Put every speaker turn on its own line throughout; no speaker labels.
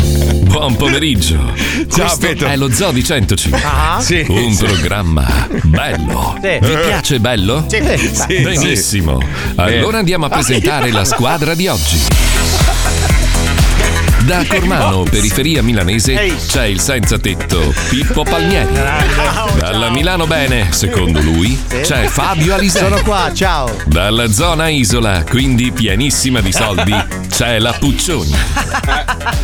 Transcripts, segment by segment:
Buon pomeriggio. Questo
Beto.
È lo Zoo di 105.
Ah. Sì,
Un
sì.
programma bello.
Sì.
Vi piace bello? Eh,
Sì, sì,
Benissimo. Allora andiamo a presentare la squadra di oggi. Da Cormano, periferia milanese, c'è il senza tetto Pippo Palmieri. Dalla Milano Bene, secondo lui,
Cioè,
c'è Fabio Alisei.
Sono qua, ciao.
Dalla zona isola, quindi pienissima di soldi, c'è la Puccioni.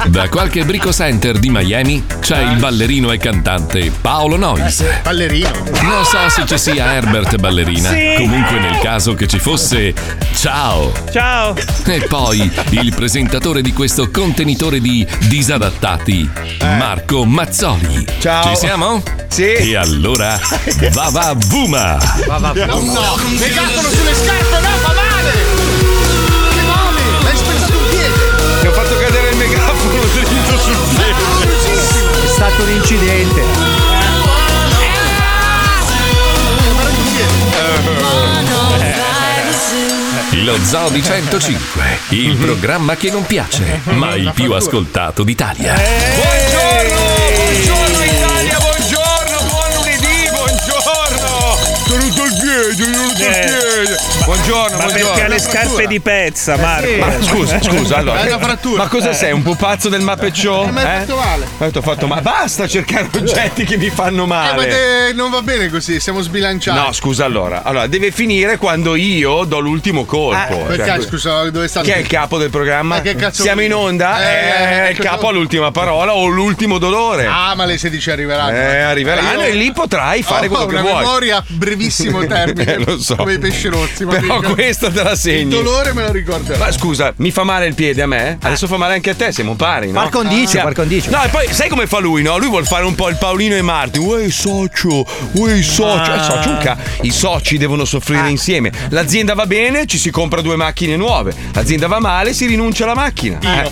Da qualche brico center di Miami c'è il ballerino e cantante Paolo Nois.
Eh, Ballerino.
Non so se ci sia Herbert Ballerina,
Sì.
comunque nel caso che ci fosse, ciao!
Ciao!
E poi il presentatore di questo contenitore di disadattati, Marco Mazzoli.
Ciao.
Ci siamo? Sì! E allora, va va vuma!
No, no, legatelo sulle scarpe, no, fa male! Che male! L'hai spezzato un piede!
Ti ho fatto cadere il megafono dritto sul piede.
È stato un incidente.
Eh.
Lo Zoo di 105, il programma che non piace, ma il più ascoltato d'Italia.
Buongiorno Italia, buongiorno, buon lunedì, buongiorno. Tenuto il piede, tenuto il piede.
Eh,
Buongiorno,
Ma
buongiorno.
perché ha le
Una
scarpe
frattura. Eh,
di pezza, Marco? Eh.
Ma scusa, scusa, allora.
È una
Ma cosa
Eh.
sei? Un pupazzo del Muppet Show?
Eh, ma hai fatto male.
Ma ti ho fatto male. Basta cercare oggetti che mi fanno
Eh, ma
male.
te- non va bene così, siamo sbilanciati.
No, scusa allora. Allora, deve finire quando io do l'ultimo colpo.
Eh, perché,
Cioè,
scusa, dove sta?
Chi è il capo del programma?
Ma che cazzo
Eh, Siamo in onda?
Eh,
eh, il
ecco
capo
tu.
ha l'ultima parola o l'ultimo dolore.
Ah, ma le 16 arriveranno.
Eh, arriveranno
Io-
e lì potrai fare
Oh, Ho
quello che
una
vuoi.
memoria a brevissimo termine.
Eh, lo so.
Come i pesci rossi. ma
Però
mica-
questa te la segni.
Il dolore me lo ricorderò.
Ma scusa, mi fa male il piede a me? Adesso fa male anche a te, siamo pari, no?
Par condicio,
Siamo-
par condicio.
No, e poi sai come fa lui, no? Lui vuol fare un po' il Paolino e Martin. Uè, socio, uè, socio.
Ah.
Eh, socio, un ca- I soci devono
Ah.
soffrire insieme. L'azienda va bene, ci si compra due macchine nuove. L'azienda va male, si rinuncia alla macchina. Eh.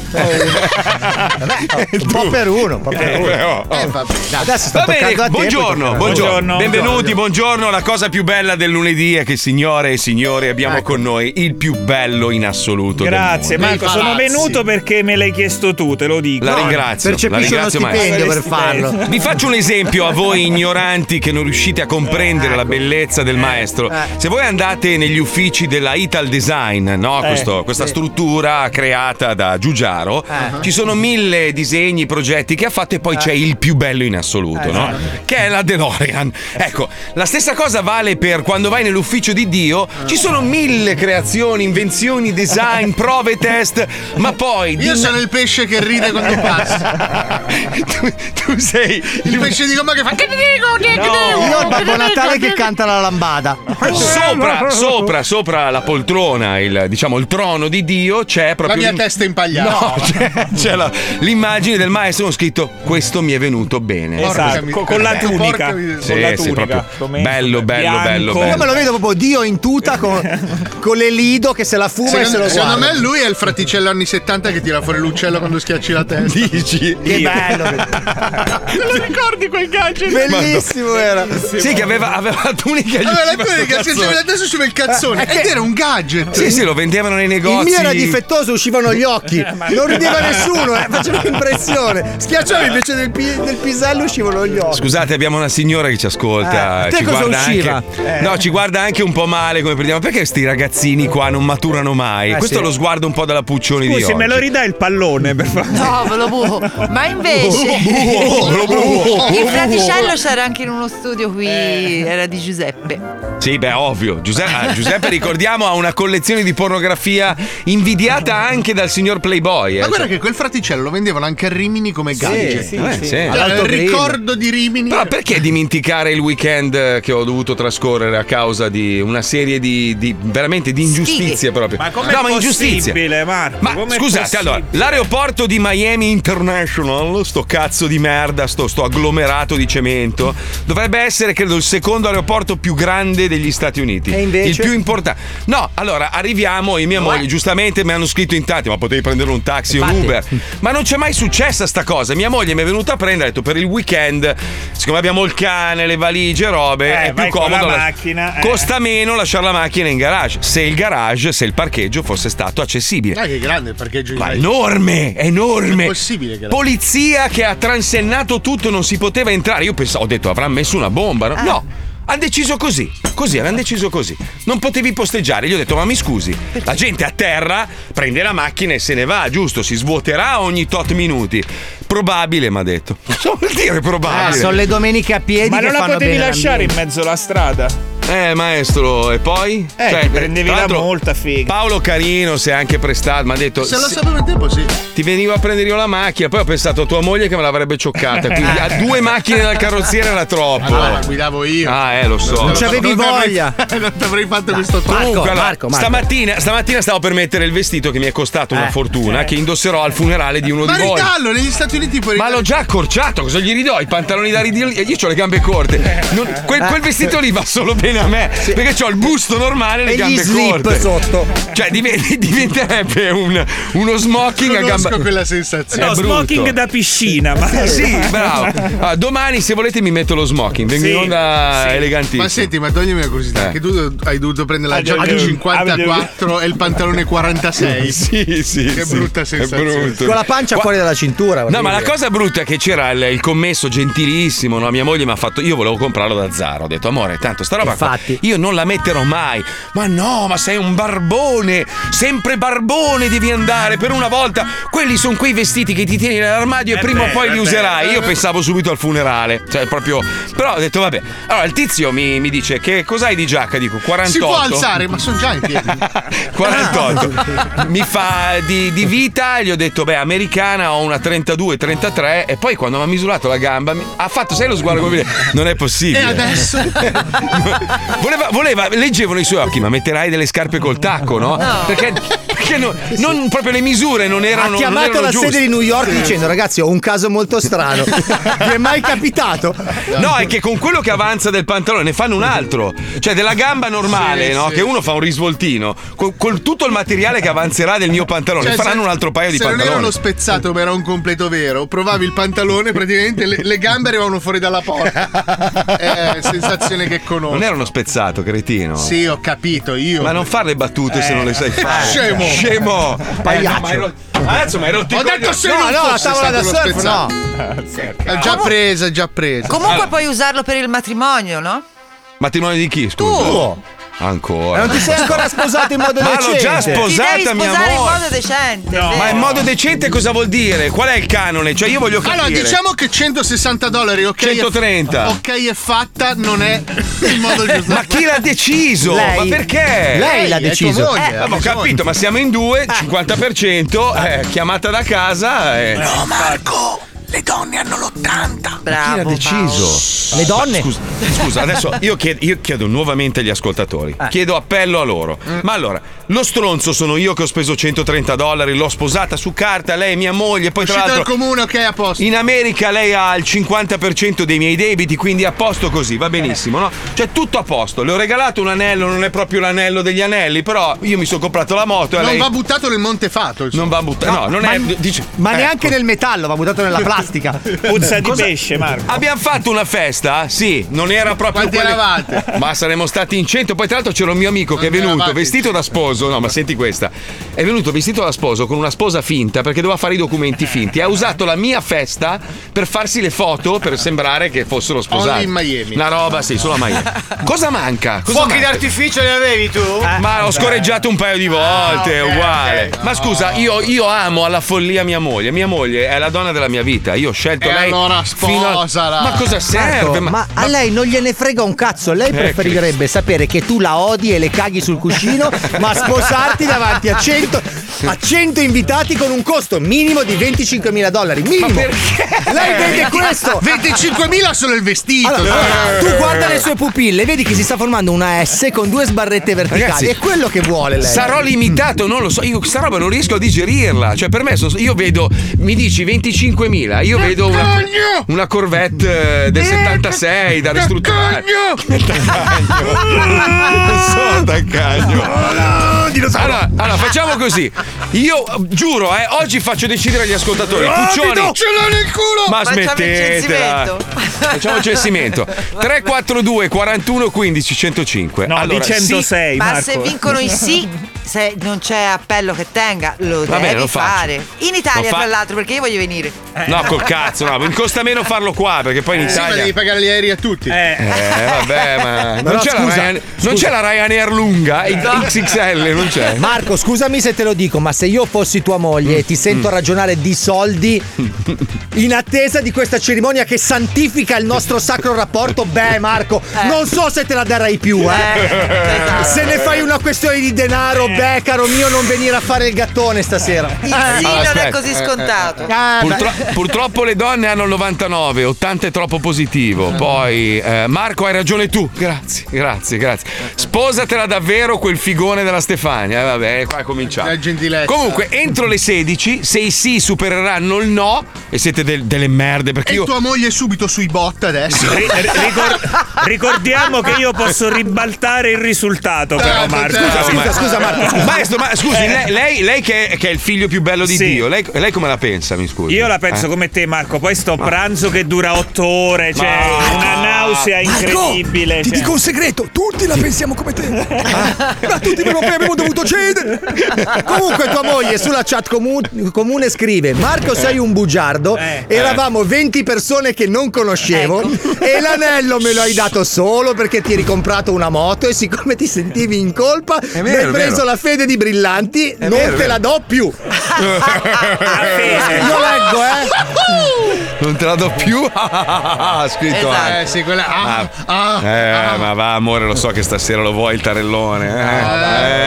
Un po' per uno, un po' per
Eh,
uno.
però, oh.
vabbè.
Adesso sta
Va bene,
toccando a te. poi
buongiorno,
tocca a me.
buongiorno, benvenuti, buongiorno. La cosa più bella del lunedì è che signore e signori abbiamo
Ecco.
con noi il più bello in assoluto. del
Grazie,
mondo.
Marco. Sono venuto perché me l'hai chiesto tu, te lo dico.
La ringrazio. la ringrazio maestro. Vi faccio un esempio a voi ignoranti che non riuscite a comprendere
Ecco.
la bellezza
Eh,
del maestro. Se voi andate negli uffici della Ital Design, no?
Eh,
Questo- questa
sì.
struttura creata da Giugiaro,
Eh.
ci sono mille disegni, progetti che ha fatto e poi c'è il più bello in assoluto,
Eh,
no? Che è la DeLorean. Ecco, la stessa cosa vale per quando vai nell'ufficio di Dio, ci sono mille creazioni, invenzioni, design, prove, test, ma poi
Io sono il pesce che ride quando passa.
tu, sei
il pesce di gomma che fa. Che ti dico? Che ti dico?
Io ho il
Che ti
Babbo
dico?
Natale che canta la lambada.
Sopra, sopra, sopra la poltrona, il, diciamo il trono di Dio, c'è
La
proprio.
mia
l'im-
testa impagliata.
No, c'è, c'è la- l'immagine del maestro con scritto Questo mi è venuto bene.
Esatto, Porca mi- co- con la
Eh,
tunica,
porca
con
mi-
la
Sì,
tunica,
sì, proprio
come-
Bello, bello,
bianco.
bello,
Io me
bello.
lo vedo proprio Dio in tuta con, con le lido che se la fuma e se lo
Secondo,
guarda.
secondo me lui è il fraticello anni 70 che tira fuori l'uccello quando schiacci la testa.
Dici?
Che bello.
Te lo ricordi quel gancio?
Bellissimo era.
Sì, che aveva, aveva la tunica gli
Allora, la
usciva sto
tunica schiacciavi
cazzone.
la testa sulla il cazzone.
Eh, è
Ed
che-
era un gadget.
Sì, sì, lo vendevano nei negozi.
Il mio era difettoso, uscivano gli occhi. Eh, Non rideva nessuno, eh, faceva Eh, impressione. Schiacciavi invece del, pi- del pisello uscivano gli occhi.
Scusate, abbiamo una signora che ci ascolta.
Ah,
Eh, a te
ci
cosa
guarda
usciva?
anche-
Eh.
No, ci guarda anche un po' male come prendiamo. Perché questi ragazzini qua non maturano mai?
Eh,
Questo
sì.
è lo sguardo un po' dalla Puccioni di
Scusi,
oggi.
me lo ridai il pallone per favore.
No, ve lo buco. Ma invece.
Buo, buo, buo, buo.
Il fraticello c'era anche in uno studio qui,
Eh.
era di Giuseppe.
Sì, beh, ovvio. Giuseppe, ah, Giuseppe, ricordiamo, ha una collezione di pornografia invidiata anche dal signor Playboy. eh.
Ma guarda che quel fraticello lo vendevano anche a Rimini come gadget.
sì, Eh, sì. sì.
Allora,
All'alto
il
grillo.
ricordo di Rimini.
Però perché dimenticare il weekend eh, che ho dovuto trascorrere a causa di una serie di, di- veramente di ingiustizie
Sfighe.
proprio?
Ma com'è
no, ma
possibile,
ingiustizie.
Marco?
Ma
Com'è
scusate,
possibile?
allora, l'aeroporto di Miami International, sto cazzo di merda, sto, sto agglomerato di cemento, dovrebbe essere, credo, il secondo aeroporto più grande degli Stati Uniti.
E invece?
Il più importante. No, allora arriviamo e mia moglie, giustamente mi hanno scritto in tanti, ma potevi prendere un taxi o un
Infatti.
Uber. Ma non c'è mai successa sta cosa. Mia moglie mi è venuta a prendere, ha detto per il weekend, siccome abbiamo il cane, le valigie, robe,
Eh,
è più
vai con
comodo.
la
la-
macchina, eh.
Costa meno lasciare la macchina macchina in garage. Se il garage, se il parcheggio fosse stato accessibile.
Dai, che grande il parcheggio in
Ma
garage.
enorme, enorme.
È possibile che la-
Polizia che ha transennato tutto, non si poteva entrare. Io pensavo, ho detto, avranno messo una bomba. No,
Ah.
no. Hanno deciso così, così, hanno deciso così. Non potevi posteggiare. Gli ho detto, ma mi scusi, la gente a terra prende la macchina e se ne va, giusto? Si svuoterà ogni tot minuti. Probabile, mi ha detto. Cosa vuol dire probabile?
Ah,
sono le domeniche a piedi.
Ma
che
non la
fanno
potevi
bene
lasciare in
all'ambiente.
mezzo alla strada?
Eh, maestro, e poi? Cioè,
Eh, ti prendevi
tra
la
l'altro,
molta figa.
Paolo Carino si è anche prestato, mi ha detto.
Se lo
"Sì,
sapevo in tempo, sì.
Ti veniva a prendere io la macchina, poi ho pensato a tua moglie che me l'avrebbe cioccata. Quindi a due macchine dal carrozziere era troppo.
Allora, la guidavo io.
Ah, eh, lo so.
Non
c'avevi voglia.
non ti avrei fatto questo
Marco,
trucco.
Ah, Guarda,
Marco, Marco.
Stamattina, stamattina stavo per mettere il vestito che mi è costato una
Eh,
fortuna, che indosserò al funerale di uno
Ma
di voi.
ridallo, negli Stati Uniti puoi
Ma l'ho già accorciato, cosa gli ridò? I pantaloni da ridire? Io ho le gambe corte. Non- quel, quel vestito lì va solo bene a me. Perché ho il busto normale e le
E gli
gambe
slip
corte.
sotto.
Cioè, div- diventerebbe un- uno smoking a
riconosco
gamba.
quella sensazione.
No,
brutto.
smoking da piscina. Ma
Sì, bravo. Ah, domani, se volete, mi metto lo smoking. Vengo
Sì,
in onda
sì.
Ah, elegantissimo.
Ma senti, ma toglimi una curiosità,
Eh.
che tu hai dovuto prendere la
Adio-
giacca
adio-
54 e il pantalone 46.
Sì, sì.
Che
eh.
sì.
brutta sensazione.
È brutto.
Con la pancia
Qua-
fuori dalla cintura. voglio
No, ma la
dire.
cosa brutta è che c'era il, il commesso gentilissimo, no? mia moglie mi ha fatto. Io volevo comprarlo da Zara. Ho detto, amore, tanto sta roba qua,
Infatti.
io non la metterò mai. Ma no, ma sei un barbone, sempre barbone devi andare per una volta. Quelli sono quei vestiti che ti tieni nell'armadio e
Eh
prima o
beh,
poi li
eh
userai.
beh.
Io pensavo subito al funerale, cioè proprio. Però ho detto, vabbè. Allora il tizio mi, mi dice, che cos'hai di giacca? Dico, 48.
Si può alzare, ma Ah. sono già in piedi.
48 mi fa di, di vita e gli ho detto beh americana ho una 32 33 e poi quando mi ha misurato la gamba mi- ha fatto sai lo sguardo come dire, non è
E
possibile
adesso?
voleva, voleva leggevano i suoi occhi ma metterai delle scarpe col tacco no, perché, perché no- non proprio le misure non erano
ha
non
chiamato
erano
la
giuste.
sede di New York dicendo ragazzi ho un caso molto strano vi è mai capitato
No, è che con quello che avanza del pantalone ne fanno un altro. Cioè, della gamba normale,
Sì,
no?
sì.
Che uno fa un risvoltino. Con, con tutto il materiale che avanzerà del mio pantalone,
Cioè,
faranno
se-
un altro paio di
se
pantaloni.
non era uno spezzato, ma era un completo vero. Provavi il pantalone, praticamente le, le gambe arrivavano fuori dalla porta. Eh, sensazione che conosco.
Non era uno spezzato, cretino.
Sì, ho capito io.
Ma non fare le battute se non le sai fare.
Scemo. Eh,
Scemo. Pagliaccio. ma hai rotto- Ragazzo, ma hai rotto i
Ho
coglioni.
detto se
no
non
no la
fosse
tavola
stato
da
uno
surf no
spezzato. È già presa, è già presa.
Comunque puoi usarlo per il matrimonio, no?
Matrimonio di chi? Scusa.
tu
Ancora.
non ti sei ancora sposato in modo
Ma l'ho
decente
già sposato.
Ti devi
Sposata, mia
sposare in
amore.
modo decente.
No.
vero?
Ma in modo decente cosa vuol dire? Qual è il canone? Cioè io voglio capire.
Allora, diciamo che 160 dollari, ok?
130.
È, ok, è fatta, non è il modo giusto.
Ma chi l'ha deciso?
Lei.
Ma perché?
lei l'ha
è tua
deciso
moglie,
Ma
ha
ho
bisogno.
capito, ma siamo in due, 50%, eh, chiamata da casa. eh.
Bravo. deciso?
Le donne?
Scusa, scusa, adesso io chied- io chiedo, nuovamente agli ascoltatori,
Eh.
chiedo appello a loro.
Mm.
Ma allora, lo stronzo sono io che ho speso 130 dollari, l'ho sposata su carta, lei è mia moglie, poi tra
Uscito dal
l'altro...
comune, ok, a posto.
In America lei ha il 50% dei miei debiti, quindi a posto così, va benissimo, no? Cioè tutto a posto. Le ho regalato un anello, non è proprio l'anello degli anelli, però io mi sono comprato la moto e a
non
lei
va buttato nel Montefato. insomma.
non va buttata. No, non è dice-
ma
eh.
neanche nel metallo va buttato nella plastica
puzza di pesce, Marco.
Abbiamo fatto una festa? Sì, non era proprio
Quanti
quelle-
eravate?
Ma saremmo stati in cento. Poi, tra l'altro, c'era un mio amico che è
Quanti
venuto
eravate?
vestito da sposo. No, ma senti questa: è venuto vestito da sposo con una sposa finta perché doveva fare i documenti finti. Ha usato la mia festa per farsi le foto per sembrare che fossero sposati.
Only in Miami.
Una roba, sì, solo a Miami. Cosa manca? Cosa
Fuochi
manca?
d'artificio ne avevi tu?
Eh,
Ma ho scoreggiato un paio di volte, è
Ah, ok,
uguale.
ok.
Ma scusa, io, io amo alla follia mia moglie. Mia moglie è la donna della mia vita. Io ho scelto
E
lei.
allora
fino a-
sposala.
Ma cosa serve?
Marco,
Ma-
Certo,
Eh,
ma a lei non gliene frega un cazzo lei preferirebbe sapere che tu la odi e le caghi sul cuscino ma sposarti davanti a 100 a 100 invitati con un costo minimo di 25.000 dollari minimo lei vede questo
25.000 solo il vestito. Eh.
Allora,
dai.
Eh.
guarda, tu guarda le sue pupille, vedi che si sta formando una S con due sbarrette verticali.
Ragazzi,
è quello che vuole lei.
Sarò limitato, non lo so. Io questa roba non riesco a digerirla. Cioè, per me, sono- io vedo, mi dici 25.000, io vedo una,
Cagno!
una Corvette eh, del 76 da ristrutturare.
Cagno! Ah.
Non so, taccagno. Allora, allora, facciamo così. Io eh, giuro, eh, oggi faccio decidere agli ascoltatori. Cuccioni!
Ce l'ho nel culo!
Ma
Facciamo il
smettetela!
censimento.
Facciamo il censimento. 342 41 15 105.
No,
allora,
di
sì,
106.
Ma
Marco.
se vincono i sì, se non c'è appello che tenga, lo
Va bene,
devi
lo faccio.
fare. In Italia,
Lo fa-
tra
Eh.
l'altro, perché io voglio venire.
No, col cazzo, no, mi costa meno farlo qua perché poi in
Eh, Sì, ma
Italia.
devi pagare gli aerei a tutti.
Eh,
Eh, vabbè, ma non,
Però
c'è, la
scusa, Eh.
Ryanair, non c'è la Ryanair lunga, XXL, non c'è.
Marco, scusami se te lo dico, ma se io fossi tua moglie e ti
Mm.
sento ragionare di soldi in attesa di questa cerimonia che santifica il nostro sacro rapporto, beh, Marco, non so se te la darai più, eh.
esatto.
Se ne fai una questione di denaro, beh, caro mio, non venire a fare il gattone stasera.
Il
Eh.
sì
allora,
non
Ah, aspetta. Eh,
è così scontato.
Ah, beh.
Purtro- purtroppo le donne hanno il 99, 80 è troppo
Mm.
positivo. Poi, eh, Marco, hai ragione tu. Grazie, grazie, grazie. Sposatela davvero quel figone della Stefania. Eh, vabbè, qua cominciamo.
La gentilezza.
Comunque, entro le 16, se i sì supereranno il no, e siete del- delle merde perché
E
io.
tua moglie è subito sui bot adesso. Eh.
ri- ri- ricor- ricordiamo che io posso ribaltare il risultato, però,
Certo,
Marco.
certo.
No,
Scusa,
ma-
scusa, Marco, scusa.
Maestro, ma scusi, lei, lei- lei che, è, che è il figlio più bello di
eh. Sì.
Dio, lei, lei come la pensa? Mi scusi. Eh?
Io la penso come te, Marco. Poi sto pranzo che dura otto ore, cioè
Ma-
una nausea incredibile.
Ti
cioè.
dico un segreto, tutti la pensiamo come te. Ma tutti però poi abbiamo dovuto cedere.
Comunque tua moglie sulla chat comu- comune scrive Marco sei un bugiardo,
Eh.
eravamo 20 persone che non conoscevo e l'anello me lo hai dato solo perché ti eri comprato una moto e siccome ti sentivi in colpa mi
vero,
hai
è
preso
vero.
la fede di Brillanti, non
vero, è
te
vero.
la do più.
Ah, bene.
Io leggo eh.
Non te la do più. ha scritto
Esatto.
anche.
Eh sì, quella.
Ah.
Ah, ah,
Eh,
ah.
ma va, amore, lo so che stasera lo vuoi il tarellone.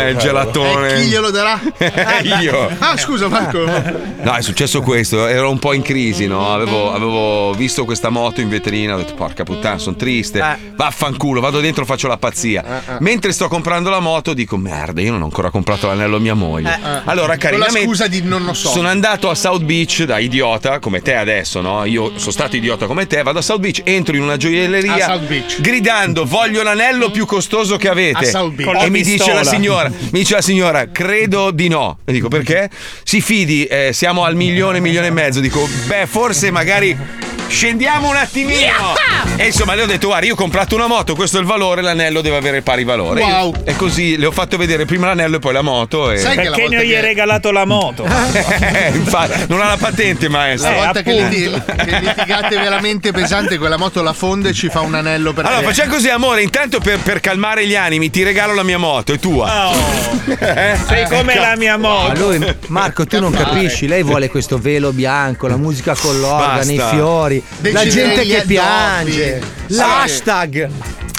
Eh, eh, il gelatone.
Eh, chi glielo darà?
Io.
Ah, scusa Marco.
No, è successo questo. Ero un po' in crisi, no? Avevo, avevo visto questa moto in vetrina. Ho detto, porca puttana, sono triste.
Eh.
Vaffanculo, vado dentro, faccio la pazzia. Mentre sto comprando la moto, dico, merda, io non ho ancora comprato l'anello a mia moglie. Allora,
Eh, Con la
carinamente.
scusa di non lo so.
Sono andato a South Beach da idiota come te adesso, no? Io sono stato idiota come te, vado a South Beach, entro in una gioielleria
A South Beach.
gridando "Voglio l'anello più costoso che avete".
A South Beach.
Con la
E mi dice
pistola.
la signora, mi dice la signora "Credo di no". E dico "Perché?". Si fidi, eh, siamo al milione, milione e mezzo, dico "Beh, forse magari Scendiamo un attimino! E insomma, le ho detto: Guarda, io ho comprato una moto, questo è il valore, l'anello deve avere pari valore.
Wow.
E così le ho fatto vedere prima l'anello e poi la moto. E...
Sai che la
Perché
volta
non gli hai
che-
regalato la moto? Cioè,
Eh, infatti, non ha la patente, maestro.
La
Eh,
volta che, liti- che litigate veramente pesante con la moto la fonda e ci fa un anello per
Allora,
te.
facciamo così, amore. Intanto, per, per calmare gli animi, ti regalo la mia moto, è tua.
Oh,
Eh,
sei
ecco.
come la mia
Ma
moto.
lui, Marco, tu non capisci, lei vuole questo velo bianco, la musica con l'organo, i
Basta.
fiori, la
Decidere
gente
gli
che
addobbi.
piange,
Sì.
l'hashtag.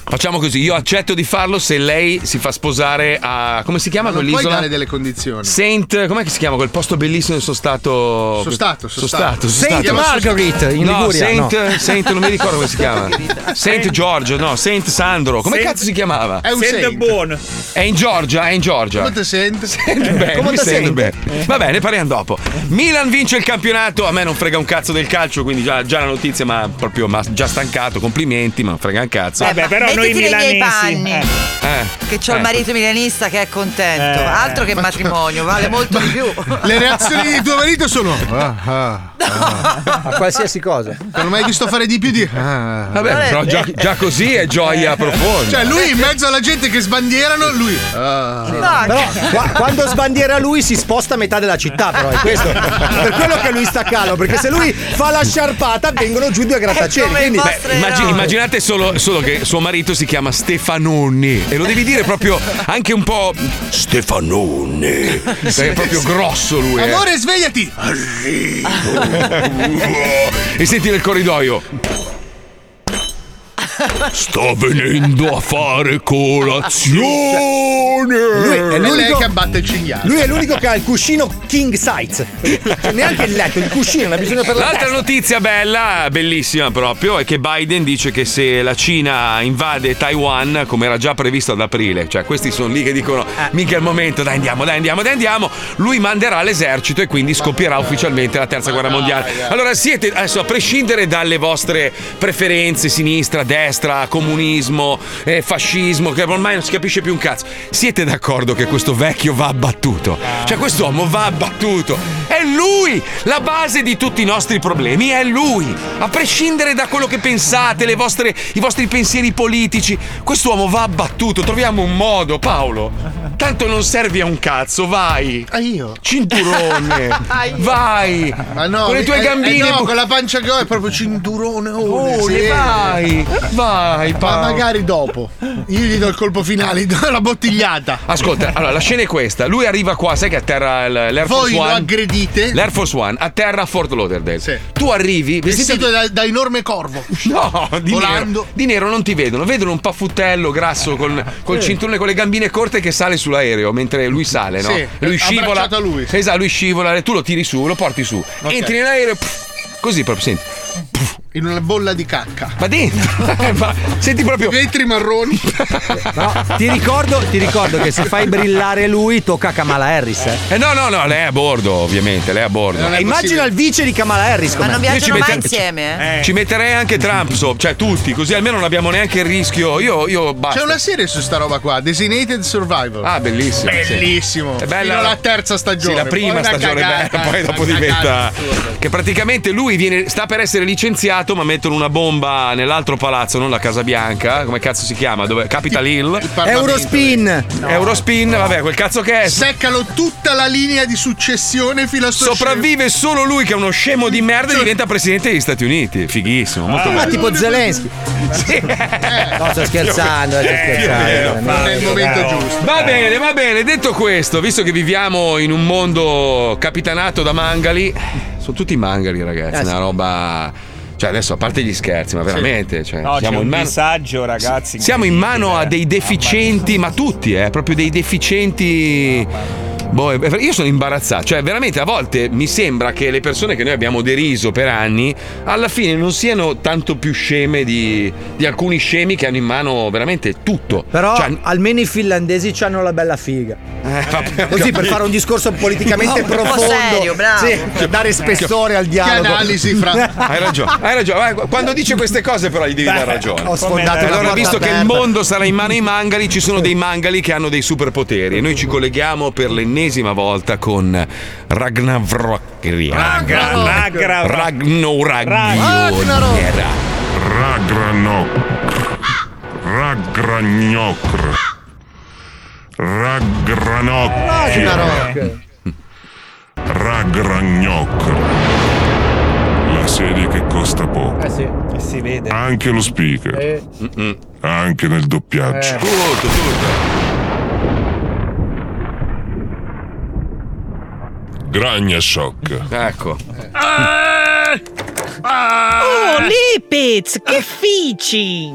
Facciamo così, io accetto di farlo se lei si fa sposare a. come si chiama
Ma non puoi
quell'isola?
dare delle condizioni.
Saint. com'è che si chiama? Quel posto bellissimo in sono stato.
Sono stato,
sono
sono
stato.
stato.
sono
Saint
stato.
Margaret in
No,
Liguria. no.
Saint, Saint, non mi ricordo come si chiama. Saint Giorgio, no, Saint Sandro. Come
Saint-
cazzo si chiamava?
È un
Sento
saint.
buono.
È in Georgia, è in Georgia.
Come te senti?
Beh,
Eh, Come
mi
te
sento
senti?
Eh.
bene. Va bene, ne parliamo dopo. Milan vince il campionato. A me non frega un cazzo del calcio, quindi già, già la notizia, ma proprio ma già stancato. Complimenti, ma non frega un cazzo.
Vabbè,
ma
Eh, però noi
mettiti nei miei
milanesi,
panni.
eh.
Eh,
Che c'ho
eh.
il marito milanista che è contento.
Eh.
Altro che matrimonio, vale molto di più.
Le reazioni di tuo marito sono. Ah, ah.
A qualsiasi cosa.
Non ho mai visto fare di più di. ah. Eh.
Vabbè, però già, già così è gioia profonda.
Cioè, lui in mezzo alla gente che sbandierano, lui. Ah.
No,
Però qua- quando sbandiera lui si sposta metà della città, però è questo. Per quello che lui sta calmo, perché se lui fa la sciarpata vengono giù due grattacieli.
Eh, come il
Quindi
vostro
Beh, Eh, immagini-
eroe.
immaginate solo, solo che suo marito si chiama Stefanoni e lo devi dire proprio anche un po' Stefanoni. Perché È proprio grosso lui. eh.
Amore, svegliati!
e senti nel corridoio. Sto venendo a fare
Lui-
colazione.
è
È lei
l'unico-
che abbatte il cinghiale.
lui è l'unico che ha il cuscino king size. Cioè, neanche il letto, il cuscino, non ha bisogno per la
Eh, L'altra notizia bella, bellissima proprio, è che Biden dice che se la Cina invade Taiwan, come era già previsto ad aprile, cioè questi sono lì che dicono
Eh.
mica è il momento, dai andiamo, dai andiamo, dai andiamo, lui manderà l'esercito e quindi scoppierà ufficialmente la terza guerra mondiale. Allora siete, adesso a prescindere dalle vostre preferenze, sinistra, destra, tra comunismo e fascismo, che ormai non si capisce più un cazzo. Siete d'accordo che questo vecchio va abbattuto? Cioè, quest'uomo va abbattuto. È lui! La base di tutti i nostri problemi è lui! A prescindere da quello che pensate, le vostre- i vostri pensieri politici, quest'uomo va abbattuto. Troviamo un modo, Paolo. Tanto non servi a un cazzo, vai!
Ah, io? Ah,
Cinturone!
Aio.
vai!
Ma no,
con le tue
eh,
gambine!
eh no,
pu-
con la pancia che ho è proprio cinturone. Oh,
Oh,
sì.
vai, vai,
Ma
Paolo.
magari dopo. Io gli do il colpo finale, gli do la bottigliata.
Ascolta, allora la scena è questa. Lui arriva qua, sai che atterra l- l'Air
Voi
Force
lo
One.
aggredite.
L'Air Force One atterra a Fort Lauderdale.
Sì.
Tu arrivi vestito,
Vestito da, da enorme corvo.
No, di
Volando. Eh,
nero, di nero non ti vedono. Vedono un paffuttello grasso con, col cinturone con le gambine corte che sale sull'aereo mentre lui sale, no?
Sì, eh,
E lui scivola.
abbracciato a lui.
Esatto, lui scivola, tu lo tiri su, lo porti su. Entri nell'aereo, pff, così proprio, senti.
In una bolla di cacca.
Ma dentro, ma senti proprio.
Vetri marroni.
No, ti ricordo, ti ricordo che se fai brillare lui, tocca a Kamala Harris. Eh.
Eh, no, no, no, lei è a bordo, ovviamente, lei è a bordo. Eh,
Non è
E immagina
possibile.
il vice di Kamala Harris.
Ma
Com'è.
non
Io ci
viaggiano mai
metto-
insieme, eh?
Eh.
Ci metterei anche Trump, so- cioè tutti, così almeno non abbiamo neanche il rischio. Io, io basta.
C'è una serie su sta roba qua, Designated Survivor.
Ah, bellissimo. sì.
Bellissimo.
È bella
Fino alla terza stagione.
Sì, la prima
Poi una
stagione è bella,
cagata,
poi
una
dopo
cagata
diventa.
assurda.
Che praticamente lui viene- sta per essere licenziato, ma mettono una bomba nell'altro palazzo, non la Casa Bianca. Come cazzo si chiama? Dove? Capital
Il
Hill.
Parlamento.
Eurospin.
Eurospin, vabbè, quel cazzo che è.
Seccalo tutta la linea di successione fino a
Sopravvive solo lui, che è uno scemo di merda, e diventa presidente degli Stati Uniti. Fighissimo, molto
Ah, tipo Zelensky. No, sto scherzando, sto scherzando.
nel momento giusto.
Va bene, va bene. Detto questo, visto che viviamo in un mondo capitanato da mangali, sono tutti mangali, ragazzi.
Eh,
una roba. Cioè, adesso a parte gli scherzi, ma veramente. Cioè,
No, c'è
siamo
un
in mano.
messaggio, ragazzi.
Siamo in mano a dei
deficienti
deficienti, ma tutti, eh, proprio dei deficienti. Boh, eh, io sono imbarazzato, cioè veramente a volte mi sembra che le persone che noi abbiamo deriso per anni alla fine non siano tanto più sceme di, di alcuni scemi che hanno in mano veramente tutto.
Però
Cioè,
almeno i finlandesi hanno la bella figa. Cioè,
eh, vabbè, ho
Così per
capito.
fare un discorso politicamente
No,
profondo.
un po' serio, bravo.
Sì, per dare spessore al
Che
dialogo.
analisi fra.
Hai ragione, hai ragione. Vai, Quando dice queste cose, però, gli devi dare ragione. Eh,
Ho sfondato
Come-
una
Allora,
porta
visto che il
aperta.
mondo sarà in mano ai mangali, ci sono dei mangali che hanno dei superpoteri. E noi ci colleghiamo per l'ennesima volta con Ragnarok.
Ragnarok.
Ragnarok.
Ragranok. Ragragnocr. Ragranok. Ragragnocr. La serie che costa poco.
Eh sì.
Eh, Si vede.
Anche lo speaker. Anche nel
Eh.
doppiaggio.
Tutto, tutto.
Gragna shock.
Ecco.
Ah!
Oh, Lipez, che fici!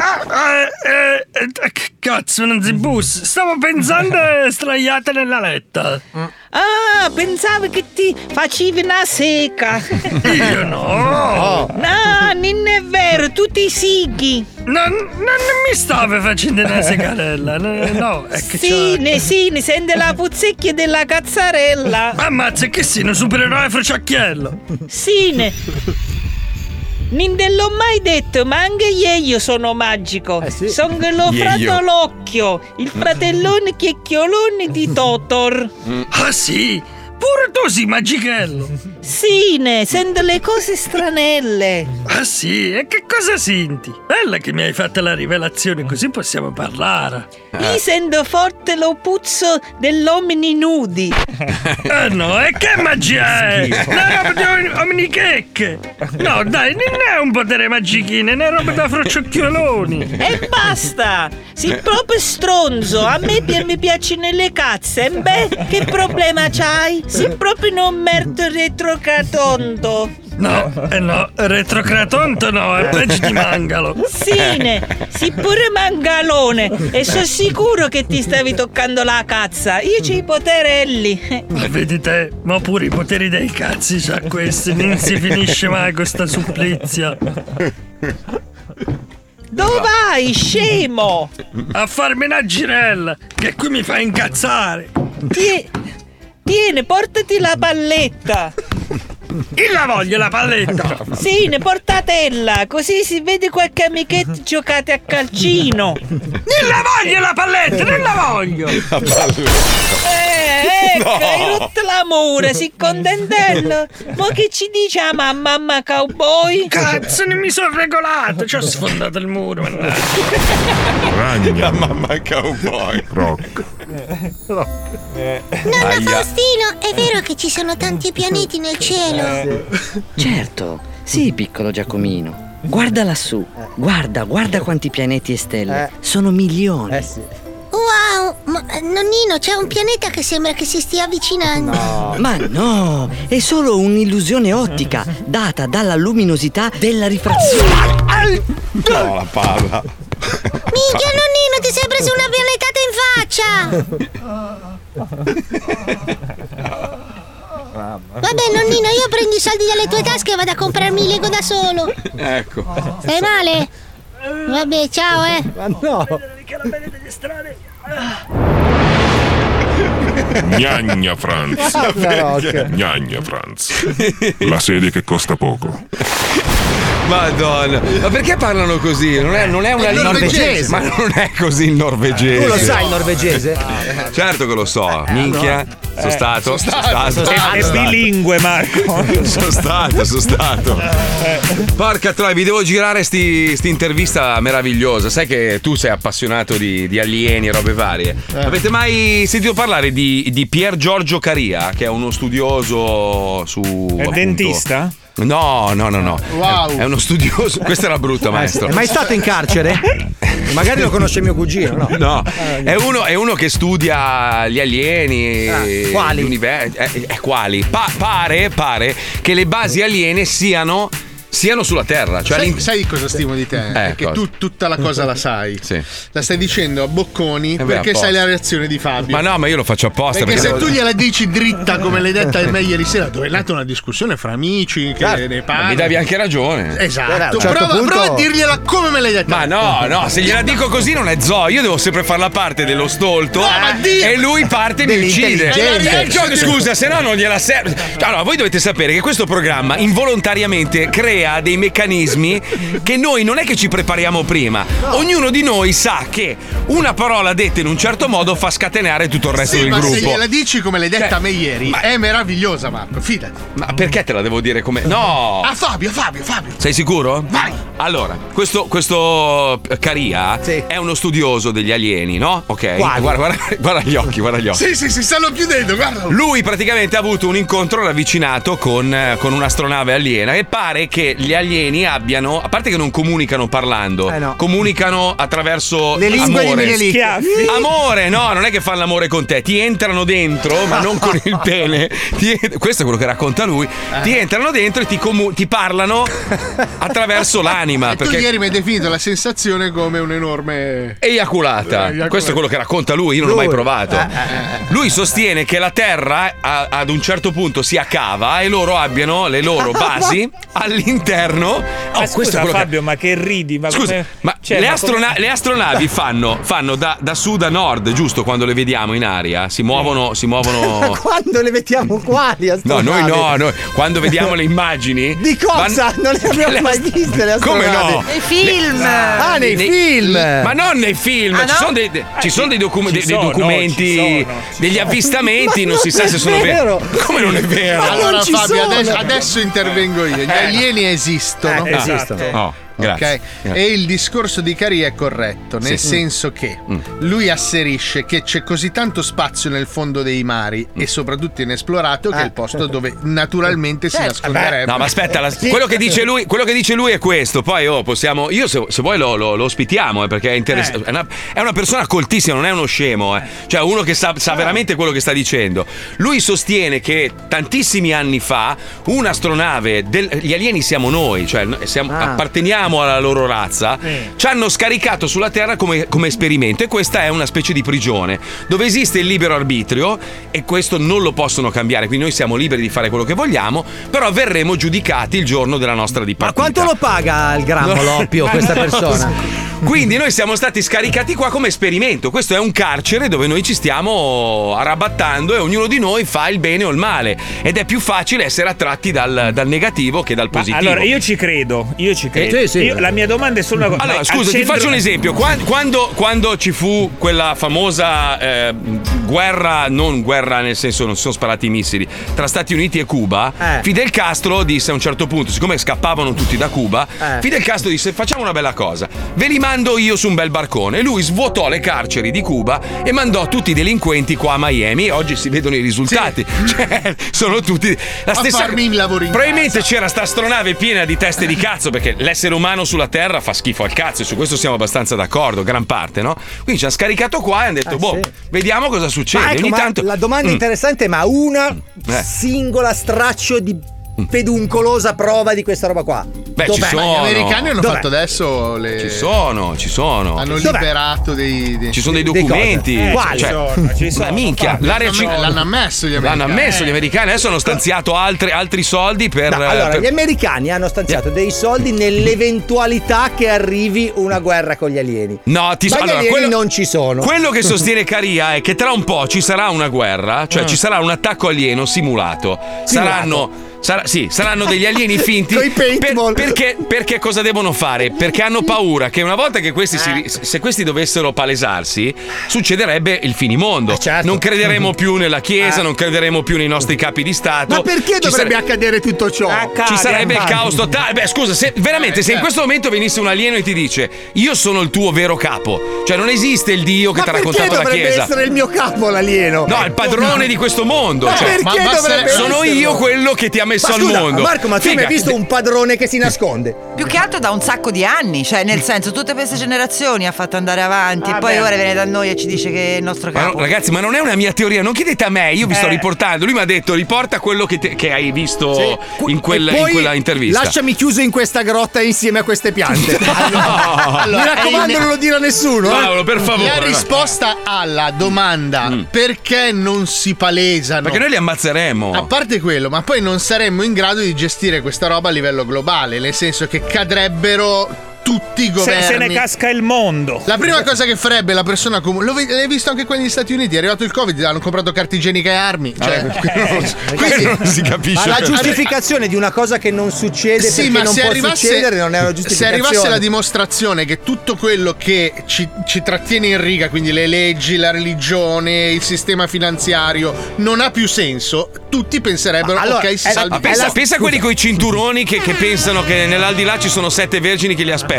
Ah, Eh, eh, eh, che cazzo, non si bus. Stavo pensando eh, straiate nella letta.
Ah, pensavo che ti facevi una seca.
Io no.
Oh. No, non è vero, tu ti sighi.
Non, non mi stavo facendo una secarella. n- No, è che
Sì,
c'è.
ne, sì, ne sente la puzzecchia della cazzarella.
Ammazza, che sì, un supereroe frociacchiello.
Sì, ne. Non te l'ho mai detto, ma anche io sono magico.
sì.
Sono lo
Ieio.
fratolocchio, il fratellone chiecchiolone di Totor.
Ah sì, pure tu sei magichello.
Sì, ne, sento le cose stranelle.
Ah sì, e che cosa senti? Bella che mi hai fatto la rivelazione, così possiamo parlare. Eh.
Io sento forte lo puzzo dell'omini nudi.
Eh no, e che magia è? Una roba di om- omnichecche! No, dai, non è un potere magichino, è una roba da frocciocchioloni!
E basta! Sei proprio stronzo! A me pi- mi piacciono le cazze! E Beh, che problema c'hai? Sei proprio non merito retrocatonto!
No, eh no, retrocratonto no, è peggio di mangalo!
Sine! Sei pure mangalone! E sono sicuro che ti stavi toccando la cazza! Io c'ho i poterelli!
Ma vedi te, ma pure i poteri dei cazzi sa questi, non si finisce mai questa supplizia!
Dove vai, scemo?
A farmi una girella, che qui mi fa incazzare!
Tie- Tieni, portati la palletta!
Io la voglio la palletta.
Sì, ne portatella, così si vede qualche amichetto giocate a calcino.
Non la voglio la palletta, non la voglio.
Eh, ecco,
No.
hai rotto l'amore, si contentello. Ma che ci dice a mamma, mamma cowboy?
Cazzo, non mi sono regolato, ci ho sfondato il muro.
Ragna.
mamma cowboy.
Rock.
Eh.
Nonno
Aia.
Faustino, è vero che ci sono tanti pianeti nel cielo?
Certo, sì, piccolo Giacomino. Guarda lassù, guarda, guarda quanti pianeti e stelle. Sono milioni. Eh sì.
Wow, ma, eh, nonnino, c'è un pianeta che sembra che si stia avvicinando.
Ma no, è solo un'illusione ottica data dalla luminosità della rifrazione.
No, la palla.
Minchia, nonnino, ti sei preso una violetata in faccia! Vabbè, nonnino, io prendo i soldi dalle tue tasche e vado a comprarmi il Lego da solo.
Ecco.
Stai male? Vabbè, ciao, eh. Ma no.
Ah.
Gnagna Franz.
Ma
perché?
Gnagna Franz. La serie che costa poco.
Madonna, ma perché parlano così? Non è, non è una
È
lingua
norvegese.
ma non è così il norvegese.
Tu lo sai il norvegese? Ah,
Certo che lo so, minchia. Sono
Eh,
stato,
sono
sono
stato,
stato,
sono stato. È bilingue, Marco.
Sono stato, sono stato.
Eh.
Porca troia, vi devo girare sti, sti intervista meravigliosa. Sai che tu sei appassionato di, di alieni e robe varie.
Eh.
Avete mai sentito parlare di, di Pier Giorgio Caria, che è uno studioso su.
È dentista?
No, no, no, no.
Wow.
È, è uno studioso. Questa era
Eh,
brutta, maestro.
È mai stato in carcere? Magari lo conosce mio cugino, no? Eh,
No, è uno, è uno che studia gli alieni,
Ah, quali?
gli univer- eh, eh, quali? Pa- pare, pare che le basi aliene siano, siano sulla Terra. Cioè
sai,
l'in-
sai cosa stimo di te?
Eh,
che
cosa?
tu tutta la cosa la sai.
Sì. Eh
La stai dicendo a bocconi
beh,
perché
apposta.
sai la reazione di Fabio.
Ma no, ma io lo faccio apposta. Perché,
Perché, se
devo-
tu gliela dici dritta come l'hai detta a me ieri sera, dove è nata una discussione fra amici che
Certo,
ne
ma
parla.
mi davi anche ragione.
Esatto.
Era- a un certo
prova,
punto-
prova a dirgliela come me l'hai detta.
Ma no, Oh, no, se gliela dico così non è zoo, io devo sempre far la parte dello stolto
ma di-
e lui parte e mi uccide.
Dell'intelligente.
Eh, il gioco- scusa, se no non gliela serve. Cioè, Allora, voi dovete sapere che questo programma involontariamente crea dei meccanismi che noi non è che ci prepariamo prima. Ognuno di noi sa che una parola detta in un certo modo fa scatenare tutto il resto
Sì,
del
ma
gruppo.
se gliela dici come l'hai detta
Cioè,
a me ieri, è meravigliosa, Marco. Fidati.
Ma perché te la devo dire come? No!
A Fabio, Fabio, Fabio.
Sei sicuro? Vai! Allora, questo, questo Caria è uno studioso degli alieni, no? Ok.
Quali?
Guarda, guarda, guarda gli occhi, guarda gli occhi.
Sì, sì, si stanno chiudendo, guarda.
Lui praticamente ha avuto un incontro ravvicinato con, eh, con un'astronave aliena e pare che gli alieni abbiano, a parte che non comunicano parlando, comunicano attraverso
Eh, Le lingue di
amore.
Minelik. Schiaffi.
Amore, no, non è che fanno l'amore con te, ti entrano dentro, ma non con il pene. Ti- questo è quello che racconta lui. Ti
Eh.
entrano dentro e ti, comu- ti parlano attraverso l'anima.
Tu
perché-
Ecco, ieri mi hai definito la sensazione come un enorme.
Eh,
Eiaculata.
Eiaculata.
Questo è quello che racconta lui, io non
Lui.
l'ho mai provato.
Eh, eh,
Lui sostiene che la Terra a- ad un certo punto si accava e loro abbiano le loro basi all'interno. Oh,
Ma Eh, scusa,
quello che-
Fabio, ma che ridi? Ma
Scusa,
come-
ma
cioè,
le,
ma
astrona-
come-
le astronavi fanno, fanno da, da sud a nord, giusto? Quando le vediamo in aria, si muovono. Si muovono...
Quando le mettiamo quali? a
No, noi
stronavi?
no, noi, quando vediamo le immagini.
Di cosa?
vanno-
Non le abbiamo mai viste le
Come
astronavi.
no?
Nei film!
Ah, nei film!
Ma non nei film,
eh. Ah,
ci,
no?
sono dei, dei- ci sono dei docu-
ci
dei- dei
sono,
documenti,
ci sono, ci
degli
sono.
avvistamenti,
Ma
non si
non
sa
è
se sono veri.
vero.
Come non è vero?
Allora, Fabio, adesso, adesso intervengo io. Gli
Eh,
alieni esistono.
Eh, esistono. Oh, grazie.
Ok?
Grazie.
E il discorso di Cari è corretto, nel
Sì.
senso che
Mm.
lui asserisce che c'è così tanto spazio nel fondo dei mari
Mm.
e soprattutto inesplorato
Eh.
che è il posto dove naturalmente si nasconderebbe.
No, ma aspetta, la- quello, che dice lui, quello che dice lui è questo. Poi oh, possiamo. Io se, se vuoi lo, lo- lo ospitiamo, eh, perché è interessante. È, una, è una persona coltissima, non è uno scemo. eh. Cioè, uno che sa, sa veramente quello che sta dicendo. Lui sostiene che tantissimi anni fa un'astronave. del- gli alieni siamo noi, cioè no- siamo- apparteniamo alla loro razza. Ci hanno scaricato sulla Terra come, come esperimento. E questa è una specie di prigione dove esiste il libero arbitrio e questo non lo possono cambiare. Quindi noi siamo liberi di fare quello che vogliamo, però verremo giudicati il giorno della nostra dipartita.
Quanto lo paga il grammo
No.
l'oppio questa
Ma no,
persona?
s- Quindi noi siamo stati scaricati qua come esperimento. Questo è un carcere dove noi ci stiamo arrabattando e ognuno di noi fa il bene o il male. Ed è più facile essere attratti dal, dal negativo che dal positivo.
Allora, io ci credo, io ci credo.
Eh, sì, sì.
Io- la mia domanda è solo una cosa.
Allora,
Al
scusa, ti
centro-
faccio un esempio. Qua- Quando, quando ci fu quella famosa eh, guerra, non guerra nel senso non si sono sparati i missili, tra Stati Uniti e Cuba,
Eh.
Fidel Castro disse a un certo punto, siccome scappavano tutti da Cuba,
Eh.
Fidel Castro disse facciamo una bella cosa, ve li mando io su un bel barcone. E lui svuotò le carceri di Cuba e mandò tutti i delinquenti qua a Miami e oggi si vedono i risultati. Cioè, sono tutti... La
A
stessa...
farmi il lavoro in
Probabilmente c'era sta astronave piena di teste di cazzo, perché l'essere umano sulla Terra fa schifo al cazzo, e su questo siamo abbastanza d'accordo, gran parte, no? Quindi ci ha scaricato qua e hanno detto,
Eh,
boh,
sì.
vediamo cosa succede.
Ma ecco,
Cioè, Ogni
ma
tanto.
la domanda
Mm.
interessante è ma una
Eh. Mm.
singola straccio di peduncolosa prova di questa roba qua.
Beh, ci
Dov'è?
sono.
Gli americani hanno
Dov'è?
fatto adesso le.
Ci sono, ci sono.
Hanno
Dov'è?
liberato dei, dei-
Ci sono dei documenti.
cose.
Quali? Ma minchia, l'area
L'hanno-
cinque-
L'hanno ammesso gli americani.
L'hanno ammesso gli americani, adesso hanno stanziato altri, altri soldi per. eh,
No, allora,
per-
gli americani hanno
Eh.
stanziato dei soldi nell'eventualità che arrivi una guerra con gli alieni.
No, ti
Ma gli
allora,
alieni
quello-
non ci sono.
Quello che sostiene Caria è che tra un po' ci sarà una guerra,
Ah.
cioè ci sarà un attacco alieno simulato.
Simulato.
Saranno. sarà- sì, saranno degli alieni finti.
Coi paintball.
perché, perché cosa devono fare? Perché hanno paura che una volta che questi
Eh.
si, ri- se questi dovessero palesarsi, succederebbe il finimondo.
Eh, certo.
Non crederemo più nella Chiesa, non crederemo più nei nostri capi di Stato.
Ah. Ma perché
Ci
dovrebbe
sare- Eh,
accadere tutto ciò?
ci sarebbe il caos totale. Beh, scusa, se, veramente,
Eh,
se in
certo.
cioè.
questo momento venisse un alieno e ti dice io sono il tuo vero capo, cioè non esiste il Dio che
Ma
ti ha
perché
raccontato la
dovrebbe
Chiesa.
essere il mio capo l'alieno?
No, il padrone di questo mondo.
Ma
cioè,
perché dovrebbe
Sono
esserlo?
io quello che ti ha messo
Ma
al
scusa,
mondo.
Marco, ma tu
Figa.
mi hai visto un padrone che si nasconde?
Più che altro da un sacco di anni, cioè nel senso tutte queste generazioni ha fatto andare avanti e
Vabbè.
poi ora viene da noi e ci dice che è il nostro
Ma no,
capo.
Eh.
ragazzi, ma non è una mia teoria, non chiedete a me, io vi sto
Eh.
riportando. Lui mi ha detto: riporta quello che, te- che hai visto in, quel-
E poi
in quella intervista.
Lasciami chiuso in questa grotta insieme a queste piante.
Allora,
Mi raccomando,
è in-
non lo dire a nessuno. eh.
La risposta alla domanda perché non si palesano?
Mm. Perché noi li ammazzeremmo.
A parte quello, ma poi non saremmo in grado di gestire questa roba a livello globale, nel senso che cadrebbero tutti i
Se,
governi.
se ne casca il mondo.
La prima cosa che farebbe la persona comune, lo ve- l'hai visto anche qua negli Stati Uniti, è arrivato il Covid, hanno comprato carta igienica e armi. Cioè,
Eh.
quindi-
Eh, Ma
Cioè,
la giustificazione di una cosa che non succede
Sì,
perché
ma
non
se
può
arrivasse,
succedere non è una
se
giustificazione.
arrivasse la dimostrazione che tutto quello che ci, ci trattiene in riga, quindi le leggi, la religione, il sistema finanziario, non ha più senso, tutti penserebbero:
Allora,
ok, si
eh,
salvi.
ma pensa, pensa a quelli coi cinturoni che, che pensano che nell'aldilà ci sono sette vergini che li aspettano.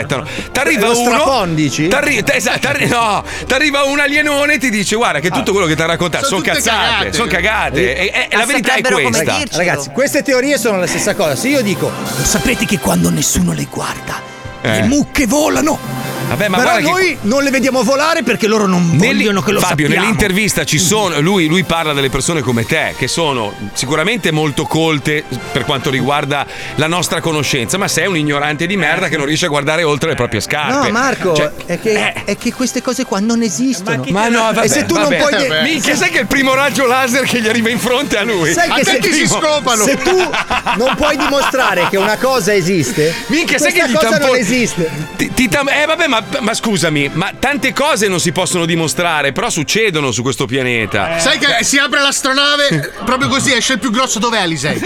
T'arriva
Lo
uno.
strapon, dici?
t'arri- t- esatto, t'arri- no, t'arriva un alienone e ti dice: Guarda, che tutto quello che ti ha raccontato sono
Ah. tutte
cazzate.
cagate.
Sono cagate. E, e- e la verità è questa.
Ragazzi, Ragazzi, queste teorie sono la stessa cosa. Se io dico, lo sapete che quando nessuno le guarda,
Eh.
le mucche volano.
Vabbè, ma
Però
guarda che-
noi non le vediamo volare perché loro non vogliono che lo
Fabio,
sappiamo.
nell'intervista ci sono. Lui, lui parla delle persone come te, che sono sicuramente molto colte per quanto riguarda la nostra conoscenza, ma sei un ignorante di merda che non riesce a guardare oltre le proprie scarpe.
No, Marco,
Cioè,
è, che, è che queste cose qua non esistono.
Ma no, vabbè,
e se tu
vabbè.
non puoi.
Vabbè. Minchia, sai che è il primo raggio laser che gli arriva in fronte a lui?
Sai che se,
Attenti,
primo- se tu non puoi dimostrare che una cosa esiste,
Minchia, sai
questa
che gli
cosa
tamponi-
non esiste.
Ti- ti tam- eh, vabbè, ma, ma scusami, ma tante cose non si possono dimostrare, però succedono su questo pianeta.
Sai che si apre l'astronave, proprio così esce il più grosso dov'è Alisei?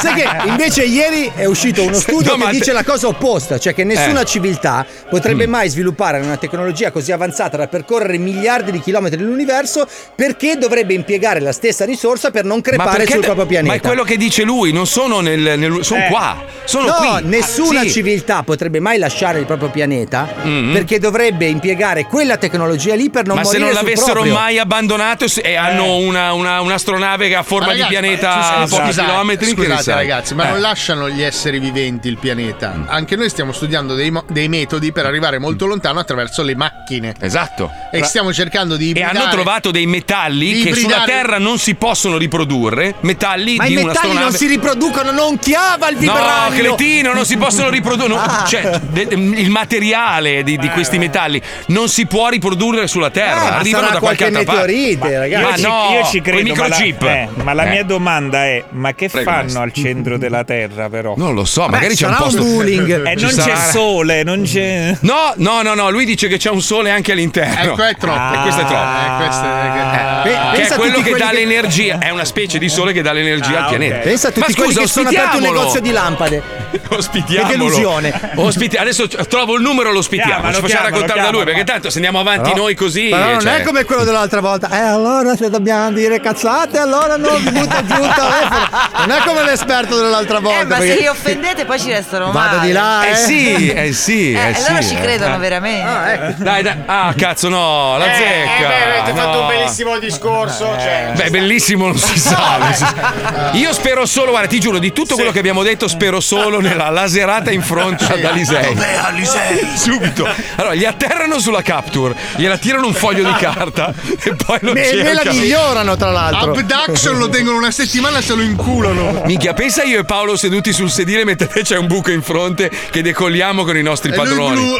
Sai che invece ieri è uscito uno studio
No, ma
che
te-
dice la cosa opposta, cioè che nessuna
Eh.
civiltà potrebbe
Mm.
mai sviluppare una tecnologia così avanzata da percorrere miliardi di chilometri dell'universo perché dovrebbe impiegare la stessa risorsa per non crepare
perché
sul
de-
proprio pianeta.
Ma è quello che dice lui, non sono nel. nel- sono
Eh.
qua. Sono
no,
qui.
nessuna
Ah, sì.
civiltà potrebbe mai lasciare il proprio pianeta
Mm.
perché dovrebbe impiegare quella tecnologia lì per non
ma se
morire
non
sul
l'avessero
proprio.
mai abbandonato e s- e hanno una, una- un'astronave che ha forma
Ma
di
Eh. ragazzi,
pianeta
ma-
a
scusa-
pochi
scusate,
chilometri, che ne
Scusate,
sai?
ragazzi, ma
Eh. Mm.
non lasciano gli esseri viventi il pianeta. Anche noi stiamo studiando dei, mo- dei metodi per arrivare molto lontano attraverso le macchine.
Esatto.
E stiamo cercando di.
E hanno trovato dei metalli che sulla
Ibridare-
Terra non si possono riprodurre. Metalli
Ma
di
i metalli
un'astronave.
non si riproducono, non chiava il Ah.
No,
vibrato.
cretino, non si possono riprodurre. no. Cioè, de- de- cioè, il materiale di, di questi metalli non si può riprodurre sulla Terra.
Eh, ma
Ah, Arrivano
sarà
da qualche
qualche
altra parte.
meteorite,
Ma-
ragazzi.
Ma
ci-
no,
io ci credo.
Con i
ma la-
microchip.
eh, Ma la,
Eh.
mia domanda è: ma che
Prego,
fanno
maestro.
al centro della Terra, però?
Non lo so,
Eh,
magari c'è un posto. Eh,
E
Ci
non c'è
sarà-
sole, non c'è.
No, no, no, no, lui dice che c'è un sole anche all'interno.
Ecco, è troppo.
E Eh, questo è troppo.
Ah.
Eh, che
pensa
è
a
quello
tutti
che
quelli
dà
che-
l'energia, è una specie di sole che dà l'energia
Ah,
al
ok.
pianeta.
Pensa a tutti
Ma
quelli
scusa,
che sono aperti un
ospitiamolo.
negozio di lampade.
Ospitiamolo.
Che delusione.
Ospiti- adesso c- trovo il numero e lo ospitiamo.
Chiamalo,
Ci facciamo
chiamalo,
raccontare da lui,
chiamalo.
perché tanto se andiamo avanti
Però-
noi così.
Però non
cioè-
è come quello dell'altra volta. Eh, allora se dobbiamo dire cazzate, allora non butta giù il telefono. Non è come l'esperto dell'altra volta.
Eh, ma se
perché-
li offendete poi ci restano male.
Vado di là,
Eh sì, eh sì.
Eh,
eh
allora
sì,
ci
eh.
credono
Eh.
veramente.
ecco.
Dai, dai. Ah, cazzo, no,
Eh,
Eh,
la zecca. no. Eh.
discorso. Cioè,
Beh, bellissimo, non si sa. non si sa. Io spero solo, guarda, ti giuro, di tutto quello che abbiamo detto, spero solo nella laserata in fronte ad Alisei.
Dov'è Alisei?
Subito. Allora, gli atterrano sulla capture, gliela tirano un foglio di carta e poi lo
Me- me la
cercano.
migliorano, tra l'altro.
Abduction lo tengono una settimana e se lo inculano.
Minchia, pensa io e Paolo seduti sul sedile mentre te c'è un buco in fronte che decolliamo con i nostri padroni.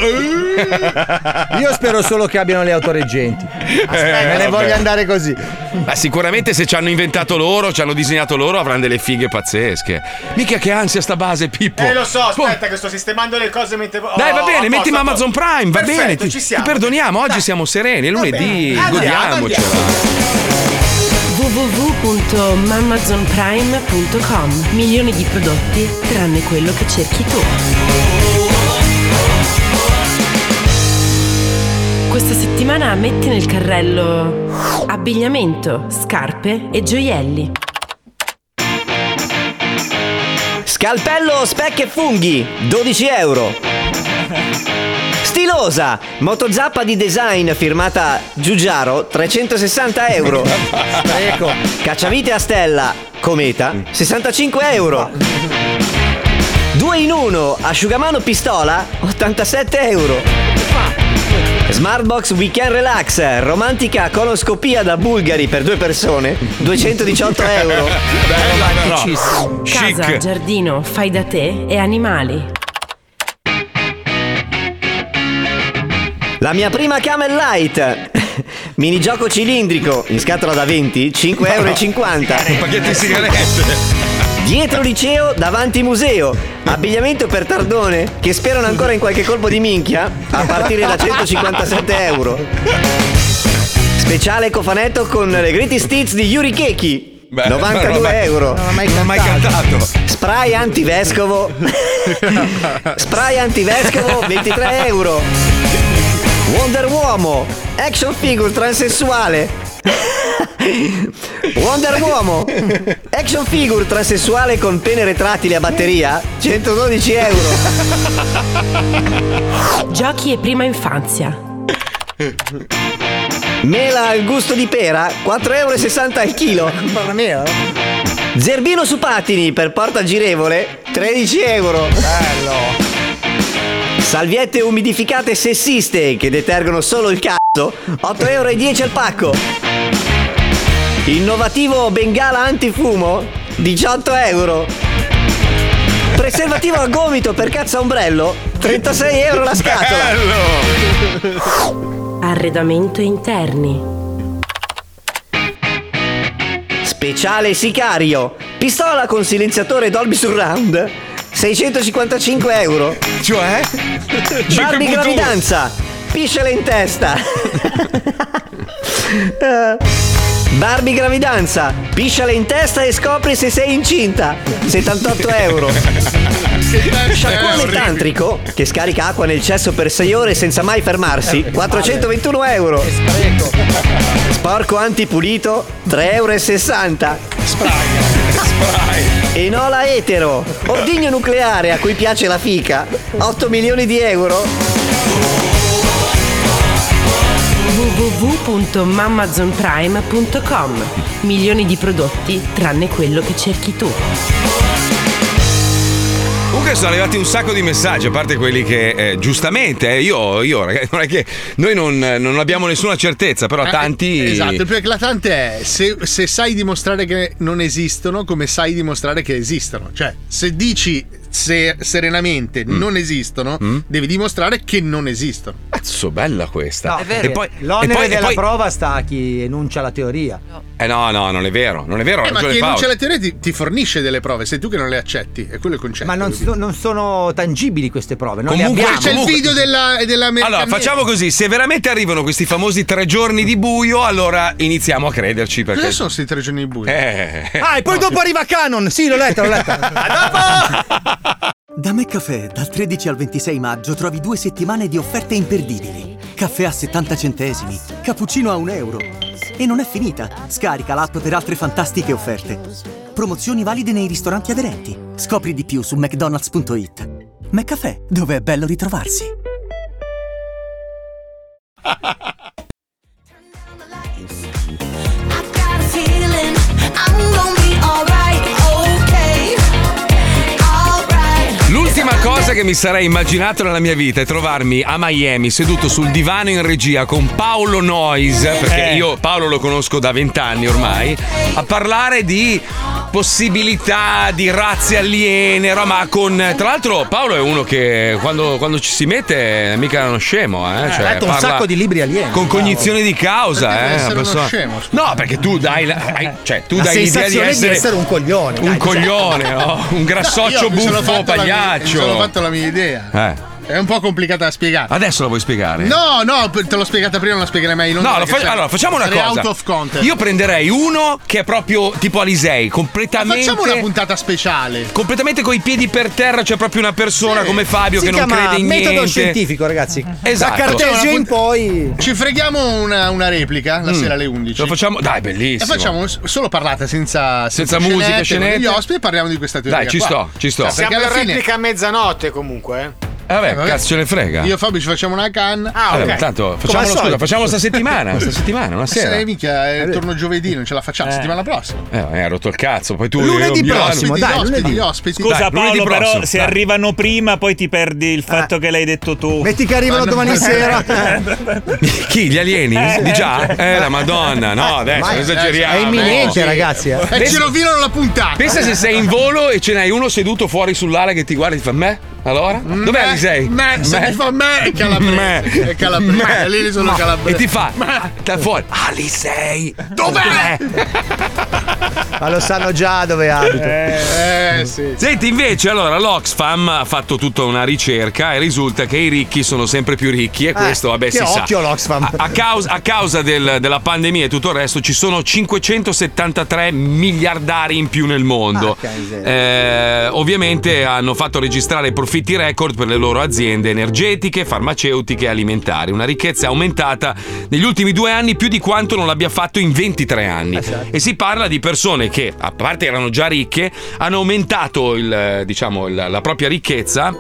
Io spero solo che abbiano le autoreggenti.
Eh,
me ne
vabbè.
voglio andare così.
Ma sicuramente se ci hanno inventato loro, ci hanno disegnato loro, avranno delle fighe pazzesche. Mica che ansia sta base, Pippo.
Eh lo so, aspetta che sto sistemando le cose mentre
Dai,
Oh,
va
a posto,
bene, metti
a posto.
Amazon Prime, va
Perfetto,
bene. Ti,
ci siamo.
ti perdoniamo, oggi siamo sereni, è lunedì,
Andiamo,
godiamocela.
www.mamazonprime.com Milioni di prodotti tranne quello che cerchi tu. Questa settimana metti nel carrello abbigliamento, scarpe e gioielli.
Scalpello, specchi e funghi, 12 euro. Stilosa, motozappa di design firmata Giugiaro, 360 euro. Ecco. Cacciavite a stella, cometa, 65 euro. Due in uno, asciugamano pistola, 87 euro. Smartbox Weekend Relax, romantica coloscopia da Bulgari per due persone, 218 euro. Eh,
Casa, giardino, fai da te e animali.
La mia prima Camel Light. Minigioco cilindrico in scatola da 20, 5,50
Un pacchetto di sigarette.
Dietro liceo, davanti museo. Abbigliamento per tardone che sperano ancora in qualche colpo di minchia a partire da 157 euro. Speciale cofanetto con le Greatest Hits di Yuri Keki.
Beh,
92
non l'ho mai-
euro.
non l'ho mai Non l'ho mai cantato. cantato.
Spray antivescovo. Spray antivescovo 23 euro. Wonder Uomo. Action figure transessuale. Wonder Uomo. Action figure transessuale con pene retrattile a batteria. 112 euro.
Giochi e prima infanzia.
Mela al gusto di pera, 4,60 euro al chilo. Zerbino su patini per porta girevole, 13 euro. Bello. Salviette umidificate sessiste che detergono solo il cazzo, 8,10 euro al pacco. Innovativo bengala antifumo, 18 euro. Preservativo a gomito per cazzo ombrello, 36 euro la scatola.
Arredamento interni.
Speciale sicario. Pistola con silenziatore Dolby Surround. 655 euro.
Cioè?
Barbie
5.1.
gravidanza. Piscele in testa. Eh, Barbie gravidanza. Pisciale in testa e scopri se sei incinta. 78 euro.
Eh,
Sciacquone tantrico che scarica acqua nel cesso per 6 ore senza mai
Eh,
fermarsi. 421 euro. Sporco antipulito 3,60 euro. Enola etero, ordigno nucleare a cui piace la fica, 8 milioni di euro.
www.mamazonprime.com Milioni di prodotti tranne quello che cerchi tu.
Comunque sono arrivati un sacco di messaggi, a parte quelli che eh, giustamente, eh, io, io ragazzi, non è che noi non, non abbiamo nessuna certezza, però
Eh,
tanti...
Esatto, il più eclatante è se, se sai dimostrare che non esistono, come sai dimostrare che esistono. Cioè, se dici se- serenamente
Mm.
non esistono, devi dimostrare che non esistono.
Cazzo, bella questa.
No,
e poi,
l'onere
e poi- e
della
poi-
prova sta a chi enuncia la teoria.
Eh no, no, non è vero, non è vero, ha
Eh, ma
ragione
chi
Paolo.
enuncia la teoria ti, ti fornisce delle prove, sei tu che non le accetti, è quello il concetto.
Ma non,
capito?
so- non sono tangibili queste prove. Non
Comunque
le abbiamo.
c'è il Comunque- video
della,
Allora, facciamo così: se veramente arrivano questi famosi tre giorni di buio, allora iniziamo a crederci. Perché...
Cosa sono questi tre giorni di buio?
Eh.
Ah, e poi dopo arriva Canon. Sì, l'ho letta, l'ho letta.
Da McCaffè dal 13 al 26 maggio trovi due settimane di offerte imperdibili. Caffè a 70 centesimi, cappuccino a 1 euro. E non è finita. Scarica l'app per altre fantastiche offerte. Promozioni valide nei ristoranti aderenti. Scopri di più su mcdonalds.it. McCaffè, dove è bello ritrovarsi.
L'ultima cosa che mi sarei immaginato nella mia vita è trovarmi a Miami seduto sul divano in regia con Paolo Noyes, perché
Eh.
io Paolo lo conosco da vent'anni ormai, a parlare di possibilità di razze aliene, roba con... Tra l'altro Paolo è uno che quando, quando ci si mette è mica uno scemo, eh?
ha
cioè,
letto un
parla
sacco di libri alieni.
Con cognizione di
Perché
causa,
deve
eh?
essere
la
uno
persona.
scemo,
no, perché tu dai, la- hai- cioè, tu
La
dai l'idea di
sensazione
essere,
un coglione.
un coglione, no? un grassoccio
No, io mi sono
buffo
fatto la mia-
pagliaccio.
mi sono fatto la mia idea.
Eh.
È un po' complicata da spiegare.
Adesso la vuoi spiegare?
No, no, te l'ho spiegata prima, non la spiegherai mai. Non
No, lo fa- allora facciamo una cosa.
out of context.
Io prenderei uno che è proprio tipo Alisei, completamente.
Facciamo una puntata speciale.
Completamente coi piedi per terra, c'è proprio una persona come Fabio
si
che non
chiama
crede in
metodo
niente.
scientifico, ragazzi.
Esatto.
Da Cartesio
Facciamo
in poi.
Ci freghiamo una, una replica la
Mm.
sera alle 11.
Lo facciamo, dai,
E
bellissimo.
facciamo s- solo parlata senza,
Senza musica, scenette.
Gli ospiti e parliamo di questa teoria.
Dai, ci
qua.
sto, ci sto.
Cioè,
Siamo
perché
in
alla fine-
replica a mezzanotte comunque.
Eh, vabbè, cazzo ce ne frega.
Io e Fabio ci facciamo una canna.
Ah,
Vabbè, Eh, tanto facciamo scusa, facciamo sta settimana, sta settimana, una sera.
Sei mica, eh, torno giovedì, non ce la facciamo. Settimana prossima.
Eh, hai rotto il cazzo, poi tu
Lunedì
io-
prossimo,
io-
dai,
ospiti,
lunedì.
ospiti.
Scusa
Dai, lunedì
Paolo, però
prossimo,
se
dai.
arrivano prima poi ti perdi il fatto che l'hai detto tu.
Metti che arrivano
Ma non-
domani sera.
Chi? Gli alieni?
Eh,
Di già?
eh.
Eh, la Madonna, no, adesso
Ma-
non esageriamo.
È imminente,
no.
ragazzi. eh.
E ci rovinano la puntata.
Pensa se sei in volo e ce n'hai uno seduto fuori sull'ala che ti guarda e ti fa me? Allora? Dov'è Alisei?
me, se mi fa me è calabrese,
Me.
è calabrese,
Me.
lì sono
Ma-
calabrese.
E ti fa
Me.
da fuori Alisei Dov'è?
Ma lo sanno già dove abito.
Eh, sì.
Senti, invece, allora l'Oxfam ha fatto tutta una ricerca e risulta che i ricchi sono sempre più ricchi
Eh,
e questo, vabbè,
che
si sa.
occhio l'Oxfam.
A, a causa, a causa del- della pandemia e tutto il resto ci sono 573 miliardari in più nel mondo.
Porca miseria.
Eh, ovviamente hanno fatto registrare profitti record per le loro aziende energetiche, farmaceutiche e alimentari. Una ricchezza aumentata negli ultimi due anni più di quanto non l'abbia fatto in 23 anni. E si parla di persone che, a parte erano già ricche, hanno aumentato il, eh, diciamo, il- la propria ricchezza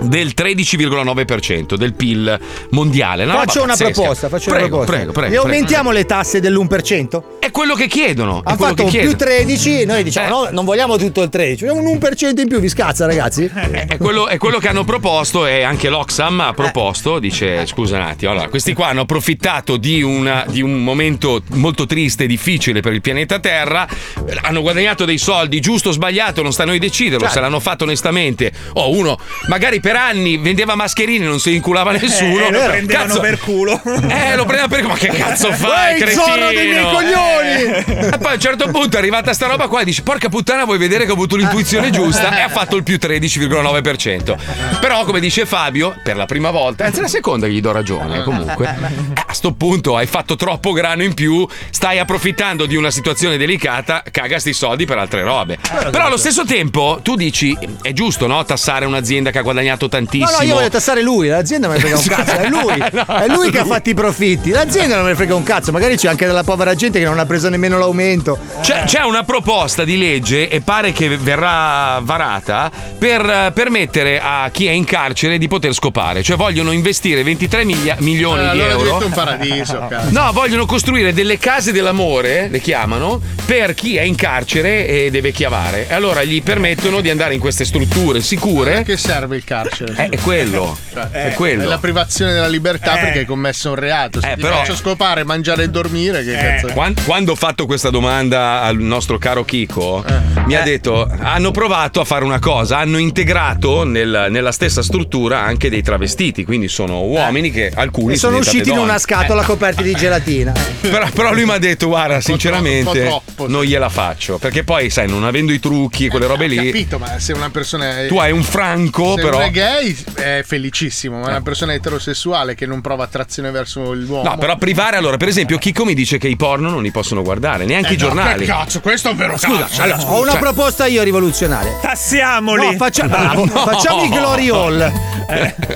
del 13,9% del PIL mondiale. Una
Faccio
roba
una
pazzesca.
proposta, faccio
prego,
una proposta.
Prego, prego,
Le
prego.
aumentiamo le tasse dell'1%?
È quello che chiedono. è
Hanno
quello
fatto
che Certo.
un più
chiedono.
13 e noi diciamo no, non vogliamo tutto il 13, vogliamo un 1% in più, vi scazza ragazzi.
È quello, è quello che hanno proposto e anche l'Oxam ha proposto, dice scusa un attimo, allora questi qua hanno approfittato di, una- di un momento molto triste e difficile per il pianeta Terra, eh, hanno guadagnato dei soldi, giusto o sbagliato, non sta a noi deciderlo,
Certo.
se l'hanno fatto onestamente. Oh, uno magari per anni vendeva mascherine, non si inculava nessuno,
Eh, lo prendevano
Cazzo,
per culo.
Eh, lo prendeva per culo, ma che cazzo fai,
Uè, il
cretino?
zorro dei miei coglioni!
Eh. E poi a un certo punto è arrivata sta roba qua e dici porca puttana vuoi vedere che ho avuto l'intuizione giusta e ha fatto il più 13,9%. Però come dice Fabio, per la prima volta, anzi la seconda gli do ragione comunque, eh, a sto punto hai fatto troppo grano in più, stai approfittando di una situazione delicata, caga sti soldi per altre robe. Però allo stesso tempo tu dici è giusto no tassare un'azienda che ha guadagnato
No,
tantissimo.
no, io voglio tassare lui, l'azienda me ne frega un cazzo, è lui, è lui che ha fatto i profitti, l'azienda non me ne frega un cazzo, magari c'è anche della povera gente che non ha preso nemmeno l'aumento.
C'è, c'è una proposta di legge e pare che verrà varata per eh, permettere a chi è in carcere di poter scopare. Cioè vogliono investire 23 miglia- milioni
Eh, Allora,
di
allora
euro.
diventa un paradiso, cazzo.
No, vogliono costruire delle case dell'amore, le chiamano, per chi è in carcere e deve chiavare. E allora gli permettono di andare in queste strutture sicure.
Che serve il carcere? carcere.
Eh, è quello. È quello.
È la privazione della libertà
Eh.
perché hai commesso un reato. Se
Eh,
ti
però-
faccio scopare, mangiare e dormire, che
Eh,
cazzo è?
quan- Quando ho fatto questa domanda al nostro caro Chico,
Eh.
mi ha detto: hanno provato a fare una cosa, hanno integrato nel- nella stessa struttura anche dei travestiti, quindi
Eh.
sono uomini che alcuni
E sono
diventate
usciti in
donne.
una scatola coperta di gelatina.
Eh, però, però lui mi ha detto: guarda, sinceramente,
un po' troppo,
non gliela faccio. Perché poi, sai, non avendo i trucchi e quelle robe
Ho
lì.
capito, ma se una persona è.
Tu hai un franco,
se
però- Eh.
uno è gay è felicissimo, ma una persona eterosessuale che non prova attrazione verso l'uomo.
No, però privare, allora, per esempio, Chico mi dice che i porno non li possono guardare, neanche
Eh
i
no,
giornali.
che cazzo, questo è un vero
Scusa,
cazzo.
allora,
Ho una
cioè-
proposta io rivoluzionaria.
Tassiamoli.
No, faccia-
Ah, no.
facciamo il glory hall.
Eh,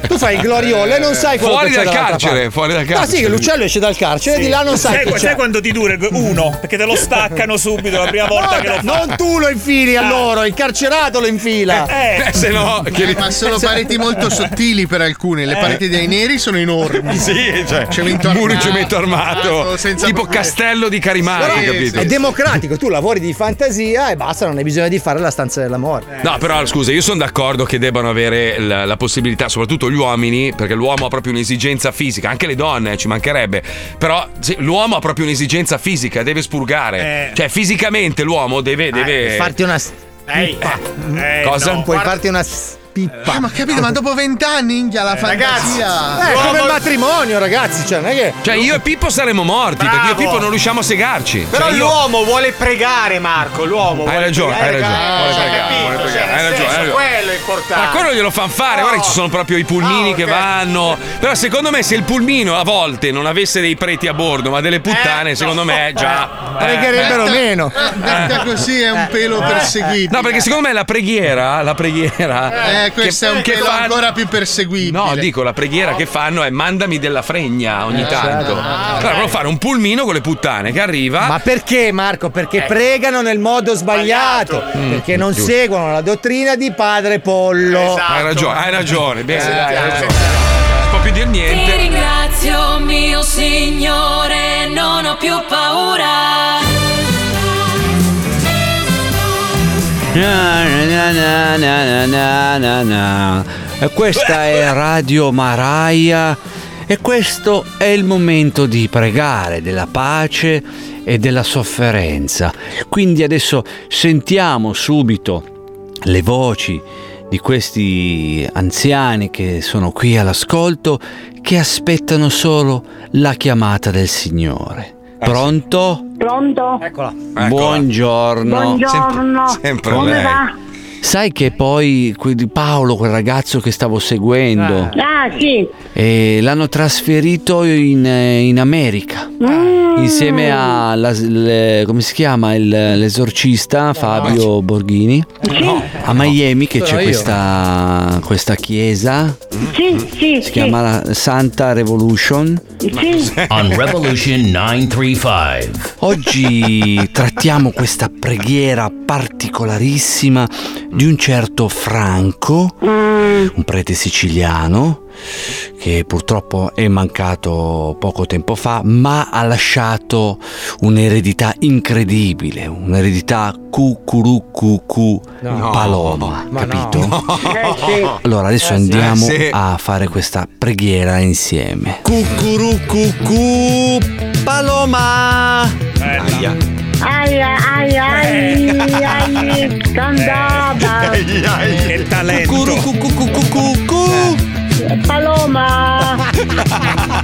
Tu fai il glory hall e non sai quello
Fuori
che c'è
dal
dall'altra
carcere,
parte.
fuori dal
Ah sì,
carcere.
che l'uccello esce dal carcere
Sì.
di là non sai
sai,
che
sai
c'è.
quando ti dura uno perché te lo staccano subito la prima volta che lo fai
non tu lo infili a loro, il carcerato lo infila.
Eh, eh, se no, che-
Eh, ma sono
Se-
pareti molto sottili per alcuni. Le
Eh.
pareti dei neri sono enormi.
Sì, cioè,
Cemento
muro in
armato,
cemento armato,
senza
tipo
problemi.
castello di Carimari,
Sì,
capito?
È democratico, tu lavori di fantasia e basta, non hai bisogno di fare la stanza dell'amore.
No, però scusa, io sono d'accordo che debbano avere la, la possibilità, soprattutto gli uomini, perché l'uomo ha proprio un'esigenza fisica, anche le donne eh, ci mancherebbe, però sì, l'uomo ha proprio un'esigenza fisica, deve spurgare.
Eh. Ah,
Cioè fisicamente l'uomo deve... Eh, deve...
Farti una s-
Ehi, eh, eh,
Cosa?
no.
Puoi
Guarda-
farti una spippa.
Ah, ma capito, ma dopo vent'anni inghia la
Ragazzi,
fantasia.
eh, è come il matrimonio, ragazzi, cioè non è che
Cioè io e Pippo saremmo morti, perché io e Pippo non riusciamo a segarci.
Però
Cioè, io-
l'uomo vuole pregare, Marco. L'uomo
Hai
vuole
ragione, hai
pregare.
ragione. vuole pregare, vuole
Cioè,
pregare, hai ragione, hai ragione.
Quello è importante.
Ma quello Eh, glielo fanno fare, guarda che ci sono proprio i pulmini
Oh,
che vanno. Però secondo me se il pulmino a volte non avesse dei preti a bordo, ma delle puttane,
Eh,
secondo me già... eh,
pregherebbero
eh.
meno.
Detta così è un pelo perseguito.
No, perché secondo me la preghiera, la preghiera...
Eh, questo è un pelo ancora più perseguibile.
No, dico, la preghiera che fanno è mandami della fregna ogni
Eh,
tanto.
certo.
Allora vogliono fare un pulmino con le puttane che arriva.
Ma perché Marco? Perché
Eh.
pregano nel modo sbagliato,
Mm,
perché non
giusto.
seguono la dottrina di padre Pollo.
Esatto.
Hai ragione, hai ragione. Bene,
Eh,
dai, hai
eh,
ragione. Non si può più dire
Ti
niente.
ringrazio mio signore, non ho più paura.
Na, na, na, na, na, na, na, na. E Questa è Radio Maraia e questo è il momento di pregare della pace e della sofferenza. Quindi adesso sentiamo subito le voci di questi anziani che sono qui all'ascolto che aspettano solo la chiamata del Signore. Pronto?
Pronto?
Buongiorno.
Buongiorno. Come va?
Sai che poi que- di Paolo, quel ragazzo che stavo seguendo,
Ah, sì.
eh, l'hanno trasferito in, eh, in America.
Mm.
Insieme al come si chiama il- l'esorcista Fabio Borghini a Miami che
Sono
c'è
io.
questa, questa chiesa
Sì, sì,
si chiama la Santa Revolution
Sì.
On Revolution 935.
Oggi trattiamo questa preghiera particolarissima di un certo Franco, un prete siciliano che purtroppo è mancato poco tempo fa, ma ha lasciato un'eredità incredibile, un'eredità cucurucucu
No.
paloma,
Ma no.
capito?
Eh sì.
Allora adesso
Eh sì.
andiamo
Eh sì.
a fare questa preghiera insieme.
Cucurucucu Paloma Aia
Ai, ai, ai, ai,
Eh.
cantava.
Eh. Che talento.
Paloma.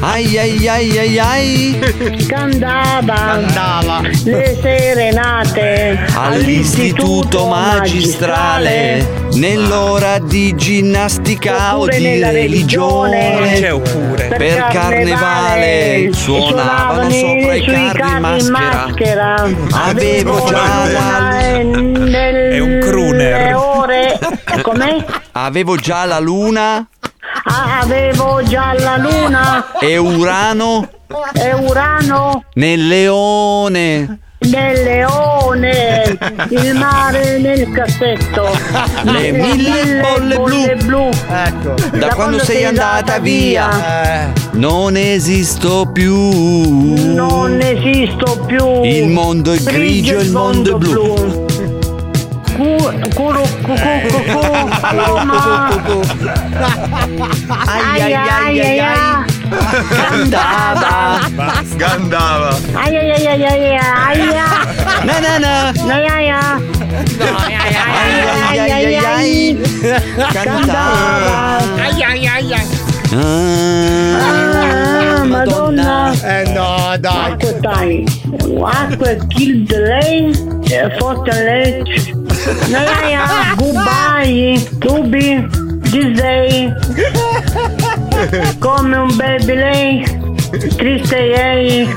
Ai, ai, ai, ai, ai.
Cantava. Cantava. Le serenate.
All'istituto magistrale, nell'ora di ginnastica o
Oppure
di
nella religione.
religione,
C'è
oppure per
Per
carnevale
carnevale suonavano
suonavano sopra i
sui
carri in
carri in
maschera.
maschera.
Avevo già la,
È
un crooner.
Le ore.
eh,
Com'è?
avevo già la luna
Ah, avevo già la luna
e Urano
e Urano
nel leone.
nel leone, il mare nel cassetto.
Le mille bolle Ecco.
blu.
Da, quando, sei, andata via, non esisto più. Non
esisto più.
Il mondo è grigio, il mondo è blu. Eh.
Cu- curu- cu- cu- cu- cu- paloma.
Ai ai ai ai ai.
Gandava. Gandava.
Ai ai ai ai ai ai.
Na na na.
No, ai ai ai. Ai ai ai ai. Ai ai ai ai. Ah, Madonna.
Eh no, dai.
Acqua dai. Acqua kill the lei. é, Forte lei. Naia, goodbye, tubi, disei. Come un baby lei. Triste lei.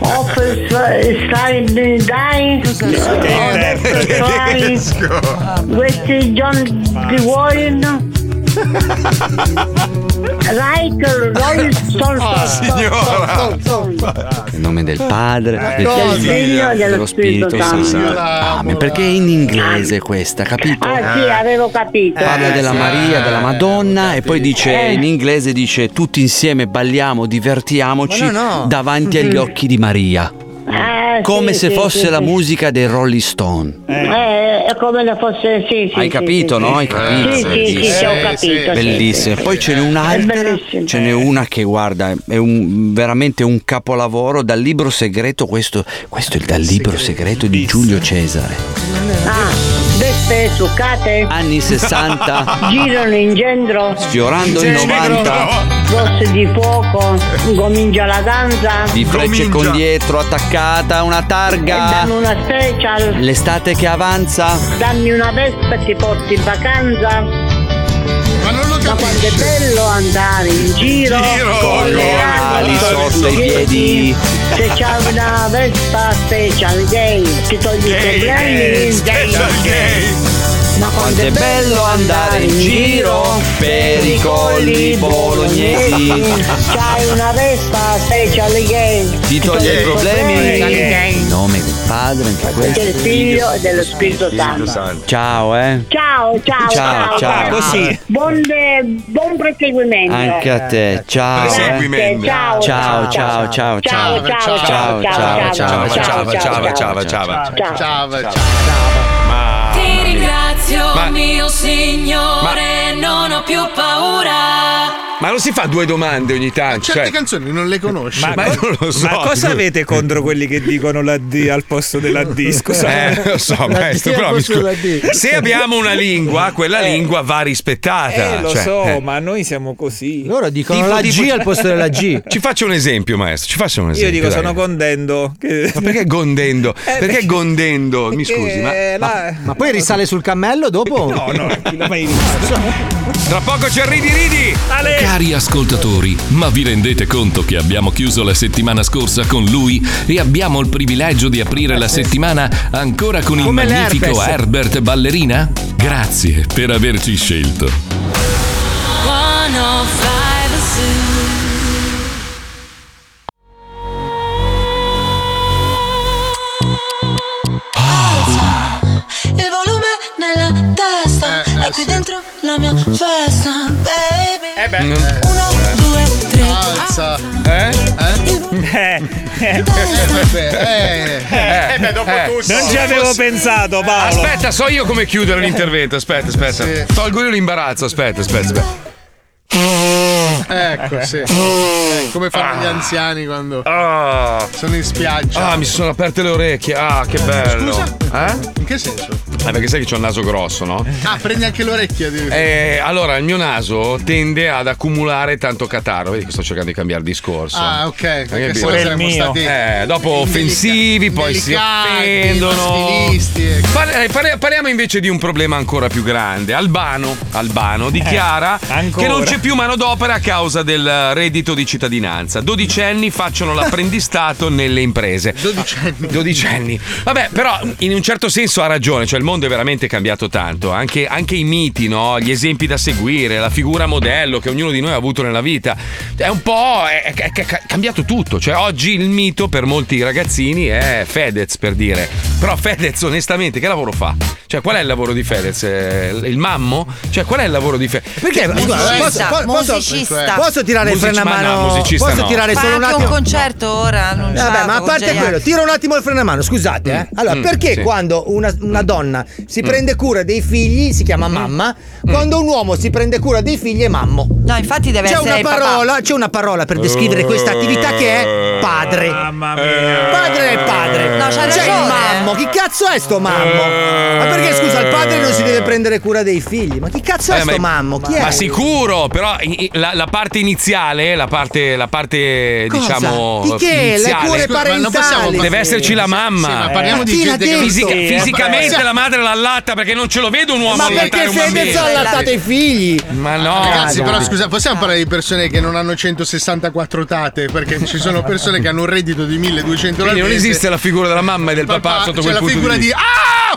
Off side dai.
é?
Eh, Questi John di Warren. Like Rolling Stone.
Signora.
Nel nome del Padre, del
Eh, No,
Figlio,
Signore,
dello Spirito Santo. Amen. Perché è in inglese questa, capito? Eh,
Ah sì, avevo capito. Ah,
Parla della Maria, della Madonna e poi dice
Eh.
in inglese dice tutti insieme balliamo, divertiamoci
Ma no, no.
davanti agli
Mhm.
occhi di Maria.
Ah,
Come
sì,
se
sì,
fosse
sì,
la
sì.
musica dei Rolling Stone.
Eh, è come se fosse sì, sì.
Hai
sì,
capito,
sì,
no?
sì.
Hai capito?
Sì, sì, sì,
Bellissimo.
sì, ho capito. sì,
Bellissima.
sì,
Poi ce n'è un'altra. Ce n'è una che guarda, è un- veramente un capolavoro dal libro segreto. Questo, questo è dal libro segreto di Giulio Cesare.
sì. Ah, veste zuccate.
Anni 60.
Girano in gendro.
Sfiorando il 90.
Rosse di fuoco. Comincia la danza.
Di frecce con dietro, attaccata, una targa.
Danno una special.
L'estate che avanza.
Dammi una vespa e ti porti in vacanza. Ma non lo Ma quanto è bello andare in giro, con le ali
sotto i piedi.
Se c'è una vespa special gay, ti togli i problemi. Ma
Quanto è bello andare in giro per i colli bolognesi.
C'hai una vespa special gay.
Ti toglie i problemi.
gay.
In nome del padre, anche questo.
Del figlio e dello Spirito Santo.
Ciao, eh.
Ciao, ciao, ciao.
Ciao, ciao. Così.
Buon, eh, buon proseguimento.
Anche a te, ciao.
Grazie, ciao,
ciao, ciao, ciao, ciao,
Ciao, ciao, ciao, ciao,
ciao, ciao, ciao, ciao,
Ciao.
Ti ringrazio,
Ma-
mio signore, non ho più paura.
Ma non si fa due domande ogni tanto?
Certe
Cioè,
canzoni non le conosci.
Ma- ma non lo so.
Ma cosa avete contro quelli che dicono la D al posto della D? Scusa.
Eh, lo so, maestro, però mi scu- se abbiamo una lingua, quella lingua va rispettata.
Eh, lo
cioè,
so,
eh.
ma noi siamo così.
Loro dicono la G al posto della G.
Ci faccio un esempio, maestro. Ci faccio un
Io
esempio.
dico,
dai.
sono condendo. Che... Eh,
Ma perché gondendo? perché,
perché-
gondendo? Mi
perché
scusi, ma.
la-
Ma poi risale sul cammello dopo?
No, no, mai
Tra poco ci arrivi, ridi!
Cari ascoltatori, ma vi rendete conto che abbiamo chiuso la settimana scorsa con lui e abbiamo il privilegio di aprire la settimana ancora con il
Come
magnifico
l'herpes.
Herbert Ballerina? Grazie per averci scelto.
105 Zoo.
Il volume nella testa
Eh,
è qui dentro la mia festa, baby. Eh
Mm.
beh.
Uno, due, tre.
Alza. Eh?
Eh? Eh,
vabbè, eh.
Eh, beh, dopo tutto. Non ci avevo pensato, Paolo. Eh.
Aspetta, so io come chiudere l'intervento. Aspetta, aspetta. Tolgo io l'imbarazzo. Aspetta, aspetta. aspetta.
Ecco, sì. Eh, Come fanno gli anziani quando sono in spiaggia.
Ah, mi sono aperte le orecchie. Ah, che bello.
Scusa?
Eh?
In che senso?
Ah, perché sai che c'ho il naso grosso, no?
Ah, prendi anche l'orecchia di
Eh, allora, il mio naso tende ad accumulare tanto catarro. Vedi che sto cercando di cambiare discorso.
Ah, ok.
Hai
Perché
capito?
se no saremmo stati
Eh, dopo offensivi, poi si
delicati,
offendono.
maschilisti, ecco.
Par- eh, pare- parliamo invece di un problema ancora più grande. Albano, Albano dichiara
ancora.
che non c'è più manodopera a causa del reddito di cittadinanza. Dodicenni facciano l'apprendistato nelle imprese. Dodicenni. Vabbè, però in un certo senso ha ragione, cioè il mondo è veramente cambiato tanto. Anche, anche i miti, no? gli esempi da seguire, la figura modello che ognuno di noi ha avuto nella vita. È un po'. È, è- è- è cambiato tutto. Cioè, oggi il mito per molti ragazzini è Fedez, per dire. Però Fedez, onestamente, che lavoro fa? Cioè, qual è il lavoro di Fedez? Eh, Il mammo? Cioè, qual è il lavoro di Fedez? Perché?
Scusa,
Musicista,
posso- posso-
musicista.
posso tirare il
Music-
freno a
ma no,
mano?
musicista
posso
no.
tirare
Fa
solo un
anche
attimo?
un concerto ora, annunciato.
Vabbè, ma a
con
parte
J.H.
quello, tiro un attimo il freno a mano, scusate, eh. Allora,
Mm,
perché
sì.
quando una, una donna donna si prende cura dei figli si chiama mamma. Quando un uomo si prende cura dei figli è mammo.
No, infatti deve
C'è
essere
una
il papà.
parola, c'è una parola per descrivere questa attività che è padre. Mamma mia. Padre è padre.
Cioè,
No, c'ha
c'è Eh. Cioè, il
ragione.
mammo. Chi cazzo è sto mammo?
Eh.
Ma perché scusa, il padre non si deve prendere cura dei figli? Ma chi cazzo è
Eh,
Cioè, sto mammo? Chi è?
ma sicuro, però i- i- la, la parte iniziale, la parte, la parte
Cosa?
diciamo
Di che? Le
iniziale,
cure
Scusa, ma non
parentali.
possiamo- deve esserci la mamma.
Sì, ma parliamo di Chi l'ha gente che non- detto?
Fisica-
Sì, eh,
fisicamente
possiamo-
la madre l'allatta perché non ce lo vedo un uomo
Ma
allattare
perché
un
se
bambino.
adesso ha allattato i
figli.
Ma no,
Ragazzi,
dai.
però scusa, possiamo parlare di persone che non hanno 164 tate? Perché ci sono persone che hanno un reddito di 1200 euro.
Quindi non esiste la figura della mamma e del papà, sotto
C'è
quel
la
punto di
figura di
vista.
Ah,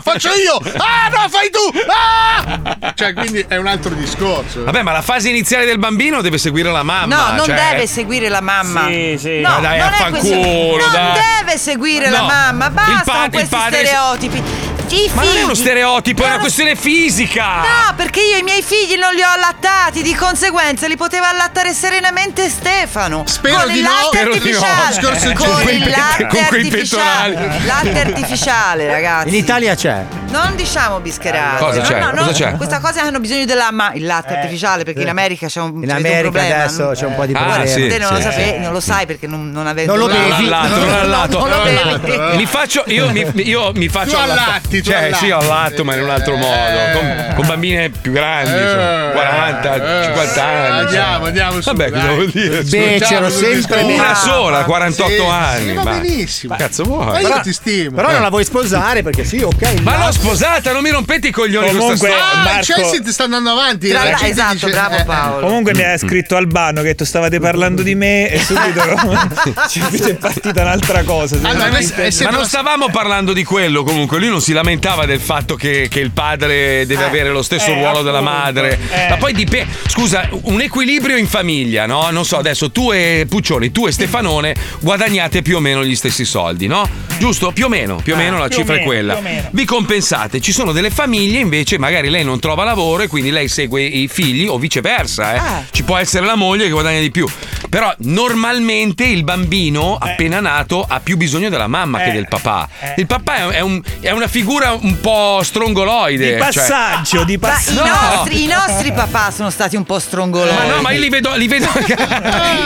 faccio io! Ah, no, fai tu! Ah! Cioè, quindi è un altro discorso.
Vabbè, ma la fase iniziale del bambino deve seguire la mamma.
No, non
cioè-
deve seguire la mamma.
Sì, sì.
No,
Ma dai,
non è
affanculo,
questione- Non
dai.
deve seguire la
No.
mamma.
Il
Basta
pa-
con
il
questi
padre-
stereotipi. I
Ma non è uno
figli-
stereotipo, è una
No,
questione fisica.
No, perché io i miei figli non li ho allattati, di conseguenza li poteva allattare serenamente Stefano.
Spero
con
di
il
no.
latte
Spero di no.
artificiale.
Scorso
Con
giovedì.
il latte
Con quei
artificiale.
pettorali.
Latte artificiale, ragazzi.
In Italia c'è.
Non diciamo bischerate.
Cosa
No,
c'è?
no, no,
Cosa c'è?
Questa cosa hanno bisogno della ma- il latte
Eh,
artificiale, perché in America c'è un,
In
c'è un
America
problema.
adesso c'è un po' di
Ah,
problema.
sì, Te non lo
sì,
sapevi,
sì.
non lo sai perché non, non avendo
Non lo
Non
bevi.
allato, non allato.
Non lo
Eh,
bevi.
Mi faccio, io mi, io mi faccio.
Tu
allattare.
allatti, tu
cioè,
allatti.
sì, ho allatto, ma in un altro modo. Con, con bambine più grandi, insomma, 40, 50 anni.
eh, Andiamo, andiamo. Su,
Vabbè, che
dai.
devo dire?
Beh,
Scusa.
c'ero sempre
una
brava.
sola, 48
Sì,
anni.
sì, va
ma-
benissimo.
Cazzo vuoi?
Ma io
Però-
ti stimo. eh.
Però non la vuoi sposare perché sì, ok.
Ma l'ho sposata, non mi rompete i coglioni con sta
Comunque,
storia.
Ah, il
Marco-
Chelsea ti sta andando avanti.
Tra
la
l'altro,
gente
esatto,
dice- eh, eh.
Comunque mi ha scritto Albano che tu stavate parlando di me e subito, subito è partita un'altra cosa.
Allora, ma,
sicuramente.
ma non stavamo parlando di quello comunque, lui non si lamentava del fatto che, che il padre deve avere lo stesso
Eh,
ruolo della
appunto.
madre,
Eh.
ma poi dipende, scusa, un equilibrio in famiglia, no? Non so, adesso tu e Puccioni, tu e Stefanone guadagnate più o meno gli stessi soldi, no? Giusto? Più o meno, più o
Ah,
meno la
più o
cifra
meno,
è quella.
più o meno.
Vi compensate, ci sono delle famiglie invece magari lei non trova lavoro e quindi lei segue i figli o viceversa, eh.
Ah.
Ci può essere la moglie che guadagna di più. Però normalmente il bambino
Eh.
appena nato ha più bisogno della mamma che del papà. Il papà è, è un- è una figura un po' strongoloide. cioè
Di passaggio, di
Eh, cioè, Ma
passaggio.
i, nostri, i nostri papà sono stati un po' strongoloni.
Ma no, ma io li vedo, li vedo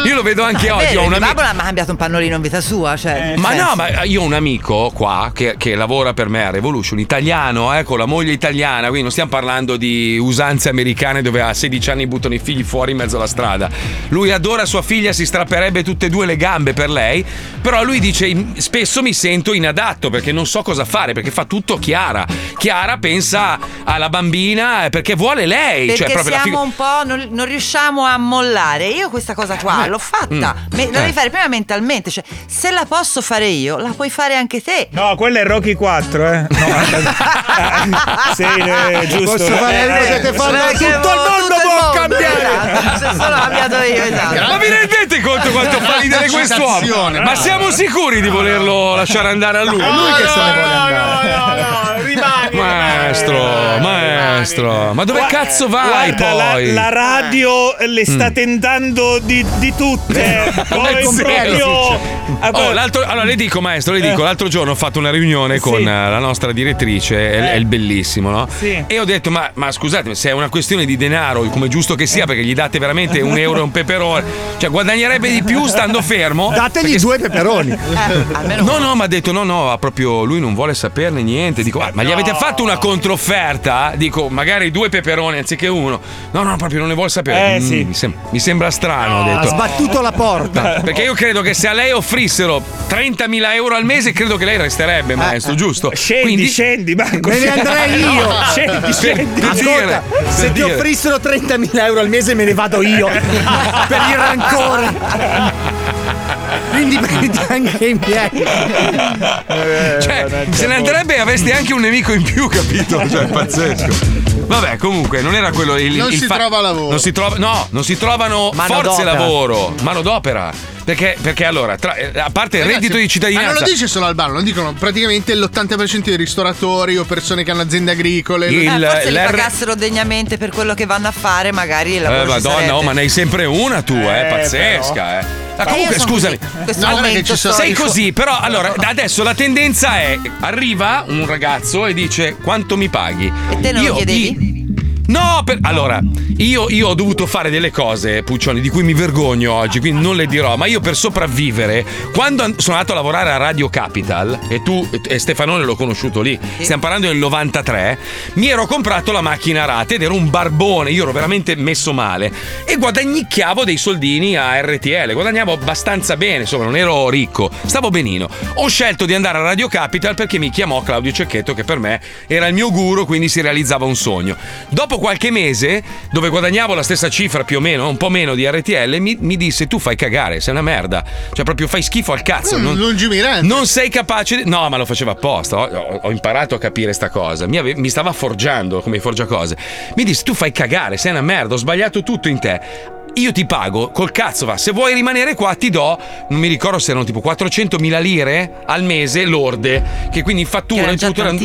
io lo vedo anche
Ma
oggi.
vero,
ho un
mio
ami-
babbo non ha mai cambiato un pannolino in vita sua.
Eh,
Cioè, nel
Ma
senso.
no, ma eh, io ho un amico qua che, che lavora per me a Revolution, italiano, eh, con la moglie italiana, quindi non stiamo parlando di usanze americane dove a 16 anni buttano i figli fuori in mezzo alla strada. Lui adora sua figlia, si strapperebbe tutte e due le gambe per lei, però lui dice spesso mi sento inadatto perché non so cosa fare, perché fa tutto Chiara. Chiara pensa alla bambina eh, perché vuole lei,
Perché
cioè
siamo
proprio la figu-
un po'. Non, non riusciamo a mollare. Io questa cosa qua l'ho fatta.
Mm.
Me- la
Eh.
devi fare prima mentalmente. Cioè, se la posso fare io, la puoi fare anche te.
No, quello è Rocky 4, eh. No, sì, eh, giusto.
Posso fare-
Eh,
potete farlo
eh,
tutto il mondo
tutto il
può
mondo,
cambiare.
esatto.
Se solo cambiato
Eh,
io, esatto.
Ma vi rendete conto quanto fa ridere quest'uomo?
Citazione,
Ma
bravo.
siamo sicuri di volerlo lasciare andare a lui?
Eh,
No, Lui che no, se ne vuole no,
andare. Maestro, maestro, ma dove
Gua-
cazzo vai
guarda,
poi?
La, la radio le sta tentando di, di tutte. Poi
Sì.
proprio. Ah,
Oh, l'altro- allora le dico maestro, le dico, l'altro giorno ho fatto una riunione con eh, la nostra direttrice, è, è il bellissimo, no?
Sì.
E ho detto, ma, ma scusate, se è una questione di denaro, come giusto che sia, perché gli date veramente un euro e un peperone, cioè guadagnerebbe di più stando fermo.
Dategli
perché-
due peperoni.
Eh.
No, no, ma ha detto no, no, ha proprio lui non vuole saperne niente. Dico, "Ah, ma gli avete fatto una controfferta? Dico, magari due peperoni anziché uno. No, no, proprio non ne vuole sapere. Mm.
Eh, sì.
mi, sem- mi sembra strano, ho
Ha
detto.
sbattuto la porta.
Perché io credo che se a lei offrissero 30.000 euro al mese, credo che lei resterebbe, maestro, giusto?
Scendi, scendi, Marco.
Eh. Me ne andrei
No,
io.
scendi, scendi. Per dire,
Ascolta, se
per
ti
dire.
offrissero 30.000 euro al mese me ne vado io. per il rancore. Quindi prendi anche i miei.
Cioè, se ne andrebbe e avresti anche un nemico in più, capito? Cioè, è pazzesco. Vabbè, comunque, non era quello il.
Non
il
si
fa-
trova lavoro.
Non si trova, no, non si trovano
Mano
forze
d'opera.
lavoro, mano d'opera. Perché, perché allora, tra- eh, a parte il
Ragazzi,
reddito di cittadinanza.
Ma non lo dice solo Albano, lo dicono praticamente l'80% dei ristoratori o persone che hanno aziende agricole.
Il-
Eh, forse li
l'R-
pagassero degnamente per quello che vanno a fare, magari il
Eh,
lavoro ci
madonna,
sarebbe.
oh, ma ne hai sempre una tu, eh,
Eh,
pazzesca, eh. Ma
Eh,
comunque,
io sono
scusami,
così. In questo
No,
momento
guarda che ci sono-
sto-
sei così, però allora da adesso la tendenza è: arriva un ragazzo e dice quanto mi paghi. E
te non lo chiedevi?
No, per- allora, io, io ho dovuto fare delle cose, Puccioni, di cui mi vergogno oggi, quindi non le dirò, ma io per sopravvivere, quando an- sono andato a lavorare a Radio Capital, e tu e Stefanone l'ho conosciuto lì, stiamo parlando del 93, mi ero comprato la macchina a rate ed ero un barbone, io ero veramente messo male, e guadagnicchiavo dei soldini a RTL, guadagnavo abbastanza bene, insomma, non ero ricco, stavo benino. Ho scelto di andare a Radio Capital perché mi chiamò Claudio Cecchetto, che per me era il mio guru, quindi si realizzava un sogno. Dopo qualche mese, dove guadagnavo la stessa cifra più o meno, un po' meno di RTL, mi, mi disse: Tu fai cagare, sei una merda. Cioè, proprio fai schifo al cazzo.
Mm, lungimirante.
non sei capace. di-" No, ma lo facevo apposta. Ho, ho- ho imparato a capire sta cosa. Mi, ave- mi stava forgiando come forgia cose. Mi disse: Tu fai cagare, sei una merda, ho sbagliato tutto in te. Io ti pago, col cazzo va. Se vuoi rimanere qua, ti do, non mi ricordo se erano tipo 400.000 lire al mese lorde, che quindi in fattura in tutto erano-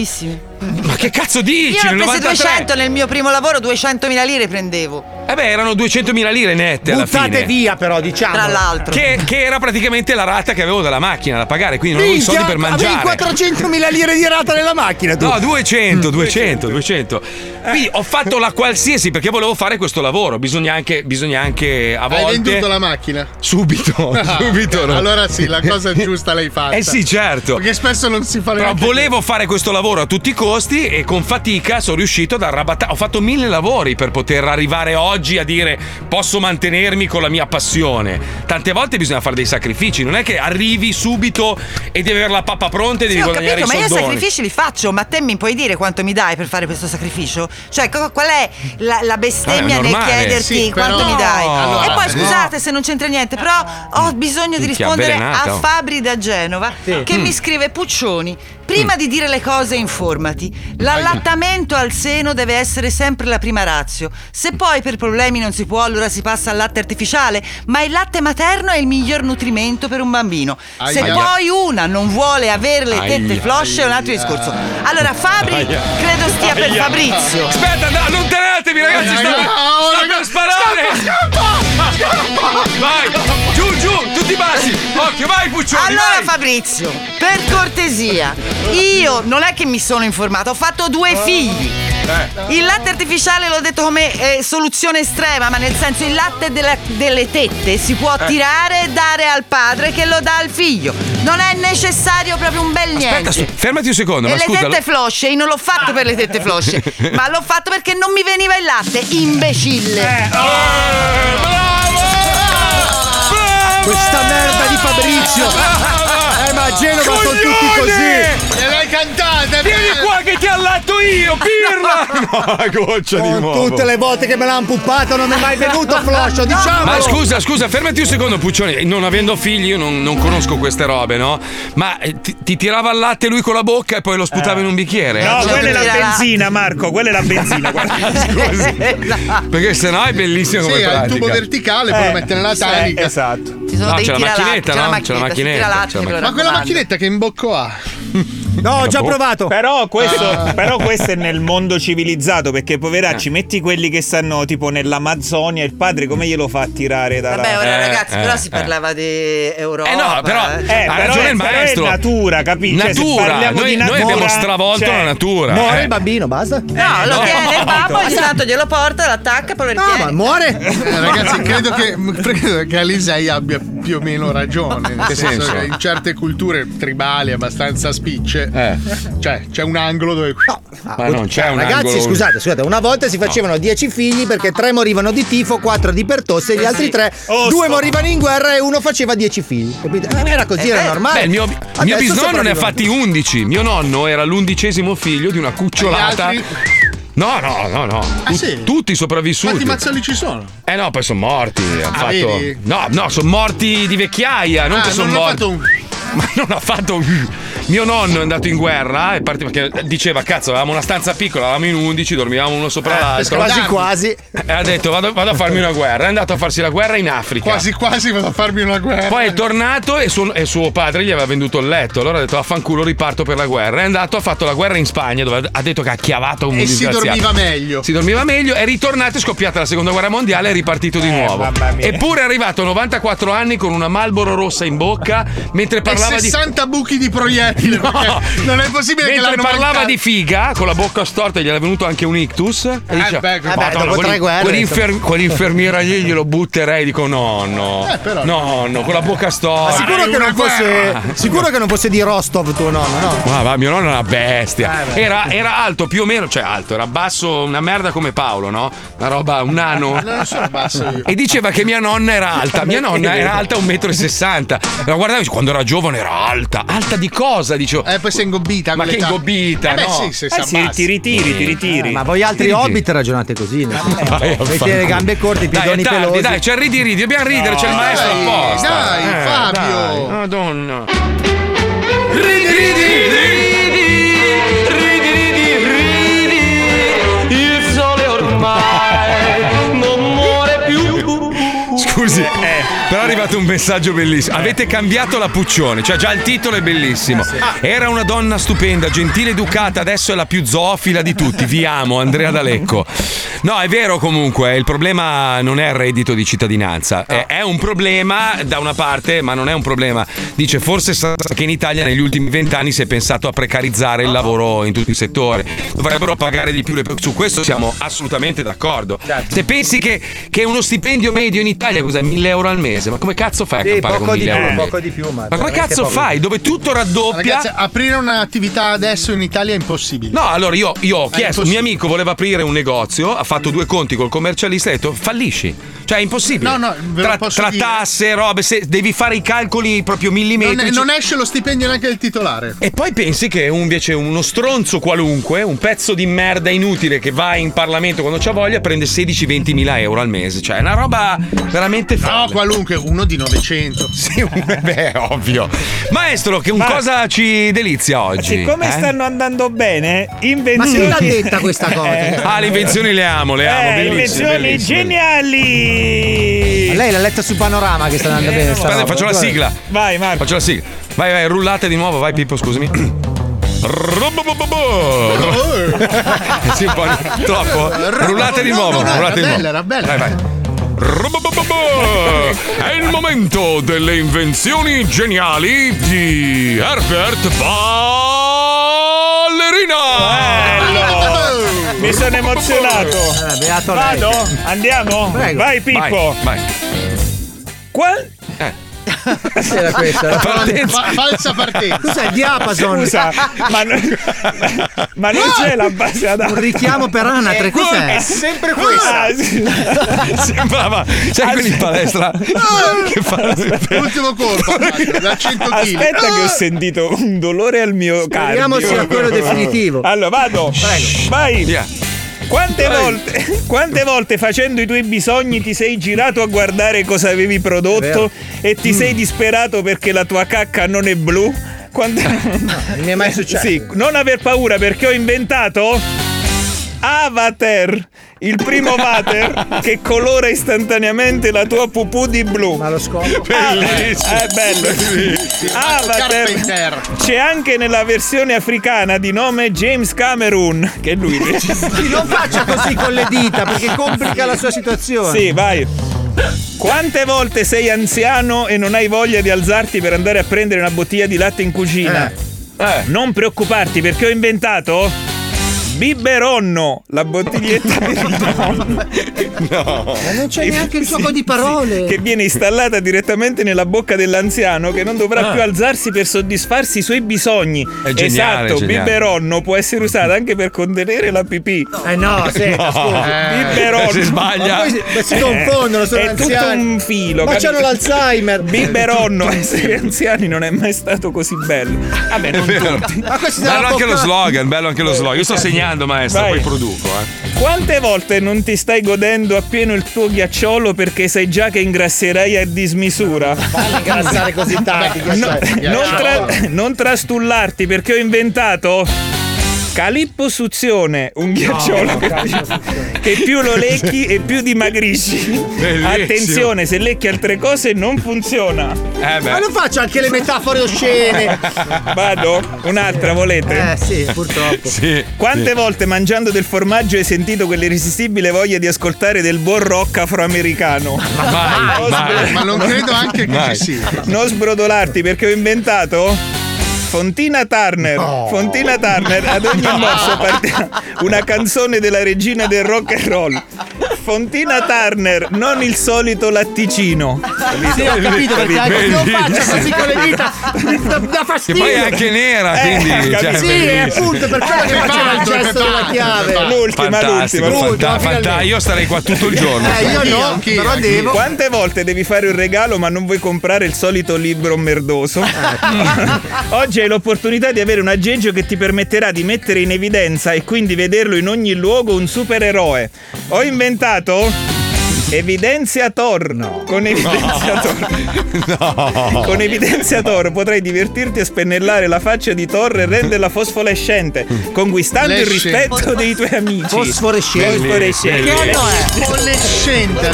Ma che cazzo dici?
Io ne ho
Nel
prese
93?
200 nel mio primo lavoro, 200.000 lire prendevo.
Eh beh, erano 200.000 lire nette alla
Buttate
fine.
via, però, diciamo. diciamolo. Tra l'altro.
Che, che era praticamente la rata che avevo della macchina da pagare, quindi non avevo i soldi per mangiare.
avevi 400.000 lire di rata nella macchina tu.
No,
Mm.
200, 200, 200.
Eh.
Quindi ho fatto la qualsiasi perché volevo fare questo lavoro. Bisogna anche, bisogna anche a volte.
Hai venduto la macchina?
Subito,
Ah,
subito. no?
Allora sì, la cosa giusta l'hai fatta.
Eh sì, certo.
Perché spesso non si fa
Però
neanche-
volevo fare questo lavoro a tutti i costi e con fatica sono riuscito ad arrabattare. Ho fatto mille lavori per poter arrivare oggi a dire posso mantenermi con la mia passione. Tante volte bisogna fare dei sacrifici, non è che arrivi subito e devi avere la pappa pronta e devi
Sì, ho
guadagnare
capito, ma
i
io
soldoni.
sacrifici li faccio, ma te mi puoi dire quanto mi dai per fare questo sacrificio? Cioè, co- qual è la, la bestemmia
Vabbè, è
nel
normale.
chiederti
Sì, però-
quanto mi dai?
No.
e poi
Allora,
scusate se non c'entra niente, però ho bisogno di
Minchia,
rispondere
avvelenato.
a Fabri da Genova che
Mm.
mi scrive Puccioni. Prima di dire le cose informati, l'allattamento al seno deve essere sempre la prima razio. Se poi per problemi non si può, allora si passa al latte artificiale, ma il latte materno è il miglior nutrimento per un bambino. Se
Aia.
poi una non vuole avere le tette
Aia.
flosce è un altro
Aia.
discorso. Allora Fabri
Aia.
credo stia per
Aia.
Fabrizio.
Aspetta, no, allontanatevi ragazzi, sto,
Aia, aia.
sto per sparare. Vai, giù, giù, tutti bassi. Occhio, vai Puccioni.
Allora
vai.
Fabrizio, per cortesia, io non è che mi sono informata, ho fatto due figli. Il latte artificiale l'ho detto come eh, soluzione estrema, ma nel senso il latte della- delle tette si può
Eh.
tirare e dare al padre che lo dà al figlio. Non è necessario proprio un bel niente.
Aspetta, su- fermati un secondo,
e
ma
le
scusa.
tette flosce, io non l'ho fatto per le tette flosce, ma l'ho fatto perché non mi veniva il latte, imbecille.
Questa merda di Fabrizio. Eh, ma a Genova sono tutti così.
Gliel'hai cantata! Vieni
qua che ti allatto io, pirla! No, goccia di nuovo.
Tutte le volte che me l'hanno puppata non mi è mai venuto floscio, diciamolo.
Ma scusa, scusa, fermati un secondo, Puccioni. Non avendo figli, io non, non conosco queste robe, no? Ma eh, ti, ti tirava il latte lui con la bocca e poi lo sputava in un bicchiere?
No,
Cioè,
quella è la
perché-
benzina, Marco, quella è la benzina. guarda.
Perché sennò è bellissimo
Sì,
come
ha il
pratica.
tubo verticale, poi
Eh,
lo mette nella
sì,
tanica.
esatto.
Ci sono No, dei c'è la tiralatte, macchinetta, c'è la no? macchinetta, C'è la si macchinetta, tiralatte, c'è la mi
Ma
raccomando.
quella macchinetta che in bocco ha?
No,
ho già
provato. Però questo,
Ah.
però questo è nel mondo civilizzato, perché
Eh.
poveracci, metti quelli che stanno tipo nell'Amazzonia, il padre come glielo fa a tirare dalla...
Vabbè, ora ragazzi, però si parlava di Europa.
Eh
Eh. no, però-
Eh,
ha
però
ragione
è-
il
però
maestro.
È natura, capisci? Cioè, se
Natura,
parliamo
noi-
di
noi
natura, cioè,
abbiamo stravolto la natura,
Muore
eh.
il bambino, basta.
No, lo
no.
tiene il babbo, ogni tanto glielo porta, l'attacca, poi lo ritiene. No, ma
muore!
Eh, ragazzi, credo che, credo che Alisei abbia più o meno ragione. Nel
Che
senso,
senso?
che in certe culture tribali abbastanza spicce,
Eh.
cioè c'è un angolo dove.
Ma non c'è un
Ragazzi,
angolo-
scusate, scusate, una volta si facevano 10 figli perché tre morivano di tifo, quattro di pertosse e gli altri tre,
Oh,
due
sto-
morivano in guerra e uno faceva 10 figli. Capite? Eh, Era così, era normale.
Beh, il mio, mio
Adesso
bisnonno ne ha
sopravvivono.
fatti 11. Mio nonno era l'undicesimo figlio di una cucciolata.
Gli altri?
No, no, no, no.
Ah,
Tu-
sì?
Tutti
Quanti
sopravvissuti.
mazzoli ci sono?
eh no, poi sono morti. ha
Ah,
fatto-
vedi?
No, no, sono morti di vecchiaia, non
Ah,
che sono
non ho
morti.
fatto un-
Ma non ha fatto. Mio nonno è andato in guerra e partiva, perché diceva: Cazzo, avevamo una stanza piccola, eravamo in 11, dormivamo uno
Eh,
sopra l'altro.
quasi quasi.
E ha detto: vado, vado a farmi una guerra. È andato a farsi la guerra in Africa.
Quasi quasi vado a farmi una guerra.
Poi è tornato e suo, e suo padre gli aveva venduto il letto. Allora ha detto: Affanculo, riparto per la guerra. È andato, ha fatto la guerra in Spagna, dove ha detto che ha chiavato un
E si
disgraziato.
dormiva meglio.
Si dormiva meglio, è ritornato, è scoppiata la seconda guerra mondiale, è ripartito di nuovo.
Eh, mamma mia.
Eppure è arrivato a 94 anni con una Malboro rossa in bocca mentre parlava
e
di.
60 buchi di proiettile.
No.
perché Non è possibile che
Mentre
l'hanno
parlava
mancato.
di figa, con la bocca storta, gli era venuto anche un ictus. E diceva,
Eh, beh,
"Madonna,
vabbè, dopo
quell'in-
tre guerre,
quell'infer-
insomma."
quell'infermiera lì glielo butterei. Dico, nonno,
Eh, però-
nonno, con la bocca
Ma
storta.
sicuro che, non fosse, sicuro che non fosse di Rostov tuo nonno, no?
Ma va, mio nonno è una bestia.
Eh, beh.
Era, era alto più o meno, cioè alto, era basso, una merda come Paolo, no? Una roba, un nano.
Non sono basso io.
E diceva che mia nonna era alta. Mia nonna era alta 1,60 m. La guardavo quando era giovane era alta. Alta di cosa? Dicevo.
Eh, poi sei ingobbita.
Ma che
quell'età.
ingobbita,
Eh, beh,
no?
sì, Eh, se si abbassa.
Eh, Ma voi altri
Ti ritiri.
hobbit ragionate così, no?
Vai a
Avete
fanculo.
le gambe corte, i
Dai,
piedoni
è tardi,
pelosi.
Dai, c'è il ridi ridi, dobbiamo ridere,
Eh,
c'è il
Dai,
maestro apposta. Eh,
dai, Fabio.
dai. Madonna. Ridi ridi
ridi ridi ridi il sole ormai non muore più
Scusi, eh, però è arrivato un messaggio bellissimo. Avete cambiato la Puccione, cioè già il titolo è bellissimo. Era una donna stupenda, gentile, educata, adesso è la più zoofila di tutti. Vi amo, Andrea D'Alecco. No, è vero comunque, il problema non è il reddito di cittadinanza. È, è un problema da una parte, ma non è un problema. Dice, forse sa che in Italia negli ultimi vent'anni si è pensato a precarizzare il lavoro in tutti i settori. Dovrebbero pagare di più le... Su questo siamo assolutamente d'accordo.
Certo.
Se pensi che, che uno stipendio medio in Italia cos'è? 1000 euro al mese, ma come cazzo fai a
Sì,
campare
poco
con
di
1000
più,
euro? al mese?
poco di più, ma.
Ma come
veramente
cazzo
poco di
fai? Dove tutto raddoppia?
Ragazzi, aprire un'attività adesso in Italia è impossibile.
No, allora io, io
Ah,
ho
È
chiesto, un mio amico voleva aprire un negozio, ha fatto due conti col commercialista e ha detto fallisci. Cioè è impossibile.
No, no, ve lo
tra,
posso
tra
dire.
tasse, robe, se- devi fare i calcoli proprio
Non,
millimetrici.
è- non esce lo stipendio neanche del titolare.
E poi pensi che un- invece uno stronzo qualunque, un pezzo di merda inutile che va in Parlamento quando c'ha voglia, prende 16-20 mila euro al mese. Cioè, è una roba veramente folle.
No, qualunque, uno di 900.
Sì, beh, ovvio. Maestro, che un cosa ci delizia oggi?
Siccome
eh?
stanno andando bene, invenzioni.
Ma chi l'ha detta questa cosa? Ah, le invenzioni le amo, le amo,
Eh,
bellissime,
Invenzioni
bellissime.
geniali.
Ma Lei l'ha letta su Panorama che sta andando bene. sta
Aspetta,
roba.
Eh, faccio la
Guarda.
sigla. Vai, Marco. Faccio la sigla. Vai, vai, rullate di nuovo, vai Pippo, scusami.
Oh.
Robobobobo. Sì, un po' di- troppo. Rullate di
No,
nuovo,
no, no, era
rullate di nuovo.
bella, era bella.
Vai, vai. Robobobobo. È il momento delle invenzioni geniali di Herbert Ballerina.
Mi sono emozionato.
Ah,
Eh, beato lei.
Vado? Andiamo?
Prego.
Vai Pippo.
Vai, vai.
Qual-
Eh.
Cos'era questa?
La
partenza. Fa- falsa partenza.
Cos'è, diapason?
Scusa, ma, non- ma non c'è la base ad
Un richiamo per anatre, cos'è?
È sempre questa.
Sembrava, sai quelli in palestra che fa
Ultimo colpo, Mario, da 100 kg.
Aspetta
Ah!
che ho sentito un dolore al mio cardio.
Speriamo sia quello definitivo.
Allora vado. Vai.
Via.
Quante
Vai.
volte, quante volte facendo i tuoi bisogni ti sei girato a guardare cosa avevi prodotto e ti sei
Mm.
disperato perché la tua cacca non è blu? Quante... non
mi è mai successo.
Sì, non aver paura perché ho inventato Avatar, il primo water che colora istantaneamente la tua pupù di blu. Ma
lo scopo?
È bello. Avatar c'è anche nella versione africana di nome James Cameroon, che è lui
Sì, non faccia così con le dita perché complica la sua situazione.
Sì, vai. Quante volte sei anziano e non hai voglia di alzarti per andare a prendere una bottiglia di latte in
Eh.
cucina? Non preoccuparti perché ho inventato Biberonno, la bottiglietta di Biberon.
No.
Ma non c'è neanche il gioco di parole.
Che viene installata direttamente nella bocca dell'anziano che non dovrà
Ah.
più alzarsi per soddisfarsi i suoi bisogni.
È geniale,
esatto,
geniale.
biberonno può essere usata anche per contenere la pipì.
Eh no, senta,
No.
scusi. Eh,
Biberonno.
Si Eh, sbaglia.
Ma poi si- ma si confondono, sono
È tutto
anziani.
un filo.
Ma
capito?
c'hanno l'Alzheimer.
Biberonno,
Tutti.
essere anziani non è mai stato così bello. Vabbè, non
È vero.
tutti.
bello anche lo slogan, bello anche lo slogan. Io sto segnando,
Eh.
maestro,
Vai.
poi produco. Eh.
Quante volte non ti stai godendo appieno il tuo ghiacciolo perché sai già che ingrasserai a dismisura?
Falli ingrassare così
Ah,
tanti,
No,
ghiacciolo.
non,
eh.
tra- non trastullarti perché ho inventato calipposuzione, un ghiacciolo che, che più lo lecchi e più dimagrisci.
Bellissimo.
Attenzione, se lecchi altre cose non funziona.
Eh beh.
Ma non faccio anche le metafore oscene.
Vado? Un'altra volete?
Eh, sì, purtroppo.
Sì,
Quante
sì.
volte mangiando del formaggio hai sentito quell'irresistibile voglia di ascoltare del buon rock afroamericano?
Vai, vai. Ma non credo anche che
Vai.
ci sia.
Non sbrodolarti perché ho inventato. Fontina Turner, Fontina Turner, ad ogni morso partiva una canzone della regina del rock and roll. Fontina Turner, non il solito latticino.
Sì, ho capito, perché anche- non faccio così con le dita,
da
Che poi è anche nera,
Eh,
quindi.
capito.
cioè,
Sì,
bellissimo.
è appunto per quello che faceva il gesto della chiave.
Ah, L'ultima,
Fantastico,
l'ultima.
fanta- fanta- io starei qua tutto il giorno.
Quante volte devi fare un regalo ma non vuoi comprare il solito libro merdoso?
Eh.
Oggi hai l'opportunità di avere un aggeggio che ti permetterà di mettere in evidenza e quindi vederlo in ogni luogo un supereroe. Ho inventato Evidenziator. Con Evidenziator.
No.
Con Evidenzia Thor potrai divertirti a spennellare la faccia di Thor e renderla fosfolescente, conquistando il
Lescente.
rispetto dei tuoi amici.
Fosforescente.
Fosforescente.
Che anno è?
Fosfolescente.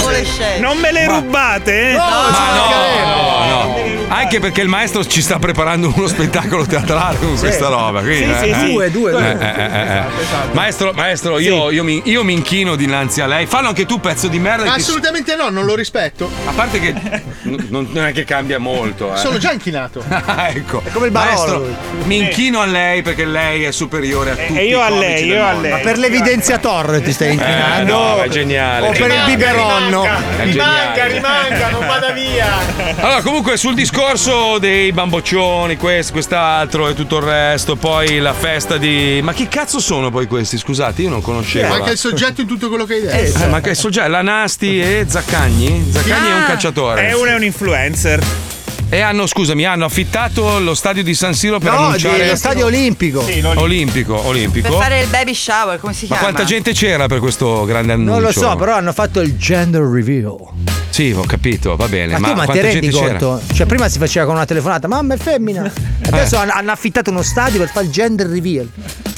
Non me le rubate, eh?
No, no. Anche perché il maestro ci sta preparando uno spettacolo teatrale con questa roba. Quindi,
Sì, sì,
eh,
sì.
eh.
Due, due,
Eh,
due. Esatto,
eh, eh, eh. Maestro, maestro io, io mi, io mi inchino dinanzi a lei. Fallo anche tu, pezzo di merda. che ti-
Assolutamente no, non lo rispetto.
A parte che n- non, non è che cambia molto. Eh.
Sono già inchinato.
Ah, ecco. È
come il Barolo,
maestro.
lui.
Mi inchino a lei perché lei è superiore a tutti.
Eh, io
i
a
comici
lei,
del
io a
mondo.
Ma per l'evidenza Torre ti stai
Eh,
inchinando?
no, è geniale.
O per il
Rimanga,
biberonno?
È
Rimanga,
geniale.
rimanga, non vada via.
Allora, comunque, sul discorso dei bamboccioni, questo, quest'altro e tutto il resto, poi la festa di. Ma chi cazzo sono poi questi? Scusate, io non conoscevo.
Manca il soggetto in tutto quello che hai
Eh,
detto.
ma che so già, la Nasti e Zaccagni? Zaccagni è un
Ah.
cacciatore.
E uno è un influencer.
E hanno, scusami, hanno affittato lo stadio di San Siro per
No,
annunciare.
di- lo stadio olimpico. Sì, l'olimpico.
olimpico,
Per
olimpico.
fare il baby shower, come si
Ma
chiama?
quanta gente c'era per questo grande annuncio?
Non lo so, però hanno fatto il gender reveal.
Sì, ho capito, va bene.
Ma,
Ma,
tu ma ti
quanta
rendi
gente
conto?
c'era? Eh.
Cioè, prima si faceva con una telefonata, mamma è femmina. Adesso han- hanno affittato uno stadio per fare il gender reveal.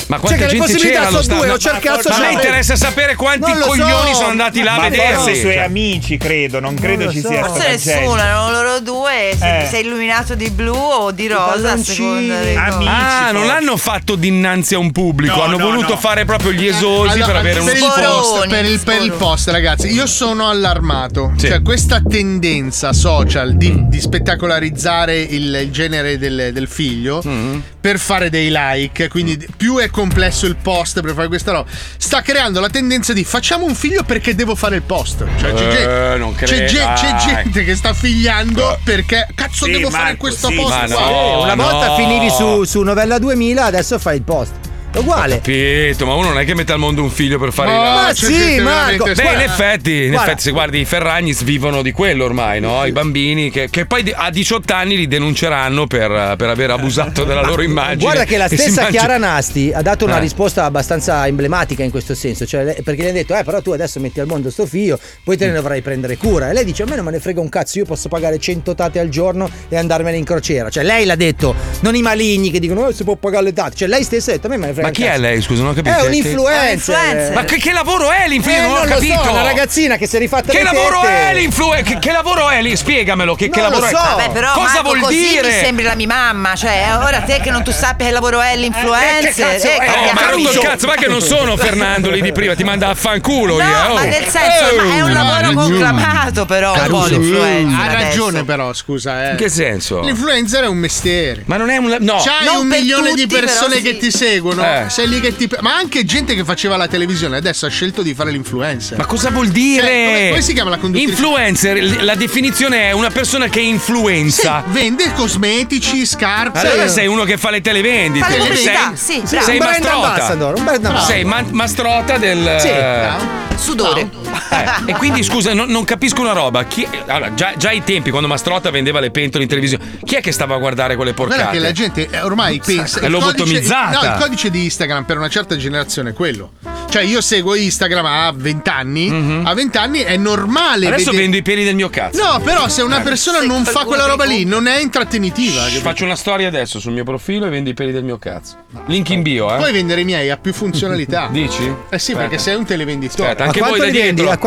Ma
Cioè,
quanta
che le
gente
possibilità
c'era?
sono
allo stadio?
due, ho
Ma-
cercato
Ma a me
sempre.
interessa sapere quanti
Non lo
coglioni
so.
sono andati là a
Ma forse i
vedersi.
suoi
Cioè,
amici, credo, non credo
lo
ci
so.
sia
Forse
stata
nessuno,
gente.
erano loro due. Se
Eh.
ti sei illuminato di blu o di rosa, a seconda dei
Amici,
Ah, non
forse.
l'hanno fatto dinanzi a un pubblico,
No,
hanno
no,
voluto
no.
fare proprio gli esosi
Allora,
per avere uno
per il post,
spot.
per il, per il post, ragazzi, io sono allarmato. Cioè, questa tendenza social
Mm.
di, di spettacolarizzare il, il genere del, del figlio
Mm.
per fare dei like, quindi di- più è complesso il post per fare questa roba, sta creando la tendenza di facciamo un figlio perché devo fare il post. Cioè, c'è,
Eh,
gente-
non
c'è
credo,
ge- c'è
dai.
gente che sta figliando perché cazzo
Sì,
devo fare
Marco,
questo
sì,
post
ma
qua.
no,
Una
no.
volta finivi su, su Novella 2000, adesso fai il post. È Uguale.
Capito, ma uno non è che mette al mondo un figlio per fare
Ma-
i like.
ma C'è sì, gente veramente Marco,
Beh,
guarda-
in effetti, in
guarda.
effetti, se guardi i Ferragnis vivono di quello ormai, no? I bambini che, che poi di- a 18 anni li denunceranno per, per aver abusato della loro immagine.
Guarda che la
E si
stessa
mangi-
Chiara Nasti ha dato una
Eh.
risposta abbastanza emblematica in questo senso, cioè, le- perché le ha detto "Eh, però tu adesso metti al mondo sto figlio, poi
Mm.
te ne dovrai prendere cura". E lei dice "A me non me ne frega un cazzo, io posso pagare 100 tate al giorno e andarmene in crociera". Cioè, lei l'ha detto, non i maligni che dicono "Eh, si può pagare le tate". Cioè, lei stessa ha detto "A me me ne frega
Ma
un
chi è
cazzo".
lei? Scusa, non ho capito.
È un
Che-
influencer.
Ma che, che lavoro è
Eh,
l'influencer? non ho
lo
capito.
so, una ragazzina che si è rifatta
Che
le
lavoro
tette.
è l'influencer? Che,
Eh.
che lavoro è lì? Spiegamelo. Che, che
Non lo
lavoro
so.
è?
Vabbè, però
Cosa
Marco,
vuol
così
dire?
mi sembri la mia mamma. Cioè, ora te che non tu sappia che lavoro è l'influencer.
Oh,
eh, cambia
ma hai rotto il
capito.
cazzo, ma che non sono Fernandoli di prima, ti manda a fanculo
No,
io, eh, oh. Eh,
ma nel senso, ma è un lavoro conclamato, però. un po' l'influencer
Ha
adesso.
ragione, però, scusa. Eh.
In che senso?
L'influencer è un mestiere.
Ma non è un. No,
C'hai
Non
un
per
milione di
tutti,
persone
però sì.
che ti seguono.
Eh.
Sei lì che ti. Ma anche gente che faceva la televisione adesso ha scelto di fare l'influencer.
Ma cosa vuol dire?
Cioè, come, come si chiama la conduttrice?
Influencer, l- la definizione è una persona che influenza.
Vende cosmetici, scarpe.
Allora sei uno che fa le televendite.
Cioè, Fa le
Come
pubblicità,
sei?
sì, bravo.
Sei
Un brand
mastrota.
ambassador, un brand ambassador.
Sei ma- mastrota del.
Sì, bravo.
Sudore.
Bravo.
Eh, e quindi scusa, non, non capisco una roba. Chi- allora, già, già ai tempi, quando Mastrotta vendeva le pentole in televisione, chi è che stava a guardare quelle porcate?
Guarda che la gente eh, ormai pensa.
È
il codice-
lobotomizzata.
no, il codice di Instagram per una certa generazione è quello. Cioè, io seguo Instagram a 20 anni. A 20 anni è normale.
Mhm. Adesso
vedere-
vendo i peli del mio cazzo.
No, però se una
Eh.
persona non fa quella roba lì, non è intrattenitiva.
Shh,
capito?
Faccio una storia adesso sul mio profilo e vendo i peli del mio cazzo. Link in bio, eh.
Puoi vendere i miei, ha più funzionalità.
Dici?
Eh sì, perché
Aspetta.
sei un televenditore.
Aspetta, Certo, anche voi da dietro.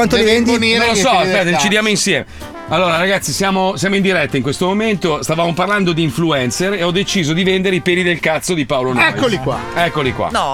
Venire
Non lo
nei
so,
piedi
aspetta,
del
decidiamo insieme. Allora, ragazzi, siamo, siamo in diretta in questo momento. Stavamo parlando di influencer e ho deciso di vendere i peli del cazzo di Paolo Noyes.
Eccoli qua.
Eccoli qua.
No.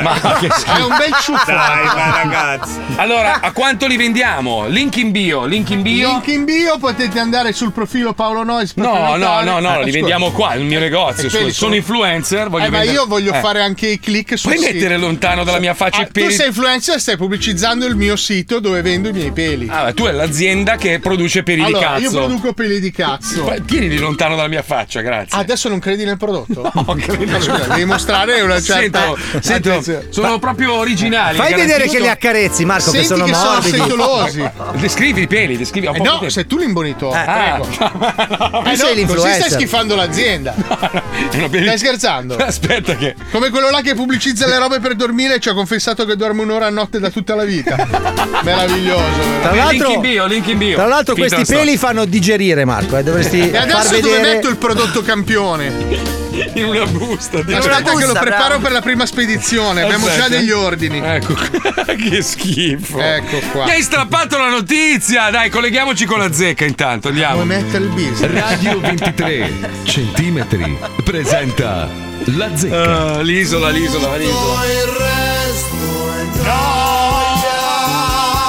Ma che
È un bel ciuffo.
Dai, ma ragazzi.
Allora, a quanto li vendiamo? Link in bio, link in bio.
Link in bio potete andare sul profilo Paolo Nois.
No, no, no, no, li vendiamo qua, il mio negozio.
Eh, quelli
scusa. Sono
sono-
influencer, voglio
ma
vendere-
io voglio
Eh.
fare anche i click su
Puoi mettere lontano dalla mia faccia i
Tu
peli?
sei influencer e stai pubblicizzando il mio sito dove vendo i miei peli.
Ah, ma tu è l'azienda che produce peli di
allora,
cazzo.
io produco peli di cazzo. Ah,
Poi Tienili lontano dalla mia faccia, grazie.
Adesso non credi nel prodotto?
No, credo.
Scusa, devi mostrare una certa.
Sento, sento, sono proprio originali.
Fai vedere che li
le
accarezzi, Marco, che
Senti
sono
che sono
morbidi.
acetolosi.
Descrivi i peli, descrivi. ho
Eh
poco
no,
tempo.
sei tu l'imbonitore.
Ah.
prego. Eh
Tu sei
no, così
l'influencer.
stai schifando l'azienda.
Non ho peli-
Stai scherzando?
Aspetta che...
Come quello là che pubblicizza le robe per dormire e ci ha confessato che dorme un'ora a notte da tutta la vita. Meraviglioso.
Tra
Link
l'altro-
in bio, link in bio.
Tra l'altro,
Finta
questi
la
peli fanno digerire, Marco. eh, Dovresti
E
far
adesso dove
vedere.
metto il prodotto campione?
In una busta.
Aspetta che lo
Busta,
preparo
bravo.
per la prima spedizione. Abbiamo già
Aspetta.
degli ordini.
Ecco. che schifo.
Ecco qua.
Mi hai strappato la notizia! Dai, colleghiamoci con la zecca intanto, andiamo.
Vuoi mettere il business?
Radio 23 centimetri presenta la zecca.
Eh, l'isola, l'isola, l'isola.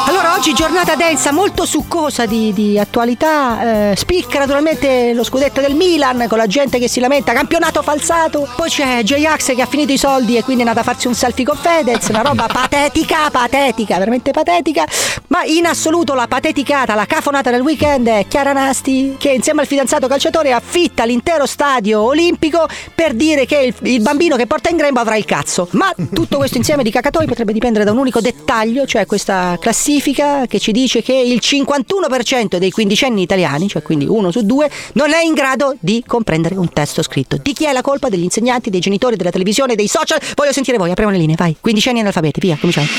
Allora oggi giornata densa, molto succosa di, di attualità, eh, spicca naturalmente lo scudetto del Milan con la gente che si lamenta, campionato falsato, poi c'è J-Ax che ha finito i soldi e quindi è andata a farsi un selfie con Fedez, una roba patetica, patetica, veramente patetica, ma in assoluto la pateticata, la cafonata del weekend è Chiara Nasti che insieme al fidanzato calciatore affitta l'intero stadio olimpico per dire che il, il bambino che porta in grembo avrà il cazzo, ma tutto questo insieme di cacatoi potrebbe dipendere da un unico dettaglio, cioè questa classifica che ci dice che il 51% dei quindicenni italiani, cioè quindi uno su due, non è in grado di comprendere un testo scritto. Di chi è la colpa? Degli insegnanti, dei genitori, della televisione, dei social? Voglio sentire voi, apriamo le linee, vai. Quindicenni analfabeti, via, cominciamo.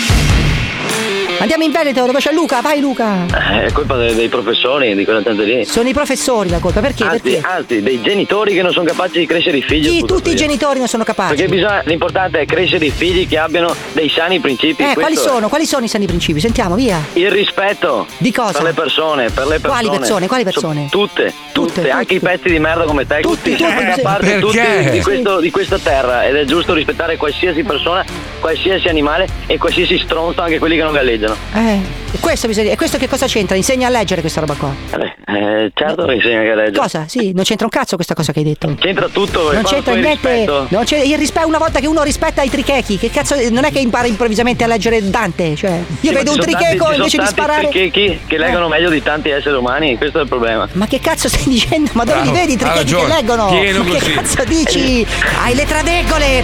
Andiamo in Veneto, dove c'è Luca, vai Luca.
Eh, È colpa dei, dei professori, di quella gente lì.
Sono i professori la colpa, perché?
Anzi,
Perché?
anzi, dei genitori che non sono capaci di crescere i figli.
Chi-
scusa,
tutti i
io.
genitori non sono capaci.
Perché bisogna, l'importante è crescere i figli che abbiano dei sani principi.
Eh,
questo
quali
è.
sono? Quali sono i sani principi? Sentiamo, via.
Il rispetto.
Di cosa?
Per le persone, per le persone.
Quali persone? Quali
So-
persone?
tutte, tutte, anche i pezzi di merda come te, tutti,
tutti,
a
sì.
parte tutti tutti di, di, questo- di questa terra ed è giusto rispettare
Mm.
qualsiasi persona, qualsiasi animale e qualsiasi stronzo, anche quelli che non galleggiano.
Eh, e questo bisogna- e questo che cosa c'entra? Insegna a leggere questa roba qua.
Eh, certo che insegna a galleggiare.
Cosa? Sì, non c'entra un cazzo questa cosa che hai detto.
C'entra tutto, e
Non
quando
c'entra
tu hai
niente.
rispetto-
Non c'è, il rispetto una volta che uno rispetta i trichechi, che cazzo non è che impara improvvisamente a leggere Dante, cioè io
Sì, ma ci
vedo un
sono tanti-
tricheco
ci
invece
sono
di
tanti
sparare. Eh.
trichechi che leggono meglio di tanti esseri umani, questo è il problema.
Ma che cazzo stai dicendo? Ma dove
Bravo,
li vedi i
ha
trichechi che
ragione.
leggono?
Pieno
Ma
così.
che cazzo dici? Hai le tradecole!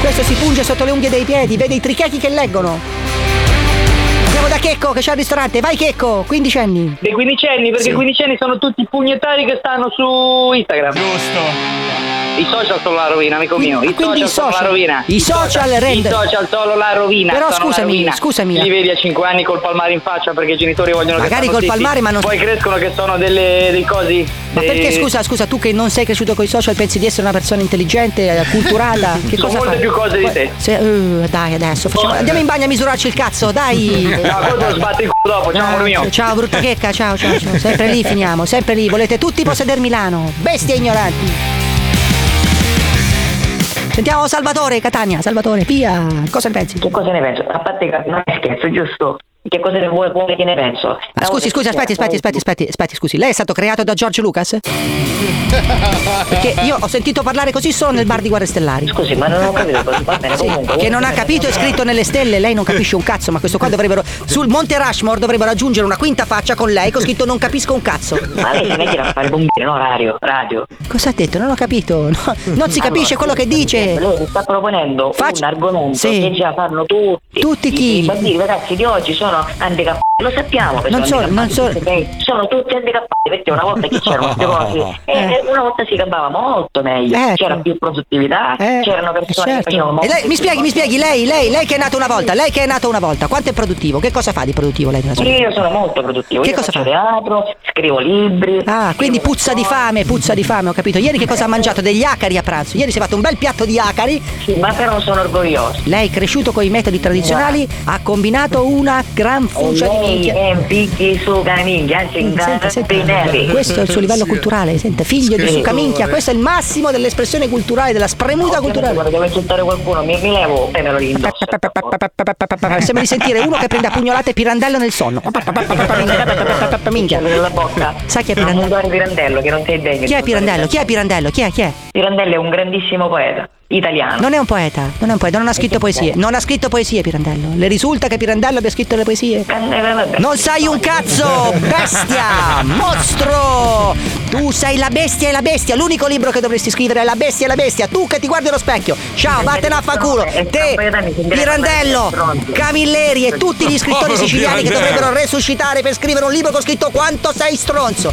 Questo si punge sotto le unghie dei piedi, vede i trichechi che leggono. Andiamo da Checco che c'è al ristorante, vai Checco, 15 anni.
Dei quindicenni, perché
Sì.
i quindicenni sono tutti pugnetari che stanno su Instagram. Giusto.
I social sono la rovina, amico
Quindi-
mio. I
quindi
social,
i
sono la
social-
rovina.
i social
I
rendono-
social sono la rovina.
Però
sono la
scusami,
rovina.
scusami. eh,
Li vedi a 5 anni col palmare in faccia perché i genitori vogliono
Magari
che
col
stanno zitti.
palmare, ma non-
Poi crescono che sono delle, dei cosi.
Ma perché scusa, scusa, tu che non sei cresciuto con i social pensi di essere una persona intelligente, acculturata? Che
Sono
cosa
molte
fai?
più cose di te.
Se- eh, dai adesso, facciamo- andiamo in bagno a misurarci il cazzo, dai!
No, quello lo sbatti il culo dopo, ciao amore mio.
Ciao, ciao brutta checca, ciao, ciao, ciao. Sempre lì finiamo, sempre lì. Volete tutti possedere Milano, bestie ignoranti. Sentiamo Salvatore Catania, Salvatore, via, cosa ne pensi? Che
cosa ne penso? A parte che non è scherzo, giusto? Che cosa ne vuoi, vuole che ne penso?
Ah, scusi, scusi, aspetti, aspetti, aspetti, aspetti, aspetti, scusi. Lei è stato creato da George Lucas? Perché io ho sentito parlare così solo nel bar di Guerre Stellari. Scusi,
ma non ho capito cosa- va bene,
Sì,
comunque.
che non ha capito è scritto nelle stelle, lei non capisce un cazzo, ma questo qua dovrebbero. Sul Monte Rushmore dovrebbero aggiungere una quinta faccia con lei con scritto non capisco un cazzo.
Ma lei se ne tira a fare bombino, no? Radio, radio.
Cosa ha detto? Non ho capito. No, non si
Allora,
capisce quello che dice.
Lei mi sta proponendo un argomento
Sì.
che già fanno tutti.
Tutti chi?
I, i bambini, i ragazzi di oggi sono sono handicappati, lo sappiamo che
Non
sono
solo- non
handicappati, tutti e sei. sono tutti handicappati perché una volta che c'erano queste cose e
Eh.
e una volta si campava molto meglio, c'era più produttività, c'erano persone che facevano
certo. Eh, E
molto
lei, mi
più
spieghi, mi
cose.
spieghi, lei, lei, lei che è nata una volta, lei che è nata una volta, quanto è produttivo? Che cosa fa di produttivo lei nella sua vita?
Io sono molto produttivo,
Che
io
cosa
faccio
fa?
teatro, scrivo libri.
Ah, quindi puzza di fame, puzza di fame, ho capito. Ieri che
Eh.
cosa ha mangiato? Degli acari a pranzo. Ieri si è fatto un bel piatto di acari.
ma però sono Esatto. orgoglioso.
Lei, cresciuto con i metodi tradizionali, ha combinato una gran fuccia cioè di
lei
minchia.
è un picchi su caniglia, anzi in
Senta, senta, questo è il suo livello culturale, senta, figlio di
Scrittore.
succa minchia, questo è il massimo dell'espressione culturale, della spremuta culturale.
Quando devo insultare qualcuno mi, mi levo e me lo rindosso.
Pa- Sembra di sentire uno che prende a pugnalate e pirandello nel sonno. Pa- pa- pa- pa- pa- minchia, pa- pa- pa- pa- pa- minchia.
Nella bocca.
Sai chi è
Non
Pirandello?
dare Pirandello che non sei degno.
Chi è Pirandello? Chi è Pirandello? Chi è? Chi è?
Pirandello è un grandissimo poeta italiano.
Non è un poeta, non è un poeta, non ha scritto poesie. Non ha scritto poesie Pirandello. Le risulta che Pirandello abbia scritto le poesie? Non sai un cazzo! Bestia! Mostro! Tu sei la bestia e la bestia. L'unico libro che dovresti scrivere è La bestia e la bestia. Tu che ti guardi allo specchio. Ciao, vattene a fanculo. Te, Pirandello, Camilleri e tutti gli scrittori
Povero
siciliani che
Pirandello.
dovrebbero resuscitare per scrivere un libro con scritto Quanto sei stronzo.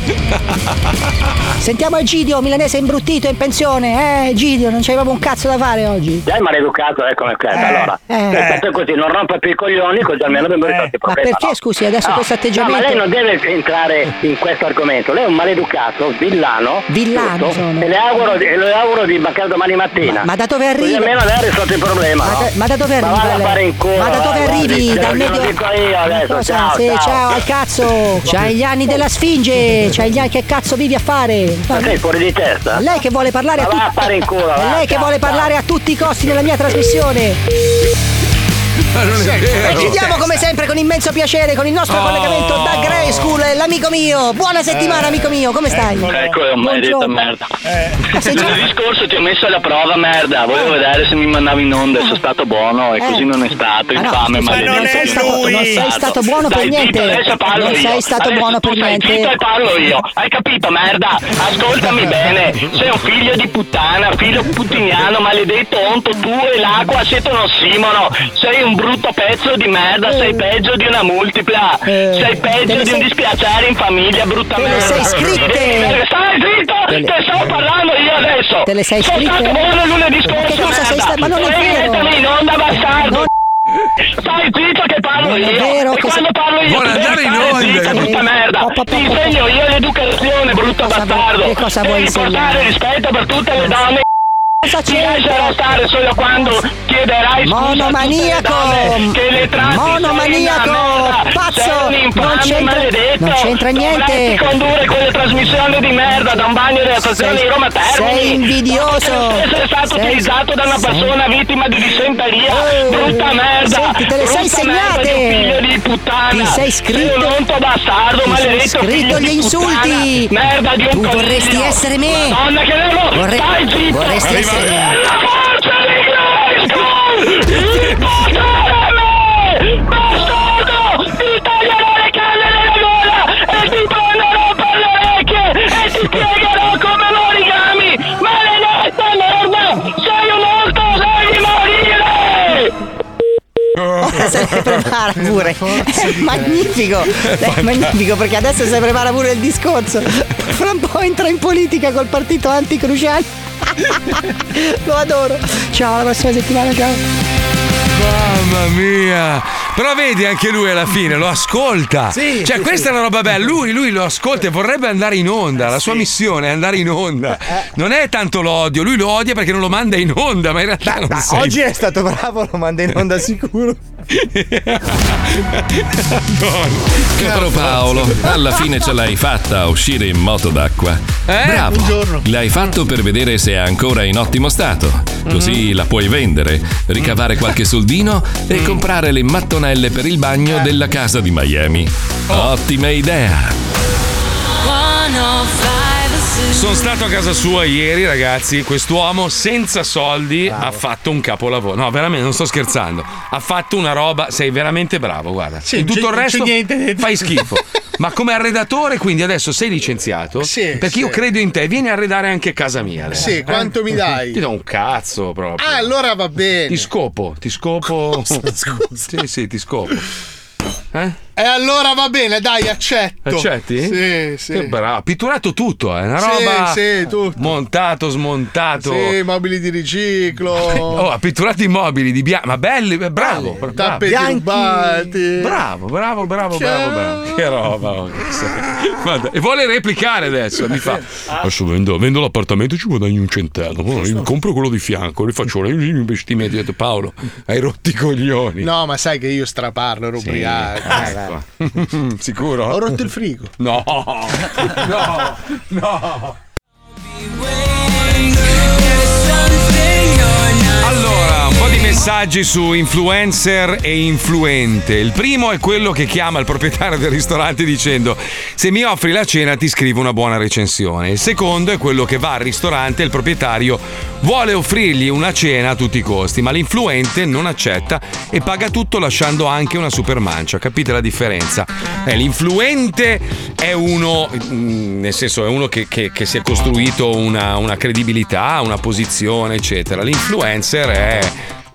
Sentiamo Egidio, milanese imbruttito in pensione. Eh, Egidio, non c'hai proprio un cazzo da fare oggi.
Dai maleducato, ecco come è. allora, Cioè,
eh.
se fate così non rompa più i coglioni, così almeno abbiamo risolto il
Ma
problema.
perché,
no?
scusi, adesso
No,
questo atteggiamento?
No, ma lei non deve entrare in questo argomento. Lei è un maleducato, villano.
Villano
tutto,
sono.
E le auguro, di- e le auguro di baccare domani mattina.
Ma- ma da dove
Così
arriva?
almeno lei ha risolto il problema.
Ma
no?
da- ma da dove arriva
Ma vada a
lei?
fare in culo.
Ma da dove
guardi,
arrivi?
te lo-
Dal
te lo
medio-
dico io adesso.
Cosa?
Ciao,
Sì,
ciao.
al cazzo. C'hai gli anni della sfinge. C'hai gli anni che cazzo vivi a fare?
Ma sei fuori di testa?
È lei che vuole parlare a
Ma va a
tutti.
fare in culo,
È
va,
lei che
ciao,
vuole parlare a tutti i costi nella mia trasmissione.
Ma non è
E
vero.
chiudiamo come sempre con immenso piacere con il nostro
Oh.
collegamento da Grey School, eh, l'amico mio. Buona settimana,
Eh.
amico mio, come stai?
Ecco,
eh,
è un maledetta merda. Lunedì scorso ti ho messo alla prova, merda.
Ah.
Volevo vedere se mi mandavi in onda. Sono stato buono e così non è stato.
Ma Ah. Eh. no,
Infame,
scusa,
maledetto.
non sei stato- non sei stato buono per
Dai, Ah, zitto,
niente.
adesso parlo
Non
io.
sei stato
Adesso
buono
tu
per
stai
niente.
zitto e parlo io. Hai capito, merda? Ascoltami bene. Sei un figlio di puttana, figlio puttiniano, maledetto onto. Tu e l'acqua siete un ossimoro. Sei un brutto pezzo di merda. Sei peggio di una multipla. Sei
Eh. te
peggio
ne
di un
sei-
dispiacere in famiglia, brutta
Te le
merda.
sei scritte!
Stai zitto!
Te le-
Te stavo parlando io adesso!
Te le sei
Sono
scritte?
stato buono lunedì
Ma
scorso!
che cosa sei
merda.
sta- ma non è
Devi
vero.
mettermi in onda, bastardo! Stai zitto che parlo
Non è
io!
vero
e
che
quando
sei-
parlo io!
Vuole
tu devi
andare in
stare
onda.
zitta, brutta
Eh,
merda!
pa, pa, pa,
Ti insegno io l'educazione, brutto bastardo!
che cosa vuoi
Devi
insegnare?
portare rispetto per tutte le donne! Ti lascerò stare solo quando chiederai scusa a tutte le
Monomaniaco!
donne che le tratti
Monomaniaco! Pazzo! Non c'entra, non c'entra
Dovresti
niente!
condurre quelle trasmissioni di merda da un bagno della stazione
Sei-
di Roma Termini.
sei invidioso.
Perché Essere stato
Sei-
utilizzato da una
sei-
persona vittima di dissenteria.
Oh,
brutta merda.
senti, te le sei
brutta merda di un
segnate.
Figlio di puttana.
Ti sei
Sei
scritto-
un onto bastardo,
Ti sei
maledetto
scritto
figlio di
gli insulti.
puttana. Merda di un
Tu
coniglio.
vorresti essere me.
Madonna che nervo.
Vorre-
Stai zitto.
vorresti
Arriva-
essere-
La forza di Grayskull. Il potere me. Bastardo. Ti taglierò le canne della gola. E ti prenderò per le orecchie. E ti piegherò come l'origami. Maledetta merda. Sei un orto. Devi morire. Oh.
Se ne prepara pure. È magnifico. È magnifico perché adesso si prepara pure il discorso. Fra un po' entra in politica col partito anticruciale. Lo adoro. Ciao, alla prossima settimana, ciao.
Mamma mia! Però vedi anche lui alla fine, lo ascolta.
Sì,
cioè,
sì, sì.
questa è una roba bella. Lui, lui lo ascolta e vorrebbe andare in onda. La sua missione è andare in onda.
Eh,
Non è tanto l'odio, lui lo odia perché non lo manda in onda, ma in realtà non
Ah,
sei-
oggi è stato bravo, lo manda in onda sicuro.
Caro Paolo, alla fine ce l'hai fatta a uscire in moto d'acqua.
Eh,
Bravo. L'hai fatto per vedere se è ancora in ottimo stato.
Mm-hmm.
Così la puoi vendere,
Mm.
ricavare qualche soldino e comprare le mattonelle per il
Eh.
bagno della casa di Miami.
Oh.
Ottima idea.
Sono stato a casa sua ieri, ragazzi. Quest'uomo senza soldi ha fatto un capolavoro. No, veramente, non sto scherzando. Ha fatto una roba. Sei veramente bravo, guarda.
Sì,
In
non c'è-
tutto il
non
resto
c'è niente dentro.
fai schifo. Ma come arredatore, quindi adesso sei licenziato?
Sì,
Perché
sì.
io credo in te. Vieni a arredare anche casa mia. Lea.
Sì, quanto mi dai?
Ti do un cazzo proprio.
Ah, allora va bene.
Ti scopo, ti scopo. Sì, sì, ti scopo.
E allora va bene, dai, accetto.
Accetti?
Sì, sì.
Che bravo, pitturato tutto, è una
Sì,
roba.
sì, tutto.
Montato, smontato.
Sì, mobili di riciclo.
Oh, ha pitturato i mobili di bianco, ma belli, eh, bravo. bravo.
Tappeti
Bianchi.
rubati.
Bravo, bravo, bravo, bravo, bravo. Che roba. oh, che sei. Guarda, e vuole replicare adesso, mi fa. Adesso vendo, vendo l'appartamento e ci guadagno un centello. Poi io compro quello di fianco, rifaccio gli investimenti. Ho detto Paolo, hai rotto i coglioni.
No, ma sai che io straparlo, ero
Sì.
ubriaco.
Ah, ecco. Sicuro?
Ho rotto il frigo.
No, no, no. Allora, un po' di messaggi su influencer e influente. Il primo è quello che chiama il proprietario del ristorante dicendo se mi offri la cena ti scrivo una buona recensione. Il secondo è quello che va al ristorante e il proprietario vuole offrirgli una cena a tutti i costi, ma l'influente non accetta e paga tutto lasciando anche una supermancia. Capite la differenza? Eh, l'influente è uno, mm, nel senso è uno che, che- che si è costruito una- una credibilità, una posizione, eccetera. L'influencer è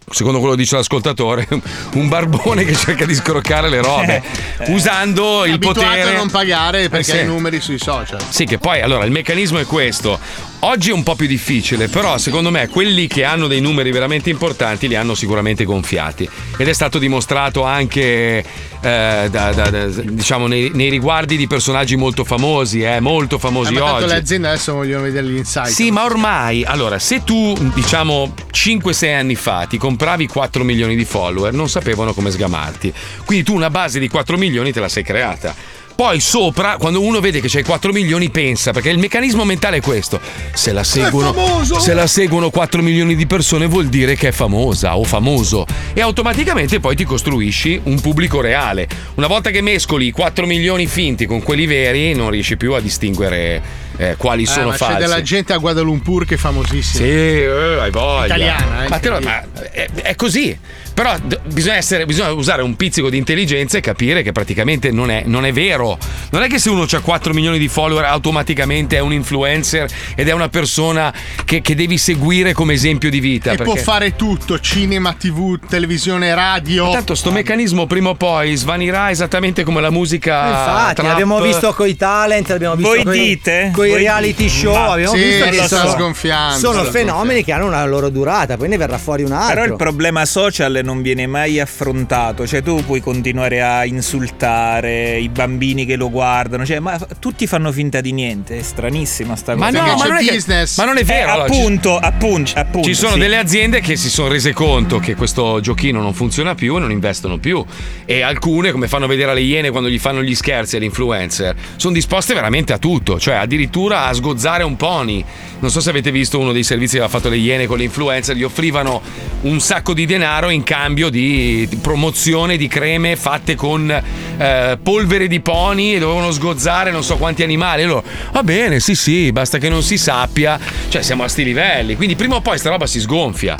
secondo quello che dice l'ascoltatore, un barbone che cerca di scroccare le robe usando il
Eh, Abituato
potere.
a non pagare perché
Eh, sì.
hai i numeri sui social.
Sì, che poi allora il meccanismo è questo. Oggi è un po' più difficile, però secondo me quelli che hanno dei numeri veramente importanti li hanno sicuramente gonfiati. Ed è stato dimostrato anche eh, da- da- da- diciamo, nei, nei riguardi di personaggi molto famosi, eh, molto
Eh,
famosi
ma tanto
oggi.
le aziende adesso vogliono vedere gli insight.
Sì, ma ormai, allora, se tu, diciamo, 5-6 anni fa ti compravi 4 milioni di follower, non sapevano come sgamarti. Quindi tu una base di 4 milioni te la sei creata. Poi sopra, quando uno vede che c'hai 4 milioni, pensa, perché il meccanismo mentale è questo. Se la seguono,
famoso!
se la seguono 4 milioni di persone vuol dire che è famosa o famoso. E automaticamente poi ti costruisci un pubblico reale. Una volta che mescoli i 4 milioni finti con quelli veri, non riesci più a distinguere eh, quali
Eh,
sono
ma
falsi.
C'è della gente a Guadalumpur che è famosissima.
Sì, eh, hai voglia.
Italiana, eh,
Ma te lo- ma è, è così. Però d- bisogna, essere- bisogna usare un pizzico di intelligenza e capire che praticamente non è, non è vero. Non è che se uno ha 4 milioni di follower automaticamente è un influencer ed è una persona che, che devi seguire come esempio di vita.
E può
perché-
fare tutto: cinema, tv, televisione, radio.
Tanto sto meccanismo prima o poi svanirà esattamente come la musica.
Ah, Infatti,
trap.
l'abbiamo visto coi talent, l'abbiamo visto
Voi
coi,
dite?
coi
Voi
reality
dite?
show,
Ma-
abbiamo
Sì,
visto
lo
che
sta
sono,
sgonfiando,
sono
sta
fenomeni che hanno una loro durata, poi ne verrà fuori un altro.
Però il problema social non viene mai affrontato, cioè tu puoi continuare a insultare i bambini che lo guardano, cioè, ma f- tutti fanno finta di niente, è stranissima sta
Ma
cosa. Cioè,
no, ma non, è che- ma non è vero.
Eh,
allora, ci-
appunto, appunto, appunto.
Ci sono
sì.
delle aziende che si sono rese conto che questo giochino non funziona più e non investono più. E alcune, come fanno vedere alle iene quando gli fanno gli scherzi agli influencer, sono disposte veramente a tutto, cioè addirittura a sgozzare un pony. Non so se avete visto uno dei servizi che aveva fatto le iene con le influencer, gli offrivano un sacco di denaro in cambio di di promozione di creme fatte con eh, polvere di pony e dovevano sgozzare non so quanti animali. E loro, va bene, sì, sì, basta che non si sappia, cioè siamo a sti livelli. Quindi prima o poi sta roba si sgonfia.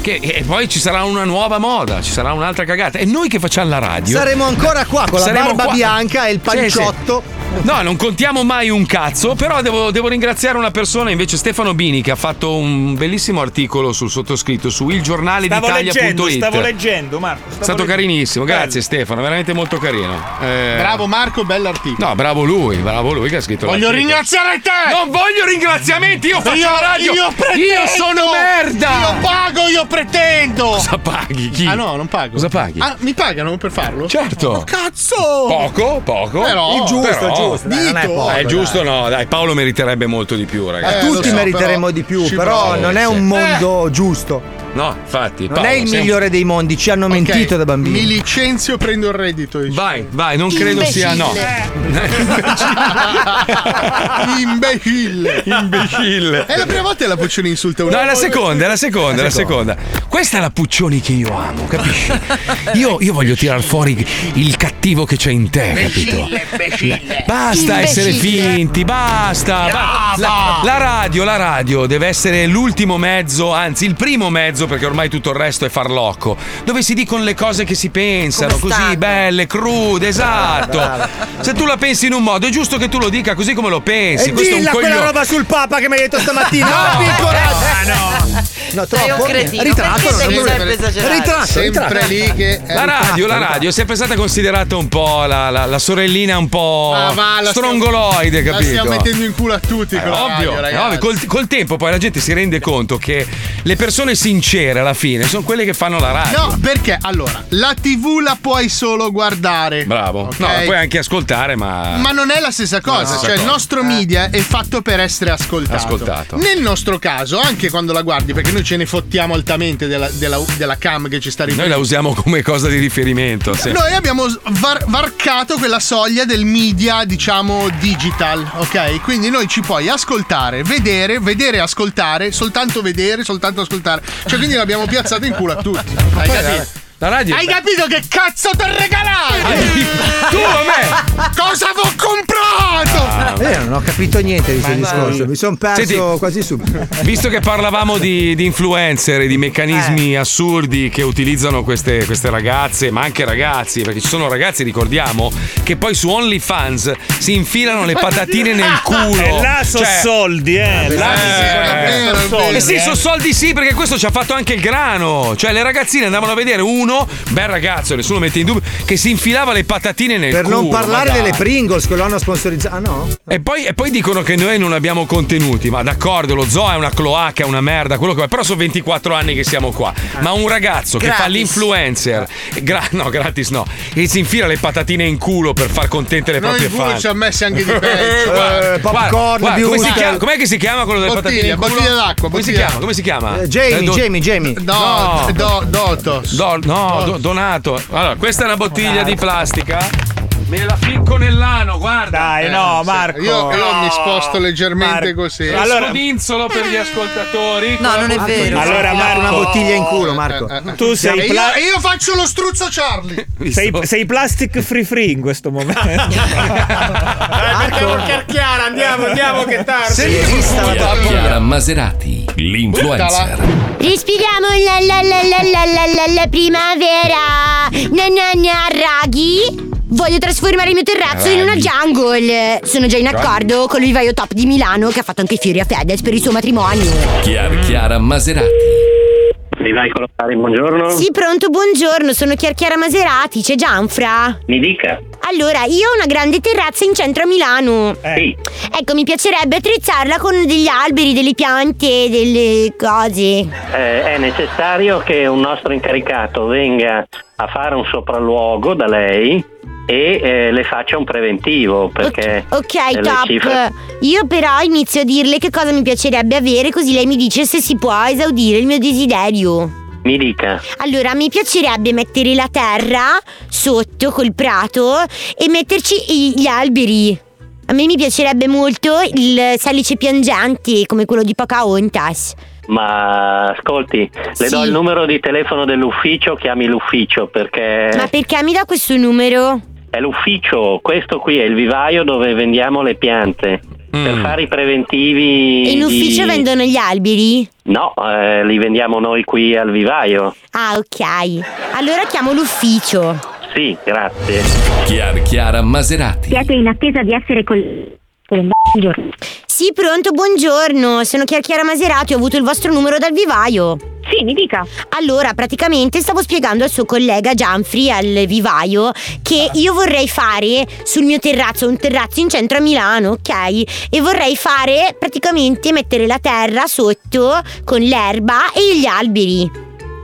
Che, e poi ci sarà una nuova moda, ci sarà un'altra cagata. E noi che facciamo la radio?
Saremo ancora qua con la
Saremo
barba
qua.
bianca e il
Sì, sì.
panciotto.
No, non contiamo mai un cazzo, però devo, devo ringraziare una persona, invece Stefano Bini, che ha fatto un bellissimo articolo sul sottoscritto su
Stavo leggendo,
ilgiornaleditalia.it.
stavo leggendo, Marco.
È stato carinissimo, grazie Stefano, veramente molto carino. Eh,
Bravo Marco, bell'articolo.
No, bravo lui, bravo lui che ha scritto
Voglio
l'articolo.
ringraziare te!
Non voglio ringraziamenti, io Eh, faccio la radio.
Io,
Io
pretendo!
sono merda!
Io pago, io pretendo!
Cosa paghi? Chi?
Ah no, non pago.
Cosa paghi?
Ah, mi pagano per farlo?
Certo.
Ma cazzo!
Poco, poco.
Però,
È giusto,
però-
è giusto, Ecco. dai, non
Dito!
Ah, è giusto, no, dai, Paolo meriterebbe molto di più, ragazzi.
A
Eh, lo
tutti
so,
meriteremmo
però
di più,
ci
però
provo,
non è
sì.
un mondo giusto.
Eh, no, infatti,
Non
Paolo,
è il
sei un-
migliore dei mondi, ci hanno mentito da bambini.
Mi licenzio, prendo il reddito.
Vai, vai, non credo sia no.
Eh. Imbecille.
Imbecille.
È la prima volta che la Puccioni insulta una
No, è la
volta.
seconda, è la seconda, è la
Seconda.
seconda. Questa è la Puccioni che io amo, capisci? Io, io voglio tirar fuori il cattivo che c'è in te, Eh, capito? Basta essere finti, basta. ba- La, la radio, la radio deve essere l'ultimo mezzo, anzi il primo mezzo, perché ormai tutto il resto è farlocco, dove si dicono le cose che si pensano, così belle, crude, esatto.
brava.
Se tu la pensi in un modo, è giusto che tu lo dica così come lo pensi.
e
Questo è un
dilla Eh, quella
coglione.
roba sul Papa che mi hai detto stamattina.
No.
Abbi il coraggio.
Eh, no.
No,
Sei
troppo.
un cretino.
Ritratto,
Perché
non
devi
so come-
sempre esagerare?
Ritratto,
Sempre
ritratto.
lì che-
La radio, la radio è sempre stata considerata un po' la, la- la sorellina un po'
Ah, va, la stiamo-
Oh, strongoloide,
La
capito?
stiamo mettendo in culo a tutti.
Eh,
con la
ovvio,
radio,
eh,
ragazzi.
ovvio. Col, col tempo poi la gente si rende conto che le persone sincere alla fine sono quelle che fanno la radio.
No, perché allora la TV la puoi solo guardare.
Bravo.
Ok?
No, la puoi anche ascoltare, ma.
Ma non è la stessa
Ah. Non è la
cosa,
stessa
cioè il
cosa. Eh.
nostro media è fatto per essere ascoltato.
Ascoltato.
Nel nostro caso, anche quando la guardi, perché noi ce ne fottiamo altamente della, della- della cam che ci sta
Noi la
riprendendo.
usiamo come cosa di riferimento. sì.
Noi abbiamo s- var- varcato quella soglia del media, diciamo, digital, ok? Quindi noi ci puoi ascoltare, vedere, vedere, ascoltare, soltanto vedere, soltanto ascoltare. Cioè, quindi l'abbiamo piazzato in culo a tutti.
poi
Hai capito?
la- la radio- Ah,
Hai capito che cazzo ti ho regalato?
tu a
me! Cosa ho comprato?
Eh, non ho capito niente di questo
Ma-
discorso, mi sono perso
Senti.
quasi subito.
Visto che parlavamo di, di influencer e di
Eh.
meccanismi assurdi che utilizzano queste, queste ragazze, ma anche ragazzi, perché ci sono ragazzi, ricordiamo, che poi su OnlyFans si infilano le patatine nel culo. Cioè,
E Ah, eh, là so soldi, eh. Là
eh,
sicuramente so soldi,
eh sì,
eh.
sono soldi sì, perché questo ci ha fatto anche il grano. Cioè, le ragazzine andavano a vedere uno, bel ragazzo, nessuno mette in dubbio, che si infilava le patatine nel
Per
culo.
non parlare
ma dai.
delle Pringles che lo hanno sponsorizzato. Ah no?
E poi, e poi dicono che noi non abbiamo contenuti, ma d'accordo, lo zoo è una cloaca, è una merda, quello che però sono 24 anni che siamo qua. Ma un ragazzo che fa
Gratis.
l'influencer, gra- no, gratis no, e si infila le patatine in culo per far contente le
Noi
proprie
pure
fan.
ci ha messi anche di
Eh,
peggio.
guarda, guarda, guarda, come si chiama, com'è che si chiama quello delle patatine?
Bottiglia,
in culo?
bottiglia d'acqua.
Come si
bottiglia
chiama? Come si chiama?
d'acqua.
Eh, do-
No, do- Dotos.
Do- no, do- Donato. Allora, questa è una bottiglia di plastica. Me la ficco nell'ano, guarda.
Dai,
no, Marco. Eh, Io, io mi sposto leggermente così.
Allora, Eh. scodinzolo per gli ascoltatori.
No, non è vero.
Allora, Marco,
Una bottiglia in culo, Marco.
tu
E
sei,
eh. io,
pla-
e io faccio lo struzzo Charlie.
sei, sei plastic free free in questo momento.
Andiamo a carchiare, andiamo, andiamo che è tardi.
Chiara Maserati, l'influencer.
Respiriamo la la la la la la la la primavera. Na na na raghi. Voglio trasformare il mio terrazzo in una jungle. Sono già in accordo con il vivaio top di Milano che ha fatto anche i fiori a Fedez per il suo matrimonio.
Chiara, Chiara Maserati.
Mi vai con la buongiorno?
Sì, pronto, buongiorno, sono Chiar Chiara Maserati, c'è Gianfra.
Mi dica.
Allora, io ho una grande terrazza in centro a Milano.
Sì.
Ecco, mi piacerebbe attrezzarla con degli alberi, delle piante, delle cose.
Eh, è necessario che un nostro incaricato venga a fare un sopralluogo da lei e eh, le faccia un preventivo perché eh,
Ok,
le
top.
cifre-
Io però inizio a dirle che cosa mi piacerebbe avere, così lei mi dice se si può esaudire il mio desiderio.
Mi dica.
Allora, mi piacerebbe mettere la terra sotto col prato e metterci i- gli alberi. A me mi piacerebbe molto il salice piangente, come quello di Pocahontas.
Ma ascolti, le do il numero di telefono dell'ufficio, chiami l'ufficio perché
Eh.
Ma perché mi dà questo numero?
è l'ufficio, questo qui è il vivaio dove vendiamo le piante. Per fare i preventivi.
E in
di-
ufficio vendono gli alberi?
No, eh, li vendiamo noi qui al vivaio.
Ah, ok. Allora chiamo l'ufficio.
Sì, grazie.
Chiara, Chiara Maserati.
Siete in attesa di essere col. Buongiorno. Sì, pronto, buongiorno. Sono Chiara Chiara Maserati, ho avuto il vostro numero dal vivaio. Sì, mi dica. Allora, praticamente stavo spiegando al suo collega Gianfri al vivaio che io vorrei fare sul mio terrazzo, un terrazzo in centro a Milano, ok? E vorrei fare praticamente mettere la terra sotto con l'erba e gli alberi.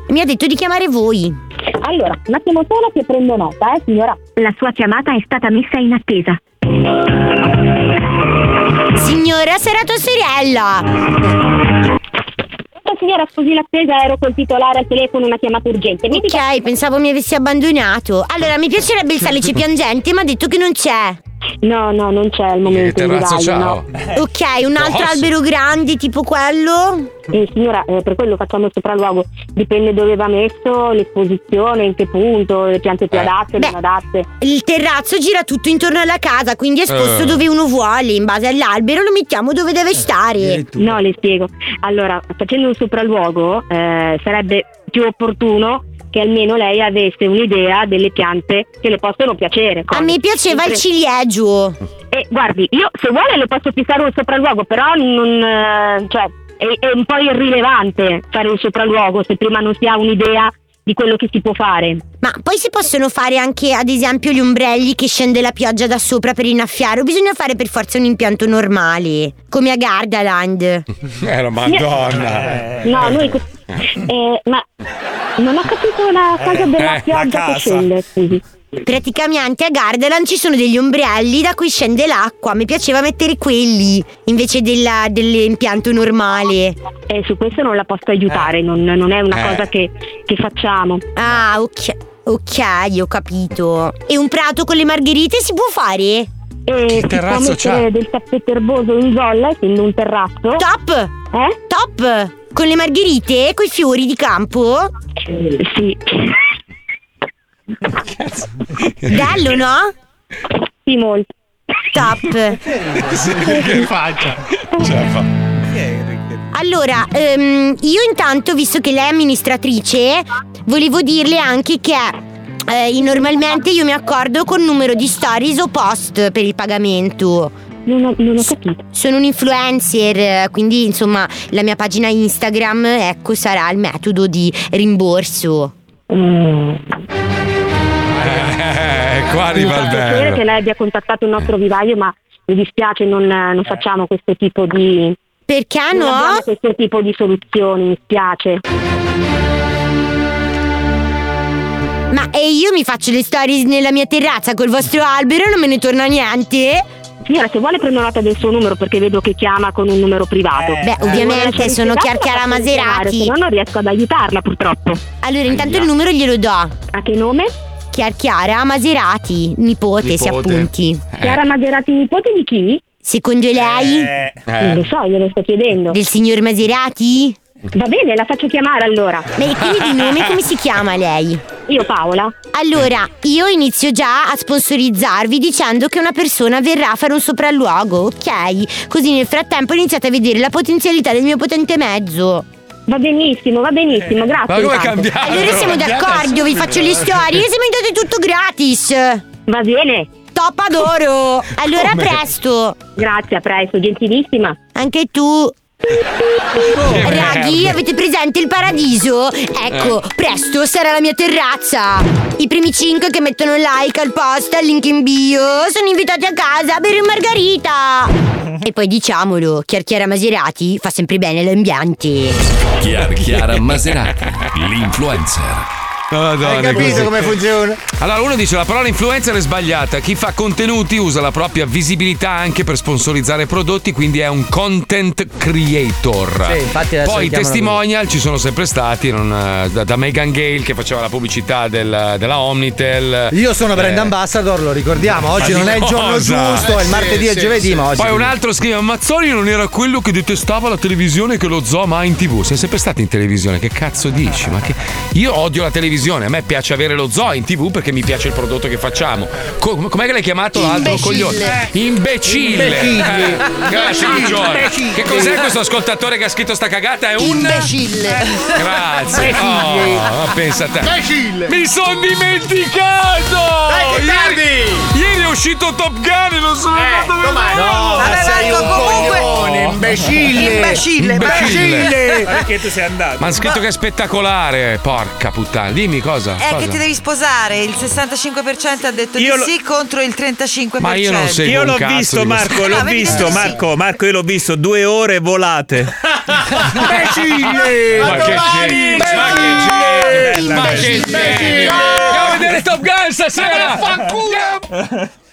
Mi ha detto di chiamare voi.
Allora, un attimo solo che prendo nota, eh signora. La sua chiamata è stata messa in attesa.
Signora, sarà tua sorella.
Senta, Eh, signora, scusi l'attesa, ero col titolare al telefono, una chiamata urgente. Mi dica-
Ok, pensavo mi avessi abbandonato. Allora, mi piacerebbe il salice piangente, ma ha detto che non c'è.
No, no, non c'è al momento in
terrazzo,
vivaio,
ciao.
no.
Ok, un altro
Grosso.
albero grande, tipo quello?
Eh, signora, eh, per quello facciamo il sopralluogo. Dipende dove va messo, l'esposizione, in che punto, le piante più
Eh.
adatte,
Beh.
meno adatte.
Il terrazzo gira tutto intorno alla casa, quindi è esposto
Eh.
dove uno vuole. In base all'albero lo mettiamo dove deve stare.
No, le spiego. Allora, facendo un sopralluogo eh, sarebbe più opportuno che almeno lei avesse un'idea delle piante che le possono piacere.
A me piaceva il ciliegio.
E guardi, io se vuole le posso fissare un sopralluogo, però non... eh, cioè... è, è un po' irrilevante fare il sopralluogo se prima non si ha un'idea di quello che si può fare.
Ma poi si possono fare anche, ad esempio, gli ombrelli che scende la pioggia da sopra per innaffiare, o bisogna fare per forza un impianto normale, come a Gardaland.
Eh, la madonna.
Eh. No, noi. co- eh, ma non ho capito la cosa della
Eh,
pioggia
la
che
casa.
scende. scusi.
Praticamente a Gardaland ci sono degli ombrelli da cui scende l'acqua. Mi piaceva mettere quelli invece della- dell'impianto normale.
Eh, su questo non la posso aiutare, non, non è una
Eh.
cosa che, che facciamo.
Ah, ok. Ok, ho capito. E un prato con le margherite si può fare?
E Eh, si può mettere diciamo del tappeto erboso in zolla, essendo un terrazzo.
Top!
Eh?
Top! Con le margherite e coi fiori di campo?
Sì.
Bello, no?
Sì, molto.
Top!
Che faccia?
Eh,
Allora, ehm, io intanto, visto che lei è amministratrice, volevo dirle anche che eh, io normalmente io mi accordo con numero di stories o post per il pagamento.
Non ho, capito.
Sono un influencer, eh, quindi insomma la mia pagina Instagram, ecco, sarà il metodo di rimborso.
Mm.
Eh, qua arriva il
piacere che
bello.
lei abbia contattato il nostro vivaio, ma mi dispiace, non, non facciamo questo tipo di.
Perché
no? questo tipo di soluzioni, mi spiace.
Ma e io mi faccio le stories nella mia terrazza col vostro albero e non me ne torna niente?
Signora, se vuole prendo nota del suo numero perché vedo che chiama con un numero privato. Eh,
Beh, ovviamente, sono Chiar Chiara Maserati.
Se no non riesco ad aiutarla purtroppo.
Allora, intanto il numero glielo do. A
che nome?
Chiar Chiara Maserati, nipote, si
Nipote.
appunti.
Eh.
Chiara Maserati, nipote di chi?
Eh. Secondo lei?
Eh.
Non lo so, glielo sto chiedendo.
Del signor Maserati?
Va bene, la faccio chiamare allora.
Beh, quindi di nome come si chiama lei?
Io Paola.
Allora, io inizio già a sponsorizzarvi dicendo che una persona verrà a fare un sopralluogo, ok? Così nel frattempo iniziate a vedere la potenzialità del mio potente mezzo.
Va benissimo, va benissimo, grazie.
Eh. Ma come intanto. cambiare?
Allora siamo
Cambiare
d'accordo, vi
subito.
faccio le storie e se mi date tutto gratis.
Va bene.
Top adoro. Allora a presto.
Grazie, a presto, gentilissima.
Anche tu. Raghi,
merda.
avete presente il paradiso? Ecco,
Eh.
presto sarà la mia terrazza. I primi 5 che mettono like al post, al link in bio, sono invitati a casa a bere margarita. E poi diciamolo, chiarchiera Maserati fa sempre bene all'ambiente.
Chiar Chiara Maserati, l'influencer.
Madonna, così.
funziona?
Allora, uno dice la parola influencer è sbagliata. Chi fa contenuti usa la propria visibilità anche per sponsorizzare prodotti, quindi è un content creator.
Sì, infatti adesso
Poi i
li chiamano
testimonial ci sono sempre stati, non, eh, da, da Megan Gale che faceva la pubblicità del- della Omnitel.
Io sono
Eh,
brand ambassador, lo ricordiamo. Diciamo, Oggi
ma di
non è il giorno
cosa? Eh,
giusto, è il martedì e il giovedì, ma oggi.
Poi un altro scrive: Mazzoni non era quello che detestava la televisione che lo Zoma ha in tv. Sei sempre stato in televisione, che cazzo dici? Ma che... Io odio la televisione, a me piace avere lo Zoo in tv perché mi piace il prodotto che facciamo. Co- com'è che l'hai chiamato l'altro
Imbecille.
coglione? Imbecille!
Imbecille.
Eh, Grazie,
Imbecille.
Maggiore.
Imbecille.
Che cos'è questo ascoltatore che ha scritto sta cagata? È un. Eh,
Imbecille.
Grazie.
Imbecille.
Oh, ma pensa a te.
Imbecille.
Mi sono dimenticato!
Dai, che
ieri, ieri è uscito Top Gun e non sono andato a vedere!
Eh, No, Vabbè, sei Marco, un comunque- coglione, imbecille. Imbecille,
Imbecille.
Perché tu sei andato?
Ma hanno scritto che è spettacolare, porca puttana. Dimmi
È
cosa. cosa?
Eh, che ti devi sposare, il 65% ha detto
Io
di
lo-
sì contro il 35%.
Io l'ho visto, Marco, l'ho visto, Marco, Marco, io l'ho visto due ore volate.
Imbecille!
Ma che genio, ma che genio,
Imbecille!
ma che genio.
Imbecille!
Andiamo a vedere Top Gun
Ma
stasera!
vaffanculo!